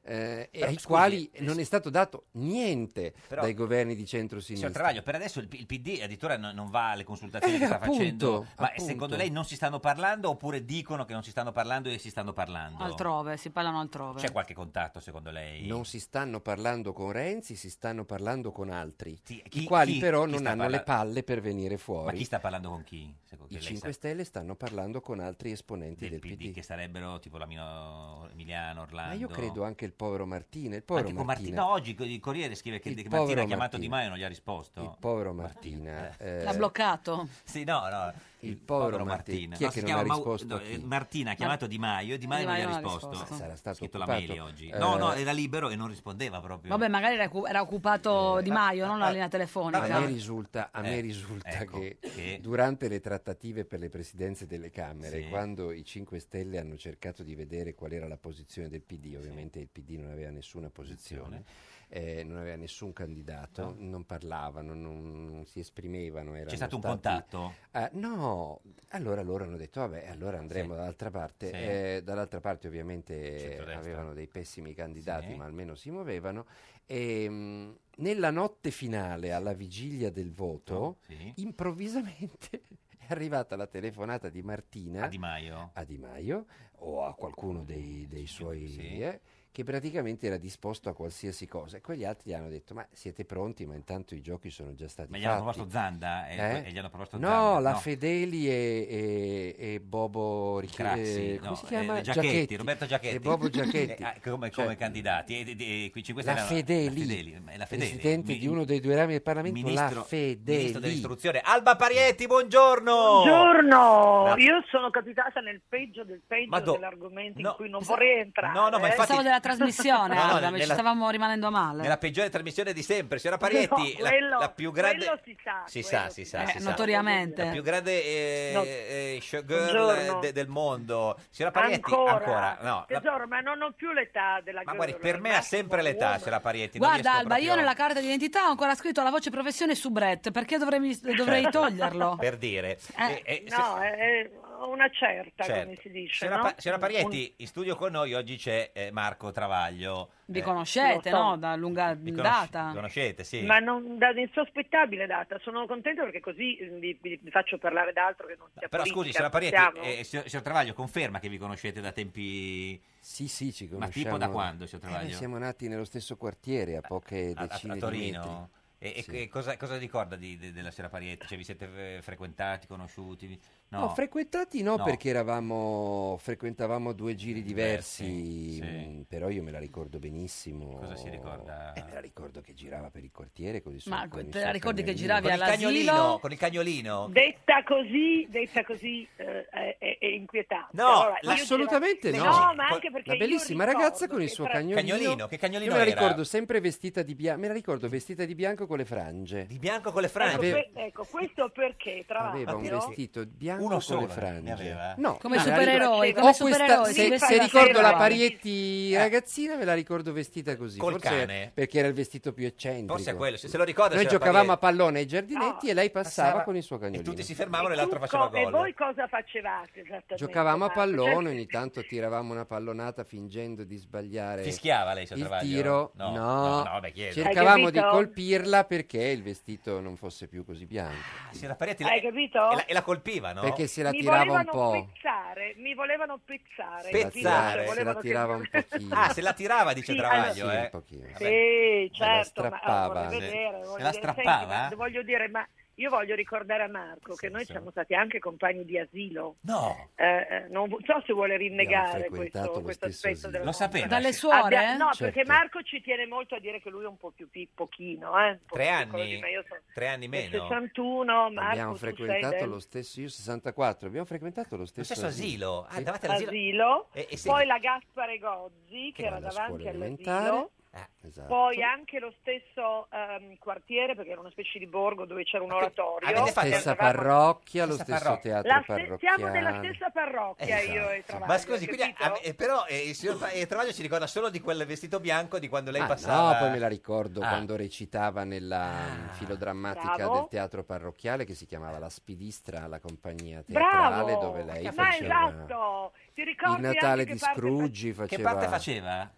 Speaker 7: eh, e
Speaker 2: Mm. Però,
Speaker 7: ai
Speaker 2: scusi,
Speaker 7: quali
Speaker 2: eh,
Speaker 7: non è stato dato niente
Speaker 2: Però-
Speaker 7: dai governi di
Speaker 2: Signor
Speaker 7: centrosinistra.
Speaker 2: Travaglio, per adesso il, P- il PD addirittura non, non va alle consultazioni
Speaker 7: Eh,
Speaker 2: che sta
Speaker 7: appunto,
Speaker 2: facendo, ma
Speaker 7: appunto.
Speaker 2: secondo lei non si stanno parlando oppure dicono che non si stanno parlando e si stanno parlando?
Speaker 1: Altrove, si parlano altrove.
Speaker 2: C'è qualche contatto secondo lei?
Speaker 7: Non si stanno parlando con Renzi, si stanno parlando con altri,
Speaker 2: chi-
Speaker 7: i quali
Speaker 2: chi-
Speaker 7: però
Speaker 2: chi
Speaker 7: non
Speaker 2: sta
Speaker 7: hanno
Speaker 2: parla-
Speaker 7: le palle per venire
Speaker 2: Ma
Speaker 7: fuori.
Speaker 2: chi sta parlando con chi? Secondo
Speaker 7: I
Speaker 2: lei
Speaker 7: 5
Speaker 2: sa-
Speaker 7: Stelle stanno parlando con altri esponenti del,
Speaker 2: PD, che sarebbero tipo la Mino- eh, Emiliano, Orlando. Ah,
Speaker 7: Ma io credo anche il povero Martina, il povero
Speaker 2: Anche con
Speaker 7: Martina.
Speaker 2: Martina. Oggi il Corriere scrive che
Speaker 7: Il
Speaker 2: che
Speaker 7: povero
Speaker 2: Martina ha chiamato
Speaker 7: Martina.
Speaker 2: Di Maio e non gli ha risposto.
Speaker 7: Il povero Martina. eh,
Speaker 1: L'ha bloccato.
Speaker 2: Sì, no, no. Il,
Speaker 7: povero Martina. Chi è
Speaker 2: No,
Speaker 7: che
Speaker 2: si
Speaker 7: non ha
Speaker 2: chiama Mau-
Speaker 7: risposto
Speaker 2: no,
Speaker 7: a chi?
Speaker 2: eh, Martina ha chiamato Di Maio e Di Maio
Speaker 1: Di
Speaker 2: non gli
Speaker 1: Maio
Speaker 2: ha
Speaker 1: non ha
Speaker 2: risposto.
Speaker 1: risposto.
Speaker 7: Sarà stato
Speaker 2: scritto la
Speaker 7: occupato.
Speaker 2: mail oggi. No, no,
Speaker 7: Eh,
Speaker 2: era libero e non rispondeva proprio.
Speaker 1: Vabbè, magari era, occu- era occupato Di Maio, non la linea
Speaker 7: A me
Speaker 1: telefonica.
Speaker 7: risulta, a me
Speaker 2: Eh,
Speaker 7: risulta
Speaker 2: ecco,
Speaker 7: che,
Speaker 2: che-
Speaker 7: durante le trattative per le presidenze delle Camere,
Speaker 2: Sì.
Speaker 7: quando i 5 Stelle hanno cercato di vedere qual era la posizione del PD, ovviamente il PD non aveva nessuna posizione, eh, non aveva nessun candidato, non parlavano, non, non si esprimevano. erano
Speaker 2: stato un
Speaker 7: stati-
Speaker 2: contatto?
Speaker 7: Ah, no, allora loro hanno detto, vabbè, allora andremo dall'altra parte.
Speaker 2: Sì.
Speaker 7: Eh, dall'altra parte ovviamente
Speaker 2: Centrodestra.
Speaker 7: avevano dei pessimi candidati,
Speaker 2: Sì.
Speaker 7: ma almeno si muovevano. E, mh, nella notte finale, alla vigilia del voto,
Speaker 2: Oh, Sì.
Speaker 7: improvvisamente è arrivata la telefonata di Martina
Speaker 2: A Di Maio.
Speaker 7: a Di Maio o a qualcuno dei, dei suoi eh, che praticamente era disposto a qualsiasi cosa e quegli altri gli hanno detto ma siete pronti ma intanto i giochi sono già stati
Speaker 2: Ma
Speaker 7: fatti
Speaker 2: gli hanno proposto Zanda? E,
Speaker 7: Eh?
Speaker 2: e gli hanno proposto
Speaker 7: no,
Speaker 2: Zanda?
Speaker 7: la Fedeli e, e- e Bobo Ricchi
Speaker 2: Craxi,
Speaker 7: eh, come
Speaker 2: no,
Speaker 7: si chiama?
Speaker 2: eh, Giacchetti, Roberto Giacchetti.
Speaker 7: e Bobo Giacchetti
Speaker 2: Eh, ah, come,
Speaker 7: Cioè,
Speaker 2: come candidati. E, e- e qui ci- questa
Speaker 7: la
Speaker 2: Eh, era-
Speaker 7: Fedeli,
Speaker 2: la Fedeli, ma è la Fedeli.
Speaker 7: presidente
Speaker 2: Mi-
Speaker 7: di uno dei due rami del Parlamento
Speaker 2: ministro,
Speaker 7: la Fedeli
Speaker 2: ministro dell'istruzione. Alba Parietti, buongiorno!
Speaker 14: Buongiorno,
Speaker 2: La-
Speaker 14: io sono capitata nel peggio del peggio
Speaker 2: Ma do-
Speaker 14: dell'argomento
Speaker 2: no,
Speaker 14: in cui non vorrei entrare.
Speaker 2: no, no, ma
Speaker 14: eh.
Speaker 2: infatti-
Speaker 1: Pensavo della trasmissione,
Speaker 2: No, no,
Speaker 1: Alba, ma ci
Speaker 2: nella-
Speaker 1: stavamo rimanendo male.
Speaker 2: Nella peggiore trasmissione di sempre, signora Parietti,
Speaker 1: No,
Speaker 2: la-
Speaker 1: quello-
Speaker 2: la, più grande...
Speaker 14: quello si sa,
Speaker 2: si
Speaker 14: quello
Speaker 2: sa, si sa,
Speaker 1: Eh,
Speaker 2: si sa.
Speaker 1: notoriamente.
Speaker 2: La più grande eh,
Speaker 14: No.
Speaker 2: eh, showgirl
Speaker 14: Buongiorno.
Speaker 2: eh, de- del mondo. Signora Parietti,
Speaker 14: ancora,
Speaker 2: No, la-
Speaker 14: Tesoro, ma non ho più l'età della
Speaker 2: ma
Speaker 14: girl,
Speaker 2: guardi, per me ha sempre l'età, signora Parietti. non
Speaker 1: Guarda
Speaker 2: riesco
Speaker 1: Alba, io
Speaker 2: proprio-
Speaker 1: nella carta d'identità ho ancora scritto la voce professione Subret, perché dovrei,
Speaker 2: Eh,
Speaker 1: dovrei toglierlo?
Speaker 2: Certo. Per dire.
Speaker 1: Eh,
Speaker 2: Eh, eh, se-
Speaker 14: No, è, è una certa,
Speaker 2: Certo.
Speaker 14: come si dice,
Speaker 2: Signora,
Speaker 14: no?
Speaker 2: Pa- signora Parietti, in studio con noi oggi c'è eh, Marco Travaglio.
Speaker 1: Vi
Speaker 2: Eh,
Speaker 1: conoscete,
Speaker 14: lo so.
Speaker 1: no? Da lunga
Speaker 2: vi conosci-
Speaker 1: data.
Speaker 2: Conoscete, sì.
Speaker 14: Ma non da insospettabile data, sono contenta perché così eh, vi, vi- vi faccio parlare d'altro che non sia
Speaker 2: Però
Speaker 14: politica.
Speaker 2: scusi, signora Parietti,
Speaker 14: Siamo-
Speaker 2: eh, signor, signor Travaglio conferma che vi conoscete da tempi...
Speaker 7: Sì, sì, ci
Speaker 2: Ma
Speaker 7: conosciamo
Speaker 2: tipo da quando, signor
Speaker 7: Eh, noi
Speaker 2: Travaglio?
Speaker 7: siamo nati nello stesso quartiere a poche
Speaker 2: a, a-
Speaker 7: decine
Speaker 2: a
Speaker 7: di
Speaker 2: Torino.
Speaker 7: metri
Speaker 2: E, e-
Speaker 7: Sì.
Speaker 2: e cosa, cosa ricorda di- de- della signora Parietti? Cioè vi siete eh, frequentati, conosciuti? Vi-
Speaker 7: No, frequentati no,
Speaker 2: No.
Speaker 7: perché eravamo, frequentavamo due giri diversi,
Speaker 2: Diversi,
Speaker 7: mh, però io me la ricordo benissimo.
Speaker 2: Cosa si ricorda?
Speaker 7: Eh, me la ricordo che girava per il quartiere così
Speaker 1: Ma
Speaker 7: sul- con il
Speaker 1: te
Speaker 7: suo
Speaker 1: la ricordi che
Speaker 7: cagnolino.
Speaker 1: giravi Con il all'asilo?
Speaker 2: Cagnolino, con il cagnolino.
Speaker 14: Detta così, detta così eh, è, è- è inquietante.
Speaker 2: No,
Speaker 14: Allora, io
Speaker 7: Assolutamente
Speaker 14: giravo-
Speaker 7: no.
Speaker 14: No, ma anche perché
Speaker 7: la
Speaker 14: io
Speaker 7: bellissima
Speaker 14: ricordo
Speaker 7: ragazza con il
Speaker 14: che
Speaker 7: suo
Speaker 14: tra-
Speaker 7: cagnolino.
Speaker 2: Cagnolino, che cagnolino
Speaker 7: Io me la
Speaker 2: era?
Speaker 7: ricordo sempre vestita di bianco, me la ricordo vestita di bianco con le frange.
Speaker 2: Di bianco con le
Speaker 14: Ecco,
Speaker 7: Aveva,
Speaker 14: que- ecco, questo perché tra
Speaker 7: aveva un
Speaker 14: l'altro
Speaker 7: vestito bianco
Speaker 2: Uno
Speaker 7: con
Speaker 2: solo
Speaker 7: le
Speaker 2: ne
Speaker 7: frange.
Speaker 2: aveva?
Speaker 7: No,
Speaker 1: Come
Speaker 7: me la
Speaker 1: supereroi,
Speaker 7: ricordo-
Speaker 1: come
Speaker 14: Cioè,
Speaker 7: Ho questa-
Speaker 1: supereroi,
Speaker 7: se-
Speaker 1: si
Speaker 7: se,
Speaker 1: fa la
Speaker 7: ricordo la
Speaker 1: supereroe.
Speaker 7: Parietti
Speaker 14: Eh.
Speaker 7: ragazzina, ve la ricordo vestita così.
Speaker 2: Col
Speaker 7: forse
Speaker 2: cane.
Speaker 7: perché era il vestito più eccentrico.
Speaker 2: Forse è quello, se se lo ricorda
Speaker 7: Noi
Speaker 2: signora
Speaker 7: giocavamo a
Speaker 2: Parietti.
Speaker 7: pallone ai giardinetti e lei passava,
Speaker 2: Passava-
Speaker 7: con il suo
Speaker 2: E
Speaker 7: cagnolino.
Speaker 2: tutti si fermavano e l'altro faceva
Speaker 14: e
Speaker 2: gol.
Speaker 14: voi cosa facevate esattamente? Ah, cioè,
Speaker 7: Giocavamo a
Speaker 14: Marco?
Speaker 7: pallone, ogni tanto tiravamo una pallonata fingendo di sbagliare
Speaker 2: Fischiava lei, signor
Speaker 7: il
Speaker 2: Travaglio?
Speaker 7: tiro.
Speaker 2: No,
Speaker 7: No,
Speaker 2: no, no, beh, chiedo.
Speaker 7: cercavamo
Speaker 14: Hai
Speaker 7: di
Speaker 14: capito?
Speaker 7: colpirla perché il vestito non fosse più così bianco.
Speaker 14: Ah,
Speaker 2: Signora Parietti,
Speaker 14: Hai
Speaker 2: e,
Speaker 14: capito?
Speaker 2: la, e la colpivano?
Speaker 7: Perché se la
Speaker 14: mi
Speaker 7: tirava un
Speaker 14: volevano
Speaker 7: po'.
Speaker 14: pezzare, mi volevano pezzare.
Speaker 7: Se la
Speaker 14: capito? Cioè,
Speaker 7: tirava- se la
Speaker 14: volevano che-
Speaker 7: tirava un pochino.
Speaker 2: Ah, se la tirava, dice
Speaker 14: Sì,
Speaker 2: Travaglio,
Speaker 14: allora-
Speaker 2: eh.
Speaker 7: Sì, un pochino.
Speaker 14: Sì, certo, ma
Speaker 7: strappava. eh.
Speaker 14: allora, vorrei
Speaker 7: Sì.
Speaker 14: vedere,
Speaker 7: Se
Speaker 14: voglio
Speaker 7: la
Speaker 14: dire, senti,
Speaker 7: strappava?
Speaker 14: guarda,
Speaker 2: eh.
Speaker 14: voglio dire, ma io voglio ricordare a Marco che noi siamo stati anche compagni di asilo.
Speaker 2: No.
Speaker 14: Eh, eh, non vu- so se vuole rinnegare
Speaker 7: frequentato
Speaker 14: questo,
Speaker 7: lo
Speaker 14: questo
Speaker 7: stesso
Speaker 14: aspetto
Speaker 7: asilo.
Speaker 14: della
Speaker 7: Lo sapeva,
Speaker 2: Ah,
Speaker 7: Dalle sì.
Speaker 1: suore?
Speaker 14: Abbia- no,
Speaker 7: Certo.
Speaker 14: perché Marco ci tiene molto a dire che lui è un po' più pi- pochino, eh, un po'
Speaker 2: Tre
Speaker 14: più piccolo
Speaker 2: anni?
Speaker 14: di me, io sono
Speaker 2: Tre anni
Speaker 14: del
Speaker 2: meno?
Speaker 14: 61, Marco
Speaker 7: abbiamo
Speaker 14: tu sei
Speaker 7: frequentato
Speaker 14: del-
Speaker 7: lo stesso, io 64, abbiamo frequentato lo stesso,
Speaker 2: stesso asilo? Ah, Eh,
Speaker 7: Sì.
Speaker 2: davanti all'asilo-
Speaker 14: Asilo,
Speaker 2: E- e se-
Speaker 14: poi la Gaspare Gozzi che era
Speaker 7: alla scuola
Speaker 14: davanti
Speaker 7: elementare.
Speaker 14: all'asilo.
Speaker 2: Ah,
Speaker 7: esatto.
Speaker 14: Poi anche lo stesso ehm, quartiere, perché era una specie di borgo dove c'era
Speaker 2: Ah,
Speaker 14: un oratorio.
Speaker 7: La stessa parrocchia, lo
Speaker 2: Stessa
Speaker 7: stesso
Speaker 2: parrocchia.
Speaker 7: teatro
Speaker 14: La ste-
Speaker 7: parrocchiale.
Speaker 14: siamo della stessa parrocchia
Speaker 2: Esatto.
Speaker 14: io e Travaglio.
Speaker 2: Ma scusi,
Speaker 14: capito?
Speaker 2: quindi, ah, eh, però eh, il signor Fa- eh, Travaglio ci ricorda solo di quel vestito bianco di quando lei
Speaker 7: Ah,
Speaker 2: passava.
Speaker 7: No, poi me la ricordo
Speaker 2: Ah.
Speaker 7: quando recitava nella mm, filodrammatica
Speaker 14: Bravo.
Speaker 7: del teatro parrocchiale che si chiamava La Spidistra, la compagnia teatrale
Speaker 14: Bravo!
Speaker 7: dove lei
Speaker 14: Ma
Speaker 7: faceva
Speaker 14: esatto! Ti ricordi
Speaker 7: il Natale
Speaker 14: anche
Speaker 7: di
Speaker 14: che parte
Speaker 7: Scrooge.
Speaker 2: Che
Speaker 7: Faceva...
Speaker 2: parte faceva?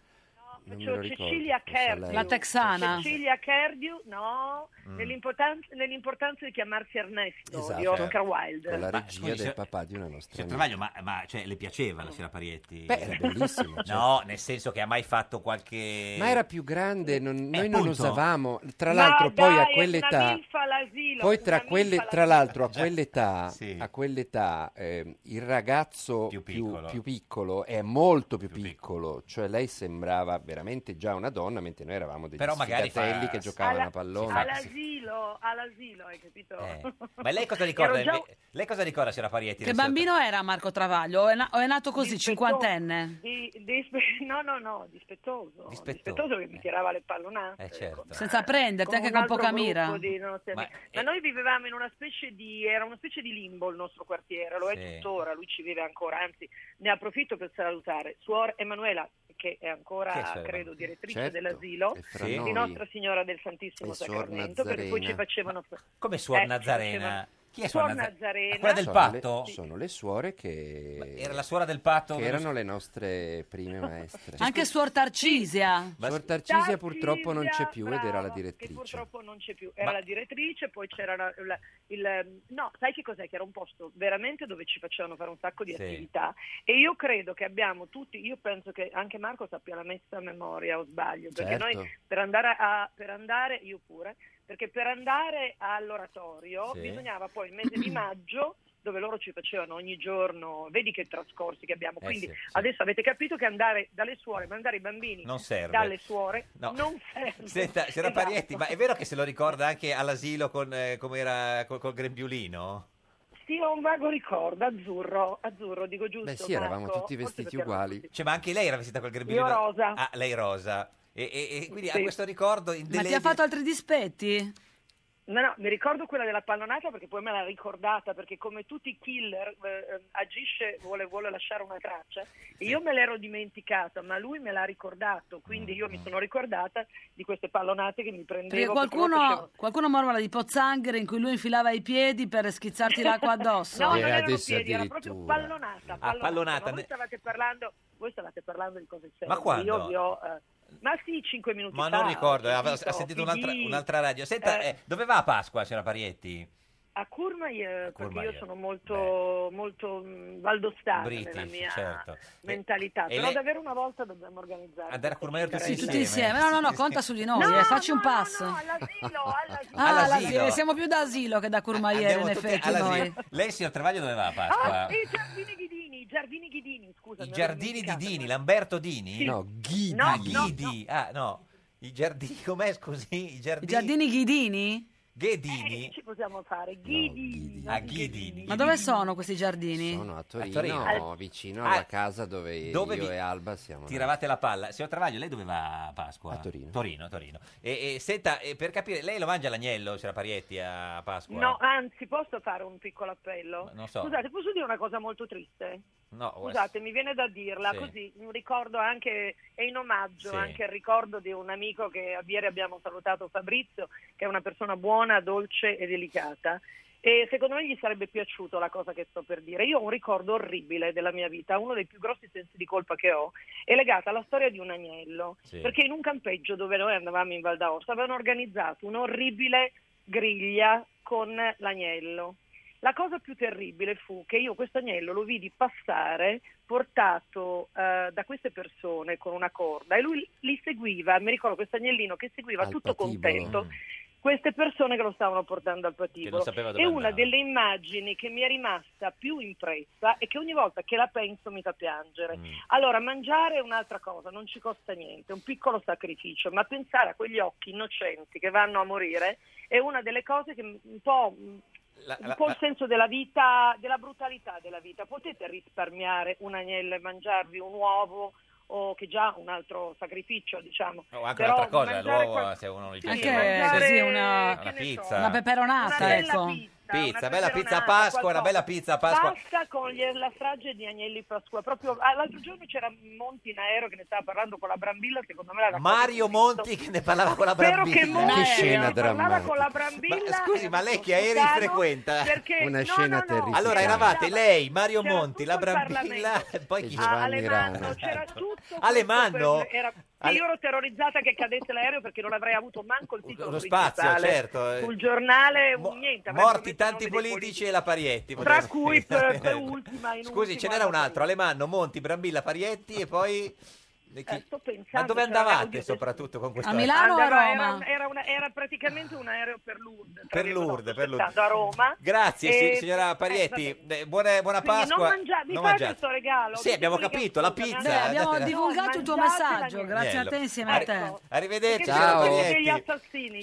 Speaker 7: Non me lo
Speaker 14: C'è
Speaker 7: ricordo,
Speaker 14: Cecilia
Speaker 7: forse a
Speaker 14: Kerdiu.
Speaker 7: lei.
Speaker 14: Cecilia Kerdiu, no,
Speaker 7: Mm.
Speaker 14: nell'importanza, nell'importanza di chiamarsi Ernesto
Speaker 7: Esatto.
Speaker 14: di Oscar Wilde.
Speaker 7: Con la
Speaker 2: Ma,
Speaker 7: regia
Speaker 2: scusi,
Speaker 7: del
Speaker 2: signor-
Speaker 7: papà di una nostra
Speaker 2: Signor
Speaker 7: amica.
Speaker 2: Travaglio, ma, ma, cioè, le piaceva la signora Parietti?
Speaker 7: Beh, era bellissimo, certo.
Speaker 2: No, nel senso che ha mai fatto qualche...
Speaker 7: Ma era più grande, non- noi non
Speaker 2: Eh. appunto.
Speaker 7: osavamo. Tra
Speaker 14: Ma
Speaker 7: l'altro, poi
Speaker 14: dai,
Speaker 7: a
Speaker 14: è una
Speaker 7: quell'età.
Speaker 14: milfa all'asilo,
Speaker 7: Poi
Speaker 14: una
Speaker 7: tra,
Speaker 14: milfa
Speaker 7: quelle,
Speaker 14: all'asilo.
Speaker 7: tra l'altro a quell'età, a quell'età ehm, il ragazzo più più piccolo. è molto più, piccolo, cioè lei sembrava veramente già una donna mentre noi eravamo degli
Speaker 2: Però magari fa-
Speaker 7: sfigatelli che giocavano
Speaker 14: Alla-
Speaker 7: a pallone.
Speaker 14: All'asilo, all'asilo, hai capito?
Speaker 7: Eh.
Speaker 2: Ma lei cosa ricorda?
Speaker 14: Ero già-
Speaker 2: Lei cosa ricorda, signora Parietti?
Speaker 1: Che
Speaker 2: del signor-
Speaker 1: bambino era Marco Travaglio? O è, na- o è nato così, cinquantenne?
Speaker 14: Di, dispe- no, no, no, dispettoso.
Speaker 1: Dispettoso.
Speaker 14: Dispettoso, che mi tirava le pallonate. ecco.
Speaker 2: Eh, certo.
Speaker 1: Senza prenderti, anche
Speaker 14: un
Speaker 1: con
Speaker 14: altro
Speaker 1: poca
Speaker 14: gruppo
Speaker 1: mira.
Speaker 14: di- non so-
Speaker 2: Ma-
Speaker 14: ma noi vivevamo in una specie di era una specie di limbo il nostro quartiere, lo è
Speaker 2: Sì.
Speaker 14: tuttora, lui ci vive ancora, anzi ne approfitto per salutare Suor Emanuela che è ancora
Speaker 7: Chi è Suor
Speaker 14: credo
Speaker 7: Emanuela?
Speaker 14: direttrice
Speaker 7: Certo,
Speaker 14: dell'asilo
Speaker 7: è fra
Speaker 14: di
Speaker 7: noi.
Speaker 14: Nostra Signora del Santissimo
Speaker 7: E Suor
Speaker 14: Sacramento perché poi
Speaker 7: Nazarena.
Speaker 14: ci facevano
Speaker 2: Come Suor
Speaker 14: Eh, ci
Speaker 2: Nazarena?
Speaker 14: facevano-
Speaker 2: Chi è Suor,
Speaker 14: Suor
Speaker 2: Nazarena?
Speaker 14: Nazarena?
Speaker 2: Quella del
Speaker 7: Sono
Speaker 2: patto?
Speaker 7: le- sono le suore che...
Speaker 2: Era la suora del patto?
Speaker 7: che
Speaker 2: dello-
Speaker 7: erano le nostre prime maestre.
Speaker 1: Anche Suor Tarcisia.
Speaker 7: Suor Tarcisia purtroppo non c'è più ed era la
Speaker 14: che
Speaker 7: direttrice.
Speaker 14: purtroppo non c'è più. Era
Speaker 7: Ma-
Speaker 14: la direttrice, poi c'era la- la- il... No, sai che cos'è? Che era un posto veramente dove ci facevano fare un sacco di
Speaker 15: Sì.
Speaker 14: attività e io credo che abbiamo tutti, io penso che anche Marco sappia la messa a memoria o sbaglio, perché
Speaker 15: Certo.
Speaker 14: noi per andare, a, per andare, io pure, perché per andare all'oratorio
Speaker 15: Sì.
Speaker 14: bisognava poi il mese di maggio dove loro ci facevano ogni giorno, vedi che trascorsi che abbiamo,
Speaker 2: Eh
Speaker 14: quindi
Speaker 2: sì, sì.
Speaker 14: adesso avete capito che andare dalle suore, mandare i bambini
Speaker 2: Non serve.
Speaker 14: dalle suore
Speaker 2: No.
Speaker 14: non serve.
Speaker 2: Senta, signora
Speaker 14: Esatto.
Speaker 2: Parietti, ma è vero che se lo ricorda anche all'asilo con, eh, come era, col, col grembiulino?
Speaker 14: Sì, ho un vago ricordo, azzurro, azzurro, dico giusto.
Speaker 7: Beh sì, eravamo
Speaker 14: Marco?
Speaker 7: tutti
Speaker 14: Forse
Speaker 7: vestiti
Speaker 14: perché eravamo
Speaker 7: uguali.
Speaker 2: Cioè, ma anche lei era vestita col grembiulino?
Speaker 14: Io rosa.
Speaker 2: Ah, lei rosa. E, e- e quindi ha
Speaker 14: Sì.
Speaker 2: questo ricordo
Speaker 1: Ma ti
Speaker 2: indelebile.
Speaker 1: ha fatto altri dispetti?
Speaker 14: No, no, mi ricordo quella della pallonata perché poi me l'ha ricordata, perché come tutti i killer eh, agisce, vuole, vuole lasciare una traccia. E Io me l'ero dimenticata, ma lui me l'ha ricordato,
Speaker 2: Mm,
Speaker 14: quindi io mi sono ricordata di queste pallonate che mi
Speaker 1: Perché
Speaker 14: prendevo. perché lo
Speaker 1: qualcuno,
Speaker 14: facevo-
Speaker 1: qualcuno mormora di pozzanghere in cui lui infilava i piedi per schizzarti l'acqua addosso.
Speaker 14: No, non
Speaker 7: Eh,
Speaker 14: erano
Speaker 7: adesso
Speaker 14: piedi, era proprio
Speaker 7: addirittura.
Speaker 14: pallonata.
Speaker 2: Ah,
Speaker 14: pallonata.
Speaker 2: pallonata.
Speaker 14: Ma voi, stavate parlando, voi stavate parlando di cose serie.
Speaker 2: Ma quando?
Speaker 14: Io vi ho... eh, ma sì, cinque minuti
Speaker 2: Ma
Speaker 14: fa.
Speaker 2: non ricordo,
Speaker 14: ho
Speaker 2: ha, ha
Speaker 14: sentito,
Speaker 2: sentito
Speaker 14: PD,
Speaker 2: un'altra, un'altra radio. Senta,
Speaker 14: Eh.
Speaker 2: eh, dove va a Pasqua, signora Parietti?
Speaker 14: A Courmayeur, perché
Speaker 2: Courmayeur,
Speaker 14: io sono molto, molto mh, valdostana Ah, nella
Speaker 2: British,
Speaker 14: mia
Speaker 2: certo.
Speaker 14: mentalità.
Speaker 2: e
Speaker 14: Però
Speaker 2: lei-
Speaker 14: davvero una volta dobbiamo organizzare.
Speaker 2: Andare a Courmayeur tutti
Speaker 1: Sì, tutti
Speaker 2: insieme.
Speaker 1: insieme. No, no, no, conta su di noi.
Speaker 14: No,
Speaker 1: eh, Facci un passo. Ah,
Speaker 2: All'asilo.
Speaker 1: all'asilo. Siamo più da asilo che da curmaiere,
Speaker 2: Andiamo
Speaker 1: in
Speaker 2: tutti
Speaker 1: effetti,
Speaker 2: all'asilo.
Speaker 1: noi.
Speaker 2: Lei, signor Travaglio, dove va a Pasqua?
Speaker 14: Ah, e i giardini Ghidini, i giardini Ghidini, scusa.
Speaker 2: I giardini di Dini, Lamberto Dini?
Speaker 14: No,
Speaker 2: Ghidi.
Speaker 14: No, no,
Speaker 2: Ah, no. I giardini, com'è, scusi? I
Speaker 1: I
Speaker 2: giardini...
Speaker 1: giardini ghidini?
Speaker 2: Ghedini?
Speaker 14: Ci possiamo fare. Ghidi.
Speaker 2: Ah, Ghidi.
Speaker 1: Ma dove sono questi giardini?
Speaker 7: Sono a Torino,
Speaker 2: Torino.
Speaker 7: vicino
Speaker 2: Ah,
Speaker 7: alla casa dove,
Speaker 2: dove
Speaker 7: io
Speaker 2: vi-
Speaker 7: e Alba siamo.
Speaker 2: Tiravate la palla. Signor Travaglio, lei dove va a Pasqua?
Speaker 7: A Torino.
Speaker 2: Torino, Torino. E, e, senta, eh, per capire, lei lo mangia l'agnello, signora Parietti, a Pasqua?
Speaker 14: No, anzi, posso fare un piccolo appello?
Speaker 2: Non so.
Speaker 14: Scusate, posso dire una cosa molto triste?
Speaker 2: No,
Speaker 14: Scusate, mi viene da dirla
Speaker 2: Sì.
Speaker 14: così, un ricordo anche, è in omaggio
Speaker 2: Sì.
Speaker 14: anche il ricordo di un amico che ieri abbiamo salutato, Fabrizio, che è una persona buona, dolce e delicata. E secondo me gli sarebbe piaciuto la cosa che sto per dire. Io ho un ricordo orribile della mia vita, uno dei più grossi sensi di colpa che ho, è legato alla storia di un agnello.
Speaker 15: Sì.
Speaker 14: Perché in un campeggio dove noi andavamo in Val d'Aosta avevano organizzato un'orribile griglia con l'agnello. La cosa più terribile fu che io questo agnello lo vidi passare portato eh, da queste persone con una corda e lui li seguiva, mi ricordo questo agnellino che seguiva
Speaker 15: Al
Speaker 14: tutto
Speaker 15: patibolo.
Speaker 14: contento queste persone che lo stavano portando al
Speaker 15: Che non
Speaker 14: patibolo.
Speaker 15: sapeva dove
Speaker 14: E una
Speaker 15: andava.
Speaker 14: delle immagini che mi è rimasta più impressa e che ogni volta che la penso mi fa piangere.
Speaker 15: Mm.
Speaker 14: Allora, mangiare è un'altra cosa, non ci costa niente, è un piccolo sacrificio, ma pensare a quegli occhi innocenti che vanno a morire è una delle cose che un po'...
Speaker 2: La-
Speaker 14: un
Speaker 2: la-
Speaker 14: po'
Speaker 2: la-
Speaker 14: il senso della vita, della brutalità della vita. Potete risparmiare un agnello e mangiarvi un uovo o che già un altro sacrificio, diciamo.
Speaker 2: O Oh, anche
Speaker 14: Però
Speaker 2: un'altra cosa,
Speaker 14: mangiare
Speaker 2: l'uovo
Speaker 14: qual-
Speaker 2: se uno gli
Speaker 14: Sì,
Speaker 2: piace.
Speaker 1: Anche,
Speaker 2: mangiare-
Speaker 1: sì, una-
Speaker 2: una
Speaker 1: che ne so,
Speaker 2: pizza.
Speaker 1: una peperonata,
Speaker 2: Una bella
Speaker 1: ecco.
Speaker 2: Pizza,
Speaker 14: una
Speaker 2: bella pizza a
Speaker 14: peperonata,
Speaker 2: Pasqua, una
Speaker 14: qualcosa.
Speaker 2: bella pizza a Pasqua.
Speaker 14: Basta con gli- la strage di Agnelli Pasqua. Proprio, ah, l'altro giorno c'era Monti in aereo che ne stava parlando con la Brambilla, secondo me era la cosa
Speaker 2: Mario
Speaker 14: più triste.
Speaker 2: Monti che ne parlava con la
Speaker 14: Spero
Speaker 2: Brambilla.
Speaker 14: che Monti
Speaker 7: Che scena
Speaker 14: che parlava
Speaker 7: drammatica.
Speaker 14: con la Brambilla.
Speaker 2: Ma scusi, ma lei che aerei
Speaker 14: Susano,
Speaker 2: frequenta?
Speaker 14: Perché
Speaker 7: Una
Speaker 14: no,
Speaker 7: scena
Speaker 14: no, no,
Speaker 7: terrificante.
Speaker 2: Allora eravate lei, Mario Monti, la Brambilla
Speaker 14: Parlamento.
Speaker 2: e poi chi
Speaker 7: E
Speaker 2: c'era?
Speaker 7: Giovanni Alemanno, Rana.
Speaker 14: c'era tutto
Speaker 2: Alemanno?
Speaker 14: questo per- era-
Speaker 2: Ale-
Speaker 14: Io ero terrorizzata che cadesse l'aereo perché non avrei avuto manco il titolo
Speaker 2: Uno spazio,
Speaker 14: principale.
Speaker 2: certo, eh.
Speaker 14: sul giornale un niente avrei
Speaker 2: Morti
Speaker 14: probabilmente
Speaker 2: tanti
Speaker 14: nomi dei
Speaker 2: politici e la Parietti.
Speaker 14: Tra
Speaker 2: potremmo
Speaker 14: cui eh,
Speaker 2: dire.
Speaker 14: per- per ultima, in
Speaker 2: Scusi, ce
Speaker 14: ultimo,
Speaker 2: n'era un altro, Alemanno, Monti, Brambilla, Parietti e poi... e chi-
Speaker 14: sto
Speaker 2: Ma
Speaker 14: pensando,
Speaker 2: dove
Speaker 14: c'era
Speaker 2: andavate
Speaker 14: l'audio-
Speaker 2: soprattutto con questo?
Speaker 14: Andava- Era, un- era una- era praticamente un aereo per Lourdes,
Speaker 2: Per Lourdes, per Lourdes.
Speaker 14: stando a Roma.
Speaker 2: Grazie
Speaker 14: E-
Speaker 2: si- signora Parietti,
Speaker 14: eh, va
Speaker 2: Eh, buone- buona
Speaker 14: Quindi non
Speaker 2: Pasqua.
Speaker 14: mangia- mi
Speaker 2: Non
Speaker 14: fate
Speaker 2: mangiate.
Speaker 14: questo regalo?
Speaker 2: Sì,
Speaker 14: Mi
Speaker 2: abbiamo
Speaker 14: dica
Speaker 2: capito, la
Speaker 14: scusa,
Speaker 2: pizza. Eh,
Speaker 14: Beh,
Speaker 1: abbiamo
Speaker 2: andate-
Speaker 1: divulgato il tuo
Speaker 14: mangiatela,
Speaker 1: messaggio, grazie a
Speaker 2: Agnello.
Speaker 1: te insieme a
Speaker 2: Arri-
Speaker 1: te.
Speaker 2: Arrivederci,
Speaker 14: Perché
Speaker 2: signora
Speaker 14: sono
Speaker 2: Parietti.
Speaker 14: degli assassini.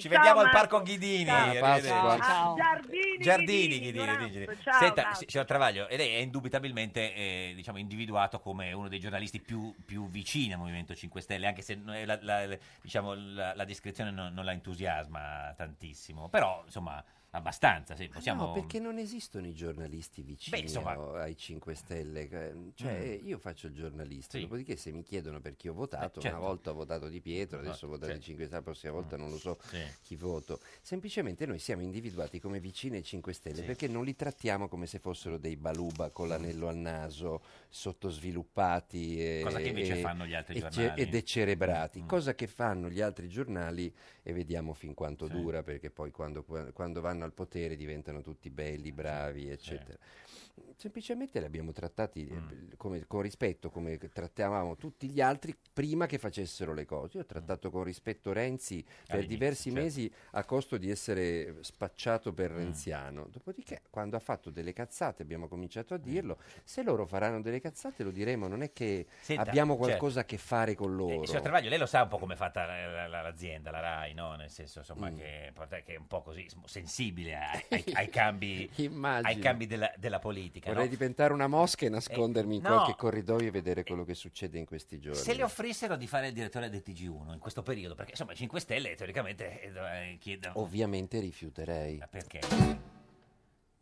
Speaker 2: Ci
Speaker 14: Ciao,
Speaker 2: vediamo al
Speaker 14: Marco.
Speaker 2: Parco Ghidini.
Speaker 14: Ciao.
Speaker 2: Arrivederci.
Speaker 14: Ciao, ciao. Giardini,
Speaker 2: Giardini,
Speaker 14: Ghidini,
Speaker 2: Ghidini,
Speaker 14: ignorante.
Speaker 2: Ghidini.
Speaker 14: Ciao,
Speaker 2: Senta,
Speaker 14: Marco.
Speaker 2: si- signor Travaglio, e lei è indubitabilmente eh, diciamo, individuato come uno dei giornalisti più, più vicini al Movimento 5 Stelle, anche se no- la, la- la- diciamo, la- la descrizione non, non la entusiasma tantissimo, però insomma abbastanza. sì, possiamo...
Speaker 7: Ah, No, perché non esistono i giornalisti vicini
Speaker 2: Beh, insomma- Mm.
Speaker 7: a- ai 5 Stelle. eh, Cioè, io faccio il giornalista, dopodiché se mi chiedono per chi ho votato,
Speaker 2: Eh, certo.
Speaker 7: una volta ho votato Di Pietro, adesso ho
Speaker 2: Ah,
Speaker 7: votato i
Speaker 2: certo.
Speaker 7: 5 Stelle, la prossima volta non lo so chi voto. Semplicemente noi siamo individuati come vicini ai 5 Stelle
Speaker 2: Sì.
Speaker 7: perché non li trattiamo come se fossero dei baluba con l'anello al naso, sottosviluppati e,
Speaker 2: Cosa che invece
Speaker 7: e-
Speaker 2: fanno gli altri
Speaker 7: e ce-
Speaker 2: giornali. Mm.
Speaker 7: e decerebrati, cosa che fanno gli altri giornali e vediamo fin quanto
Speaker 2: Sì.
Speaker 7: dura, perché poi quando, quando vanno al potere diventano tutti belli, bravi, eccetera. Semplicemente li abbiamo trattati eh,
Speaker 2: Mm.
Speaker 7: come- con rispetto, come trattavamo tutti gli altri prima che facessero le cose. Io ho trattato con rispetto Renzi per
Speaker 2: All'inizio,
Speaker 7: Cioè, diversi
Speaker 2: certo. Mm.
Speaker 7: mesi a costo di essere spacciato per renziano. Dopodiché, quando ha fatto delle cazzate, abbiamo cominciato a dirlo. Se loro faranno delle cazzate, lo diremo. Non è che
Speaker 2: Senta,
Speaker 7: abbiamo
Speaker 2: certo.
Speaker 7: qualcosa a che fare con loro.
Speaker 2: Signor Travaglio, lei lo sa un po' come è fatta la- la- la- l'azienda, la RAI, no? Nel senso, insomma,
Speaker 7: Mm.
Speaker 2: che, porta- che è un po' così sm- sensibile ai, ai- ai cambi,
Speaker 7: Immagino.
Speaker 2: ai cambi della, della politica, no? Eh,
Speaker 7: Vorrei diventare una mosca e nascondermi in
Speaker 2: no.
Speaker 7: qualche corridoio e vedere quello che succede in questi giorni.
Speaker 2: Se le offrissero di fare il direttore del TG1 in questo periodo, perché insomma i 5 Stelle teoricamente eh, dov- eh, chiedono...
Speaker 7: Ovviamente rifiuterei.
Speaker 2: Perché?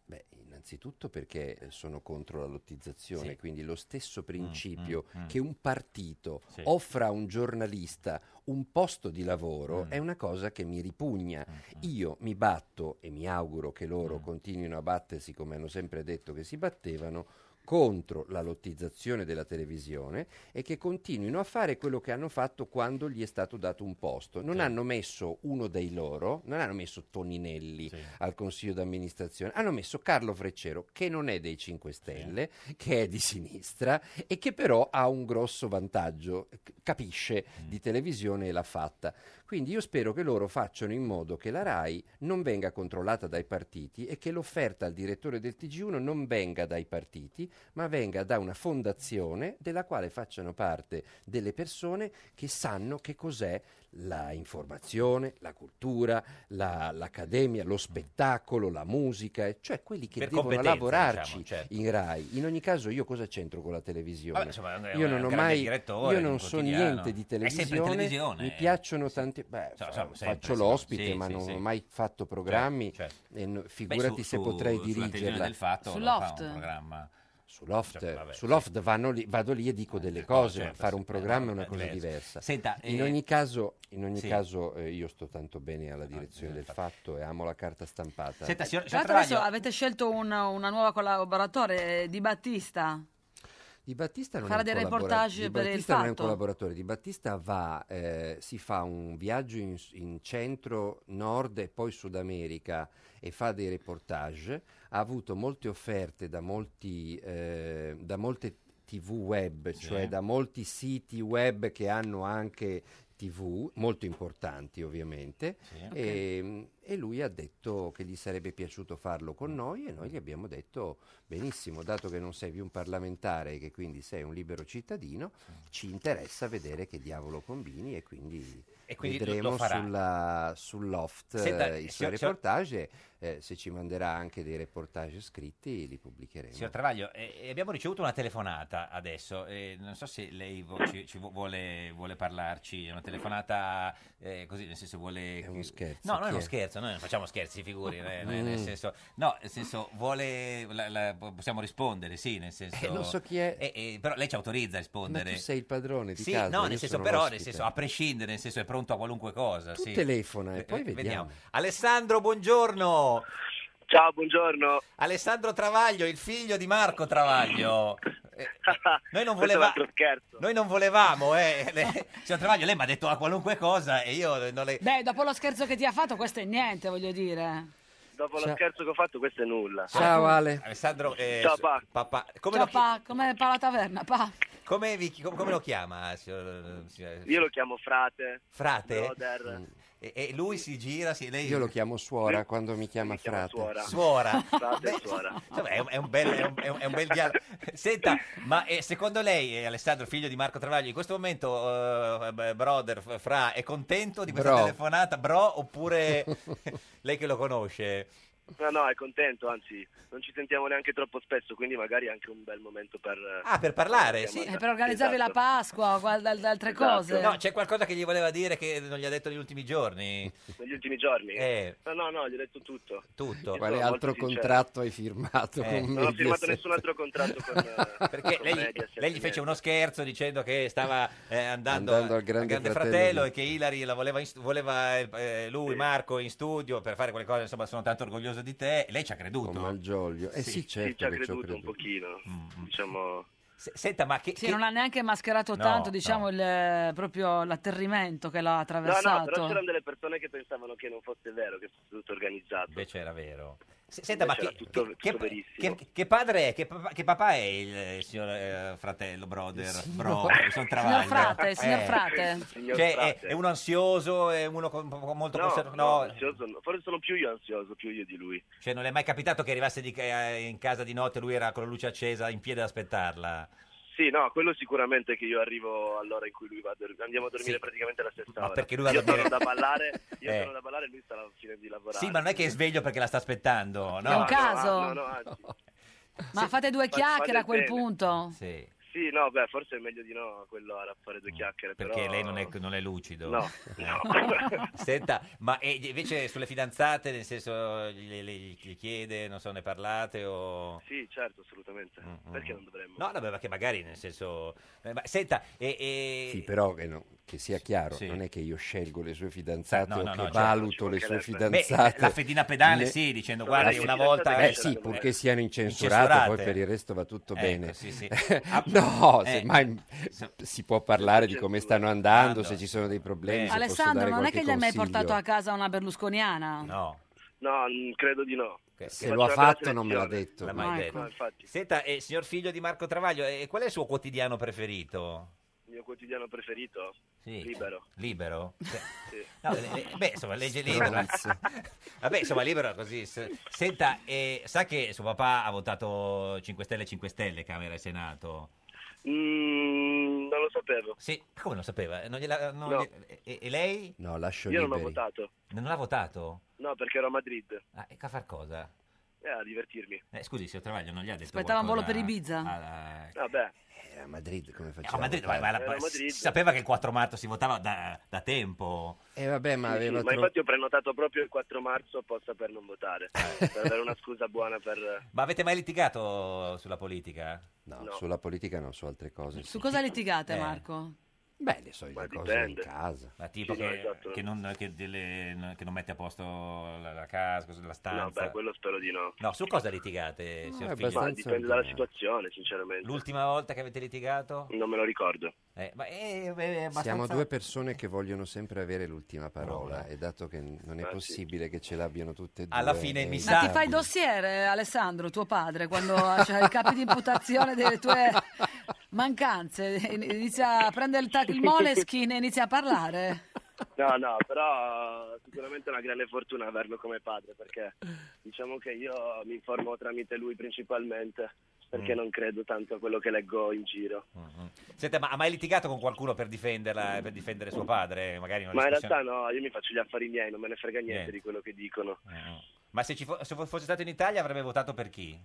Speaker 7: Beh, innanzitutto perché eh, sono contro la lottizzazione,
Speaker 2: Sì.
Speaker 7: quindi lo stesso principio
Speaker 2: mm, mm.
Speaker 7: che un partito
Speaker 2: Sì.
Speaker 7: offra a un giornalista un posto di
Speaker 2: Mm.
Speaker 7: lavoro è una cosa che mi ripugna. Io mi batto e mi auguro che
Speaker 2: Mm.
Speaker 7: loro continuino a battersi come hanno sempre detto che si battevano contro la lottizzazione della televisione e che continuino a fare quello che hanno fatto quando gli è stato dato un posto. Non hanno messo uno dei loro, non hanno messo Toninelli al consiglio d'amministrazione, hanno messo Carlo Freccero che non è dei 5 Stelle, che è di sinistra e che però ha un grosso vantaggio, c- capisce di televisione e l'ha fatta. Quindi io spero che loro facciano in modo che la RAI non venga controllata dai partiti e che l'offerta al direttore del TG1 non venga dai partiti, ma venga da una fondazione della quale facciano parte delle persone che sanno che cos'è la informazione, la cultura, la- l'accademia, lo spettacolo, la musica, e cioè quelli che
Speaker 2: Per
Speaker 7: devono
Speaker 2: competenza,
Speaker 7: lavorarci
Speaker 2: diciamo, certo.
Speaker 7: in RAI. In ogni caso io cosa c'entro con la televisione?
Speaker 2: Vabbè, insomma, è un-
Speaker 7: io
Speaker 2: è un
Speaker 7: non ho
Speaker 2: grande
Speaker 7: mai
Speaker 2: direttore
Speaker 7: io
Speaker 2: di un
Speaker 7: non so
Speaker 2: quotidiano.
Speaker 7: niente di
Speaker 2: È sempre
Speaker 7: televisione,
Speaker 2: televisione,
Speaker 7: mi
Speaker 2: eh.
Speaker 7: piacciono tante beh,
Speaker 2: Insomma,
Speaker 7: fa-
Speaker 2: Cioè, insomma, sempre,
Speaker 7: faccio
Speaker 2: sì,
Speaker 7: l'ospite,
Speaker 2: sì,
Speaker 7: ma
Speaker 2: sì,
Speaker 7: non
Speaker 2: sì.
Speaker 7: ho mai fatto programmi
Speaker 2: Certo,
Speaker 7: e no-
Speaker 2: Beh,
Speaker 7: figurati
Speaker 2: su-
Speaker 7: se
Speaker 2: su-
Speaker 7: potrei
Speaker 2: Sulla televisione
Speaker 7: dirigerla.
Speaker 2: del fatto
Speaker 1: Su
Speaker 2: lo fa
Speaker 1: Loft.
Speaker 2: un programma...
Speaker 7: Sull'oft,
Speaker 2: Cioè, vabbè,
Speaker 7: sull'oft vanno lì- vado lì e dico delle cose, ma
Speaker 2: certo,
Speaker 7: fare
Speaker 2: sì,
Speaker 7: un
Speaker 2: beh,
Speaker 7: programma
Speaker 2: no,
Speaker 7: è una
Speaker 2: è
Speaker 7: cosa
Speaker 2: diverso.
Speaker 7: diversa.
Speaker 2: Senta,
Speaker 7: in
Speaker 2: eh,
Speaker 7: ogni caso, in ogni
Speaker 2: sì. Ah, eh,
Speaker 7: caso eh, io sto tanto bene alla direzione del fatto e amo la carta stampata.
Speaker 2: Senta, signor-
Speaker 1: Tra l'altro adesso avete scelto un- una nuova collaboratore eh, di Battista.
Speaker 7: Di Battista non
Speaker 1: Farà
Speaker 7: è un
Speaker 1: dei
Speaker 7: collaboratore.
Speaker 1: reportage
Speaker 7: Di
Speaker 1: per il
Speaker 7: Battista non è un
Speaker 1: Fatto.
Speaker 7: collaboratore. Di Battista va, eh, si fa un viaggio in, in centro, nord e poi Sud America e fa dei reportage. Ha avuto molte offerte da, molti, eh, da molte TV web,
Speaker 15: Sì.
Speaker 7: cioè da molti siti web che hanno anche TV, molto importanti ovviamente.
Speaker 15: Sì.
Speaker 7: E, Ehm, e lui ha detto che gli sarebbe piaciuto farlo
Speaker 2: Mm.
Speaker 7: con noi e noi gli abbiamo detto benissimo, dato che non sei più un parlamentare e che quindi sei un libero cittadino,
Speaker 2: Mm.
Speaker 7: ci interessa vedere che diavolo combini e quindi,
Speaker 2: E quindi lo- lo
Speaker 7: vedremo
Speaker 2: farà.
Speaker 7: sulla, sul loft
Speaker 2: Senta,
Speaker 7: eh,
Speaker 2: eh,
Speaker 7: i suoi
Speaker 2: signor- signor-
Speaker 7: reportage, eh, se ci manderà anche dei reportage scritti li pubblicheremo.
Speaker 2: Signor Travaglio, eh, abbiamo ricevuto una telefonata adesso, eh, non so se lei vo- ci, ci vu- vuole, vuole parlarci, è una telefonata eh, così, nel senso vuole... È uno
Speaker 7: scherzo.
Speaker 2: No, non
Speaker 7: chi
Speaker 2: è uno
Speaker 7: è?
Speaker 2: scherzo, noi non facciamo scherzi, figuri, eh, nel- nel
Speaker 7: Mm.
Speaker 2: senso... No, nel senso, vuole... la- la- possiamo rispondere, sì, nel senso...
Speaker 7: Eh, non so chi è.
Speaker 2: Eh, eh, però lei ci autorizza a
Speaker 7: Ma
Speaker 2: rispondere.
Speaker 7: tu sei il padrone di
Speaker 2: Sì,
Speaker 7: casa.
Speaker 2: no,
Speaker 7: io
Speaker 2: nel senso,
Speaker 7: sono
Speaker 2: però, nel
Speaker 7: l'ospite.
Speaker 2: senso, a prescindere, nel senso, è pronto a qualunque cosa.
Speaker 7: Tu
Speaker 2: sì.
Speaker 7: telefona e
Speaker 2: Eh,
Speaker 7: poi
Speaker 2: eh,
Speaker 7: vediamo.
Speaker 2: Alessandro, buongiorno.
Speaker 13: Ciao, buongiorno.
Speaker 2: Alessandro Travaglio, il figlio di Marco Travaglio. Eh, Noi non, voleva- noi non volevamo, eh. Le- Signor Travaglio, lei mi ha detto a qualunque cosa e io non le...
Speaker 1: Beh, dopo lo scherzo che ti ha fatto, questo è niente, voglio dire.
Speaker 13: Dopo lo scherzo che ho fatto, questo è nulla.
Speaker 7: Ciao Ale.
Speaker 2: Alessandro, eh,
Speaker 13: Ciao,
Speaker 2: su-
Speaker 13: pa.
Speaker 2: papà. Come,
Speaker 1: Ciao,
Speaker 2: lo, chi-
Speaker 1: Cioè, pa, come pa la taverna, pa.
Speaker 2: come vi chi- come lo chiama, signor- signor-
Speaker 13: Io lo chiamo frate.
Speaker 2: Frate? Mm.
Speaker 13: Brother.
Speaker 2: E, e lui si gira, si, lei...
Speaker 7: Io lo chiamo suora quando mi chiama frate.
Speaker 2: Suora.
Speaker 13: Frate
Speaker 2: Beh,
Speaker 13: suora.
Speaker 2: insomma, è, un, è un bel, è un- è un- è un bel dialogo. Senta, ma eh, secondo lei, eh, Alessandro, figlio di Marco Travaglio, in questo momento, eh, b- brother, f- fra, è contento di questa
Speaker 7: Bro.
Speaker 2: telefonata, bro, oppure lei che lo conosce?
Speaker 13: No, no, è contento, anzi, non ci sentiamo neanche troppo spesso, quindi magari è anche un bel momento per...
Speaker 2: Ah, per parlare, sì.
Speaker 1: Eh, per
Speaker 13: esatto.
Speaker 1: organizzare la Pasqua o al- al- altre cose.
Speaker 2: Esatto. No, c'è qualcosa che gli voleva dire che non gli ha detto negli ultimi giorni?
Speaker 13: Negli ultimi giorni?
Speaker 2: Eh,
Speaker 13: No, no, no, gli ho detto tutto.
Speaker 2: tutto.
Speaker 7: Quale altro contratto hai firmato
Speaker 2: Eh,
Speaker 7: con me?
Speaker 13: Non ho firmato nessun altro contratto con... eh,
Speaker 2: Perché
Speaker 13: con
Speaker 2: lei,
Speaker 13: me, di essere
Speaker 2: lei gli fece uno scherzo dicendo che stava eh, andando,
Speaker 7: Andando al Grande
Speaker 2: fratello,
Speaker 7: Fratello
Speaker 2: e che Ilari la voleva, in stu- voleva, eh, lui, Marco, in studio per fare quelle cose. Insomma, sono tanto orgoglioso di te. Lei ci ha creduto. Mm,
Speaker 7: Con Malgioglio. Eh sì, certo
Speaker 13: ci ha
Speaker 7: che ci ho
Speaker 13: creduto un pochino, diciamo...
Speaker 2: Senta, ma che...
Speaker 1: Sì, non ha neanche mascherato
Speaker 13: No,
Speaker 1: tanto, diciamo, il, proprio l'atterrimento che l'ha
Speaker 13: No,
Speaker 1: attraversato.
Speaker 13: no, però c'erano delle persone che pensavano che non fosse vero, che fosse tutto organizzato.
Speaker 2: Invece era vero. Senta, ma che,
Speaker 13: tutto,
Speaker 2: che-
Speaker 13: tutto verissimo.
Speaker 2: che- che padre è? Che, papà- che papà è il eh, signor eh, fratello, brother? bro, sono travaglio.
Speaker 1: Signor frate, signor
Speaker 2: Eh.
Speaker 1: frate.
Speaker 13: Signor
Speaker 2: Cioè, è,
Speaker 13: frate.
Speaker 2: è uno ansioso, è uno con- con molto
Speaker 13: No,
Speaker 2: conser-
Speaker 13: no,
Speaker 2: no.
Speaker 13: ansioso no. forse sono più io ansioso, più io di lui.
Speaker 2: Cioè, non le è mai capitato che arrivasse di- eh, in casa di notte e lui era con la luce accesa in piedi ad aspettarla?
Speaker 13: Sì, no, quello sicuramente che io arrivo all'ora in cui lui va a dormire. Andiamo a dormire
Speaker 2: Sì.
Speaker 13: praticamente alla stessa
Speaker 2: Ma
Speaker 13: ora.
Speaker 2: perché lui va a
Speaker 13: io
Speaker 2: dormire-
Speaker 13: sono da ballare, io
Speaker 2: Eh.
Speaker 13: sono da ballare e lui sta alla fine di lavorare.
Speaker 2: Sì, ma non è che è sveglio perché la sta aspettando, no?
Speaker 1: È un caso.
Speaker 13: No, no, anzi,
Speaker 1: Ma fate due
Speaker 13: Fa-
Speaker 1: chiacchiere
Speaker 13: fate
Speaker 1: a quel
Speaker 13: bene. Eh,
Speaker 1: punto.
Speaker 2: Sì,
Speaker 13: sì, no, beh, forse è meglio di no a quell'ora a fare due chiacchiere.
Speaker 2: perché
Speaker 13: però-
Speaker 2: lei non è, non è lucido. Eh.
Speaker 13: No, no.
Speaker 2: Senta, ma e invece sulle fidanzate, nel senso, gli, gli- gli chiede, non so, ne parlate o... Mm,
Speaker 13: Sì, certo, assolutamente. Perché non dovremmo?
Speaker 2: No, no, beh, ma che magari, nel senso... eh, ma senta, e... e-
Speaker 7: Sì, però che, no- che sia chiaro,
Speaker 2: Eh, Sì. Eh,
Speaker 7: non è che io scelgo le sue fidanzate
Speaker 2: No,
Speaker 7: o
Speaker 2: no,
Speaker 7: che
Speaker 2: no, certo, ci
Speaker 7: valuto le sue
Speaker 2: mancherebbe.
Speaker 7: fidanzate.
Speaker 2: Beh, la fedina pedale,
Speaker 7: Le-
Speaker 2: sì, dicendo,
Speaker 7: La
Speaker 2: guarda,
Speaker 7: fedina
Speaker 2: una volta-
Speaker 7: pedale, Eh
Speaker 2: eh,
Speaker 7: sì,
Speaker 2: eh,
Speaker 7: purché siano incensurate,
Speaker 2: incensurate.
Speaker 7: poi per il resto va tutto
Speaker 2: Ecco,
Speaker 7: bene.
Speaker 2: sì, sì.
Speaker 7: no,
Speaker 2: Eh,
Speaker 7: semmai si può parlare di come stanno andando, se ci sono dei problemi, se posso
Speaker 1: Alessandro,
Speaker 7: dare
Speaker 1: non è
Speaker 7: qualche
Speaker 1: che gli hai mai
Speaker 7: consiglio.
Speaker 1: portato a casa una berlusconiana?
Speaker 2: No.
Speaker 13: No, mm, credo di no.
Speaker 7: Se
Speaker 13: Ho
Speaker 7: lo ha
Speaker 13: fatto la
Speaker 7: fatto non me l'ha
Speaker 13: selezione.
Speaker 7: detto.
Speaker 2: L'ha mai
Speaker 13: No,
Speaker 2: detto.
Speaker 13: infatti,
Speaker 2: Senta, eh, signor figlio di Marco Travaglio, eh, qual è il suo quotidiano preferito?
Speaker 13: il mio quotidiano preferito, libero.
Speaker 2: Libero?
Speaker 13: Sì.
Speaker 2: No, le- le- beh, insomma, legge libero.
Speaker 13: Stronzo.
Speaker 2: Vabbè, insomma, libero così. se- Senta, eh, sa che suo papà ha votato 5 Stelle 5 Stelle, Camera e Senato?
Speaker 13: Mm, non lo sapevo.
Speaker 2: Sì, ma come non sapeva? Eh, Non gliela- non
Speaker 13: No.
Speaker 2: gli- e- e, e lei?
Speaker 7: No, lascio
Speaker 13: Io non ho votato.
Speaker 2: Non l'ha votato?
Speaker 13: No, perché ero a Madrid.
Speaker 2: Ah, e a far cosa?
Speaker 13: Eh, a divertirmi.
Speaker 2: Eh, scusi, signor Travaglio, non gli ha detto
Speaker 1: Aspettava un volo
Speaker 2: qualcosa
Speaker 1: per Ibiza?
Speaker 2: alla-
Speaker 13: Vabbè.
Speaker 7: Eh, A Madrid come
Speaker 2: a
Speaker 7: facciamo?
Speaker 2: Madrid,
Speaker 7: dai?
Speaker 2: ma- ma la-
Speaker 13: Era a Madrid.
Speaker 2: si sapeva che il 4 marzo si votava da, da tempo.
Speaker 7: Eh, vabbè, ma
Speaker 13: Sì, sì,
Speaker 7: aveva
Speaker 13: ma
Speaker 7: tro-
Speaker 13: infatti ho prenotato proprio il 4 marzo apposta per non votare, per avere una scusa buona per...
Speaker 2: Ma avete mai litigato sulla politica?
Speaker 7: No, sulla politica non so altre cose.
Speaker 1: Su cosa litigate,
Speaker 2: Eh.
Speaker 1: Marco?
Speaker 7: Beh, le solite cose in
Speaker 2: dipende.
Speaker 7: casa.
Speaker 2: Ma tipo che,
Speaker 15: esatto.
Speaker 2: che non, che delle- che non mette a posto la, la casa, cosa- la stanza.
Speaker 15: No, beh, quello spero di no.
Speaker 2: No, su cosa
Speaker 7: Eh,
Speaker 2: litigate, signor
Speaker 15: Ma
Speaker 2: Figlio?
Speaker 15: dipende dalla situazione, sinceramente.
Speaker 2: L'ultima volta che avete litigato?
Speaker 15: Non me lo ricordo.
Speaker 2: Eh, ma è, è abbastanza...
Speaker 7: Siamo due persone che vogliono sempre avere l'ultima parola
Speaker 2: Parola.
Speaker 7: e dato che non è possibile che ce l'abbiano tutte e due...
Speaker 2: Alla fine mi
Speaker 7: eh,
Speaker 1: Ma ti fai il dossier, eh, Alessandro, tuo padre, quando c'è il capo di imputazione delle tue mancanze? Inizia a prendere il, tac- il moleskin e inizia a parlare.
Speaker 15: No, no, però sicuramente è una grande fortuna averlo come padre perché diciamo che io mi informo tramite lui principalmente perché
Speaker 2: Mm.
Speaker 15: non credo tanto a quello che leggo in giro.
Speaker 2: Senta, ma ha mai litigato con qualcuno per difenderla, per difendere suo padre? Magari in una
Speaker 15: Ma in
Speaker 2: discussione-
Speaker 15: realtà no, io mi faccio gli affari miei, non me ne frega niente,
Speaker 2: Niente. Mm,
Speaker 15: di quello che dicono.
Speaker 2: Ma se, ci fo- se fo- fosse stato in Italia avrebbe votato per chi?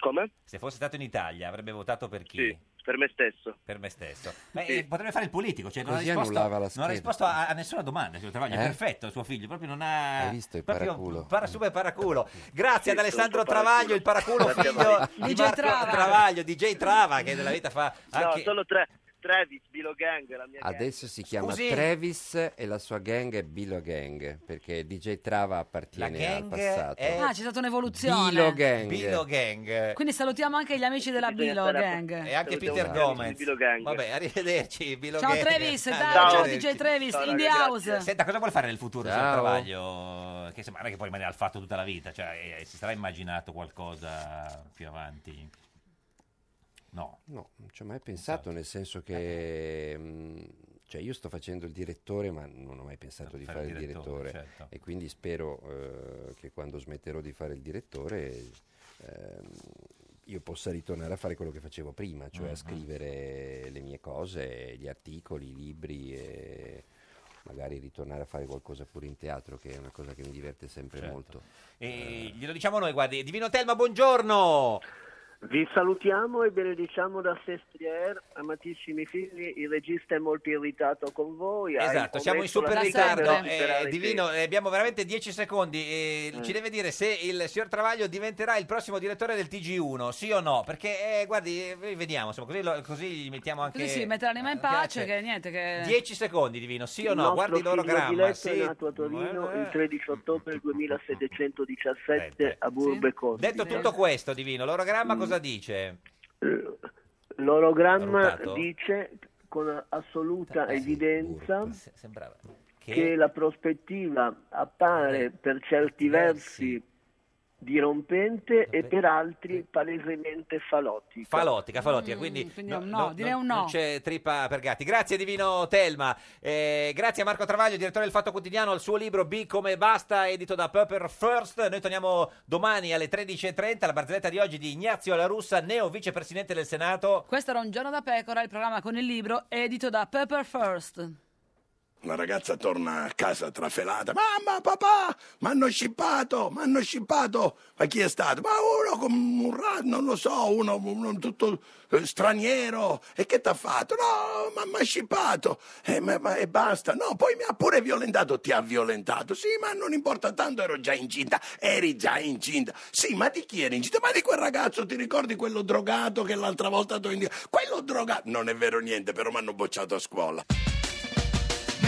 Speaker 15: Come?
Speaker 2: Se fosse stato in Italia avrebbe votato per chi?
Speaker 15: Per me stesso.
Speaker 2: Per me stesso. Ma eh, potrebbe fare il politico, cioè non ha
Speaker 7: Così
Speaker 2: risposto,
Speaker 7: annullava la
Speaker 2: non ha
Speaker 7: scheda.
Speaker 2: risposto a, a nessuna domanda. signor Travaglio.
Speaker 7: Eh?
Speaker 2: È perfetto suo figlio, proprio non ha...
Speaker 7: Hai visto il
Speaker 2: proprio
Speaker 7: paraculo?
Speaker 2: Para, super paraculo. Grazie ad
Speaker 7: Sì,
Speaker 2: Alessandro
Speaker 7: sono paraculo.
Speaker 2: Travaglio, il paraculo
Speaker 7: Grazie a
Speaker 2: figlio
Speaker 7: voi.
Speaker 2: di
Speaker 7: DJ
Speaker 2: Marco
Speaker 7: Trava.
Speaker 2: Travaglio, DJ Trava, che della vita fa anche...
Speaker 15: No, solo tre. Travis, Bilo Gang, la mia gang.
Speaker 7: Adesso si chiama
Speaker 15: Scusi?
Speaker 7: Travis e la sua gang è Bilo Gang, perché DJ Trava appartiene
Speaker 1: La
Speaker 7: al
Speaker 1: gang
Speaker 7: passato.
Speaker 1: è- Ah, c'è stata un'evoluzione.
Speaker 7: Bilo Gang.
Speaker 2: Bilo Gang.
Speaker 1: Quindi salutiamo anche gli amici della Bilo Gang.
Speaker 2: E anche Peter Gomez. Vabbè, arrivederci. Bilo
Speaker 1: Ciao
Speaker 2: Gang.
Speaker 1: Trevis, dai,
Speaker 2: Arrivederci.
Speaker 1: ciao DJ Trevis, in the house.
Speaker 2: Senta, cosa vuole fare nel futuro sul
Speaker 7: Ciao.
Speaker 2: Travaglio? Che sembra che può rimanere al fatto tutta la vita, cioè eh, si sarà immaginato qualcosa più avanti. No. Eh.
Speaker 7: No, non ci ho mai pensato, nel senso che mh, cioè io sto facendo il direttore, ma non ho mai pensato di
Speaker 2: fare
Speaker 7: fare
Speaker 2: il
Speaker 7: il
Speaker 2: direttore,
Speaker 7: direttore.
Speaker 2: certo.
Speaker 7: E quindi spero eh, che quando smetterò di fare il direttore ehm, io possa ritornare a fare quello che facevo prima, cioè
Speaker 2: Mhm.
Speaker 7: a scrivere le mie cose, gli articoli, i libri e magari ritornare a fare qualcosa pure in teatro, che è una cosa che mi diverte sempre
Speaker 2: Certo.
Speaker 7: molto.
Speaker 15: Eh.
Speaker 2: E glielo diciamo noi, guardi. Divino Telma, buongiorno.
Speaker 15: Vi salutiamo e benediciamo da Sestriere, amatissimi figli, il regista è molto irritato con voi. ha
Speaker 2: Esatto, siamo in
Speaker 15: impromesso la
Speaker 2: super
Speaker 15: vita per
Speaker 2: ritardo.
Speaker 15: recuperare
Speaker 2: eh,
Speaker 15: i
Speaker 2: divino,
Speaker 15: tempi.
Speaker 2: eh, abbiamo veramente 10 secondi. eh,
Speaker 15: Mm.
Speaker 2: Ci deve dire se il signor Travaglio diventerà il prossimo direttore del TG1, sì o no? Perché, eh, guardi, eh, vediamo, insomma, così, lo- così gli mettiamo anche.
Speaker 1: Così sì, mette l'anima in pace, che niente, che...
Speaker 2: 10 secondi, divino, sì o
Speaker 15: Il
Speaker 2: no?
Speaker 15: nostro
Speaker 2: Guardi
Speaker 15: figlio
Speaker 2: l'orogramma.
Speaker 15: diletto
Speaker 2: Sì. Eh.
Speaker 15: è nato a Torino il 13 ottobre 2717 a Burbe Costi.
Speaker 2: Detto tutto questo, divino, l'orogramma cosa dice?
Speaker 15: L'orogramma
Speaker 2: Valutato?
Speaker 15: dice con assoluta evidenza
Speaker 2: Sembrava che,
Speaker 15: che... la prospettiva appare per certi versi dirompente e per altri palesemente falotica.
Speaker 2: Falottica, falottica, quindi,
Speaker 15: Mm, quindi un no, direi
Speaker 2: non-
Speaker 15: un no.
Speaker 2: non c'è trippa per gatti. Grazie Divino Telma, Eh, grazie a Marco Travaglio, direttore del Fatto Quotidiano, al suo libro B come basta, edito da Pepper First. Noi torniamo domani alle 13.30, la barzelletta di oggi di Ignazio La Russa, neo vicepresidente del Senato.
Speaker 1: Questo era Un giorno da pecora, il programma con il libro edito da Pepper First.
Speaker 16: La ragazza torna a casa trafelata. Mamma, papà, mi hanno scippato, mi hanno scippato. Ma chi è stato? Ma uno con un razzo, non lo so, uno, uno tutto eh, straniero. E che t'ha fatto? No, ma mi ha scippato. E, ma- ma- e basta. No, poi mi ha pure violentato. Ti ha violentato? Sì, ma non importa, tanto ero già incinta. Eri già incinta. Sì, ma di chi eri incinta? Ma di quel ragazzo, ti ricordi quello drogato che l'altra volta tu indicato? Quello drogato. Non è vero niente, però mi hanno bocciato a scuola.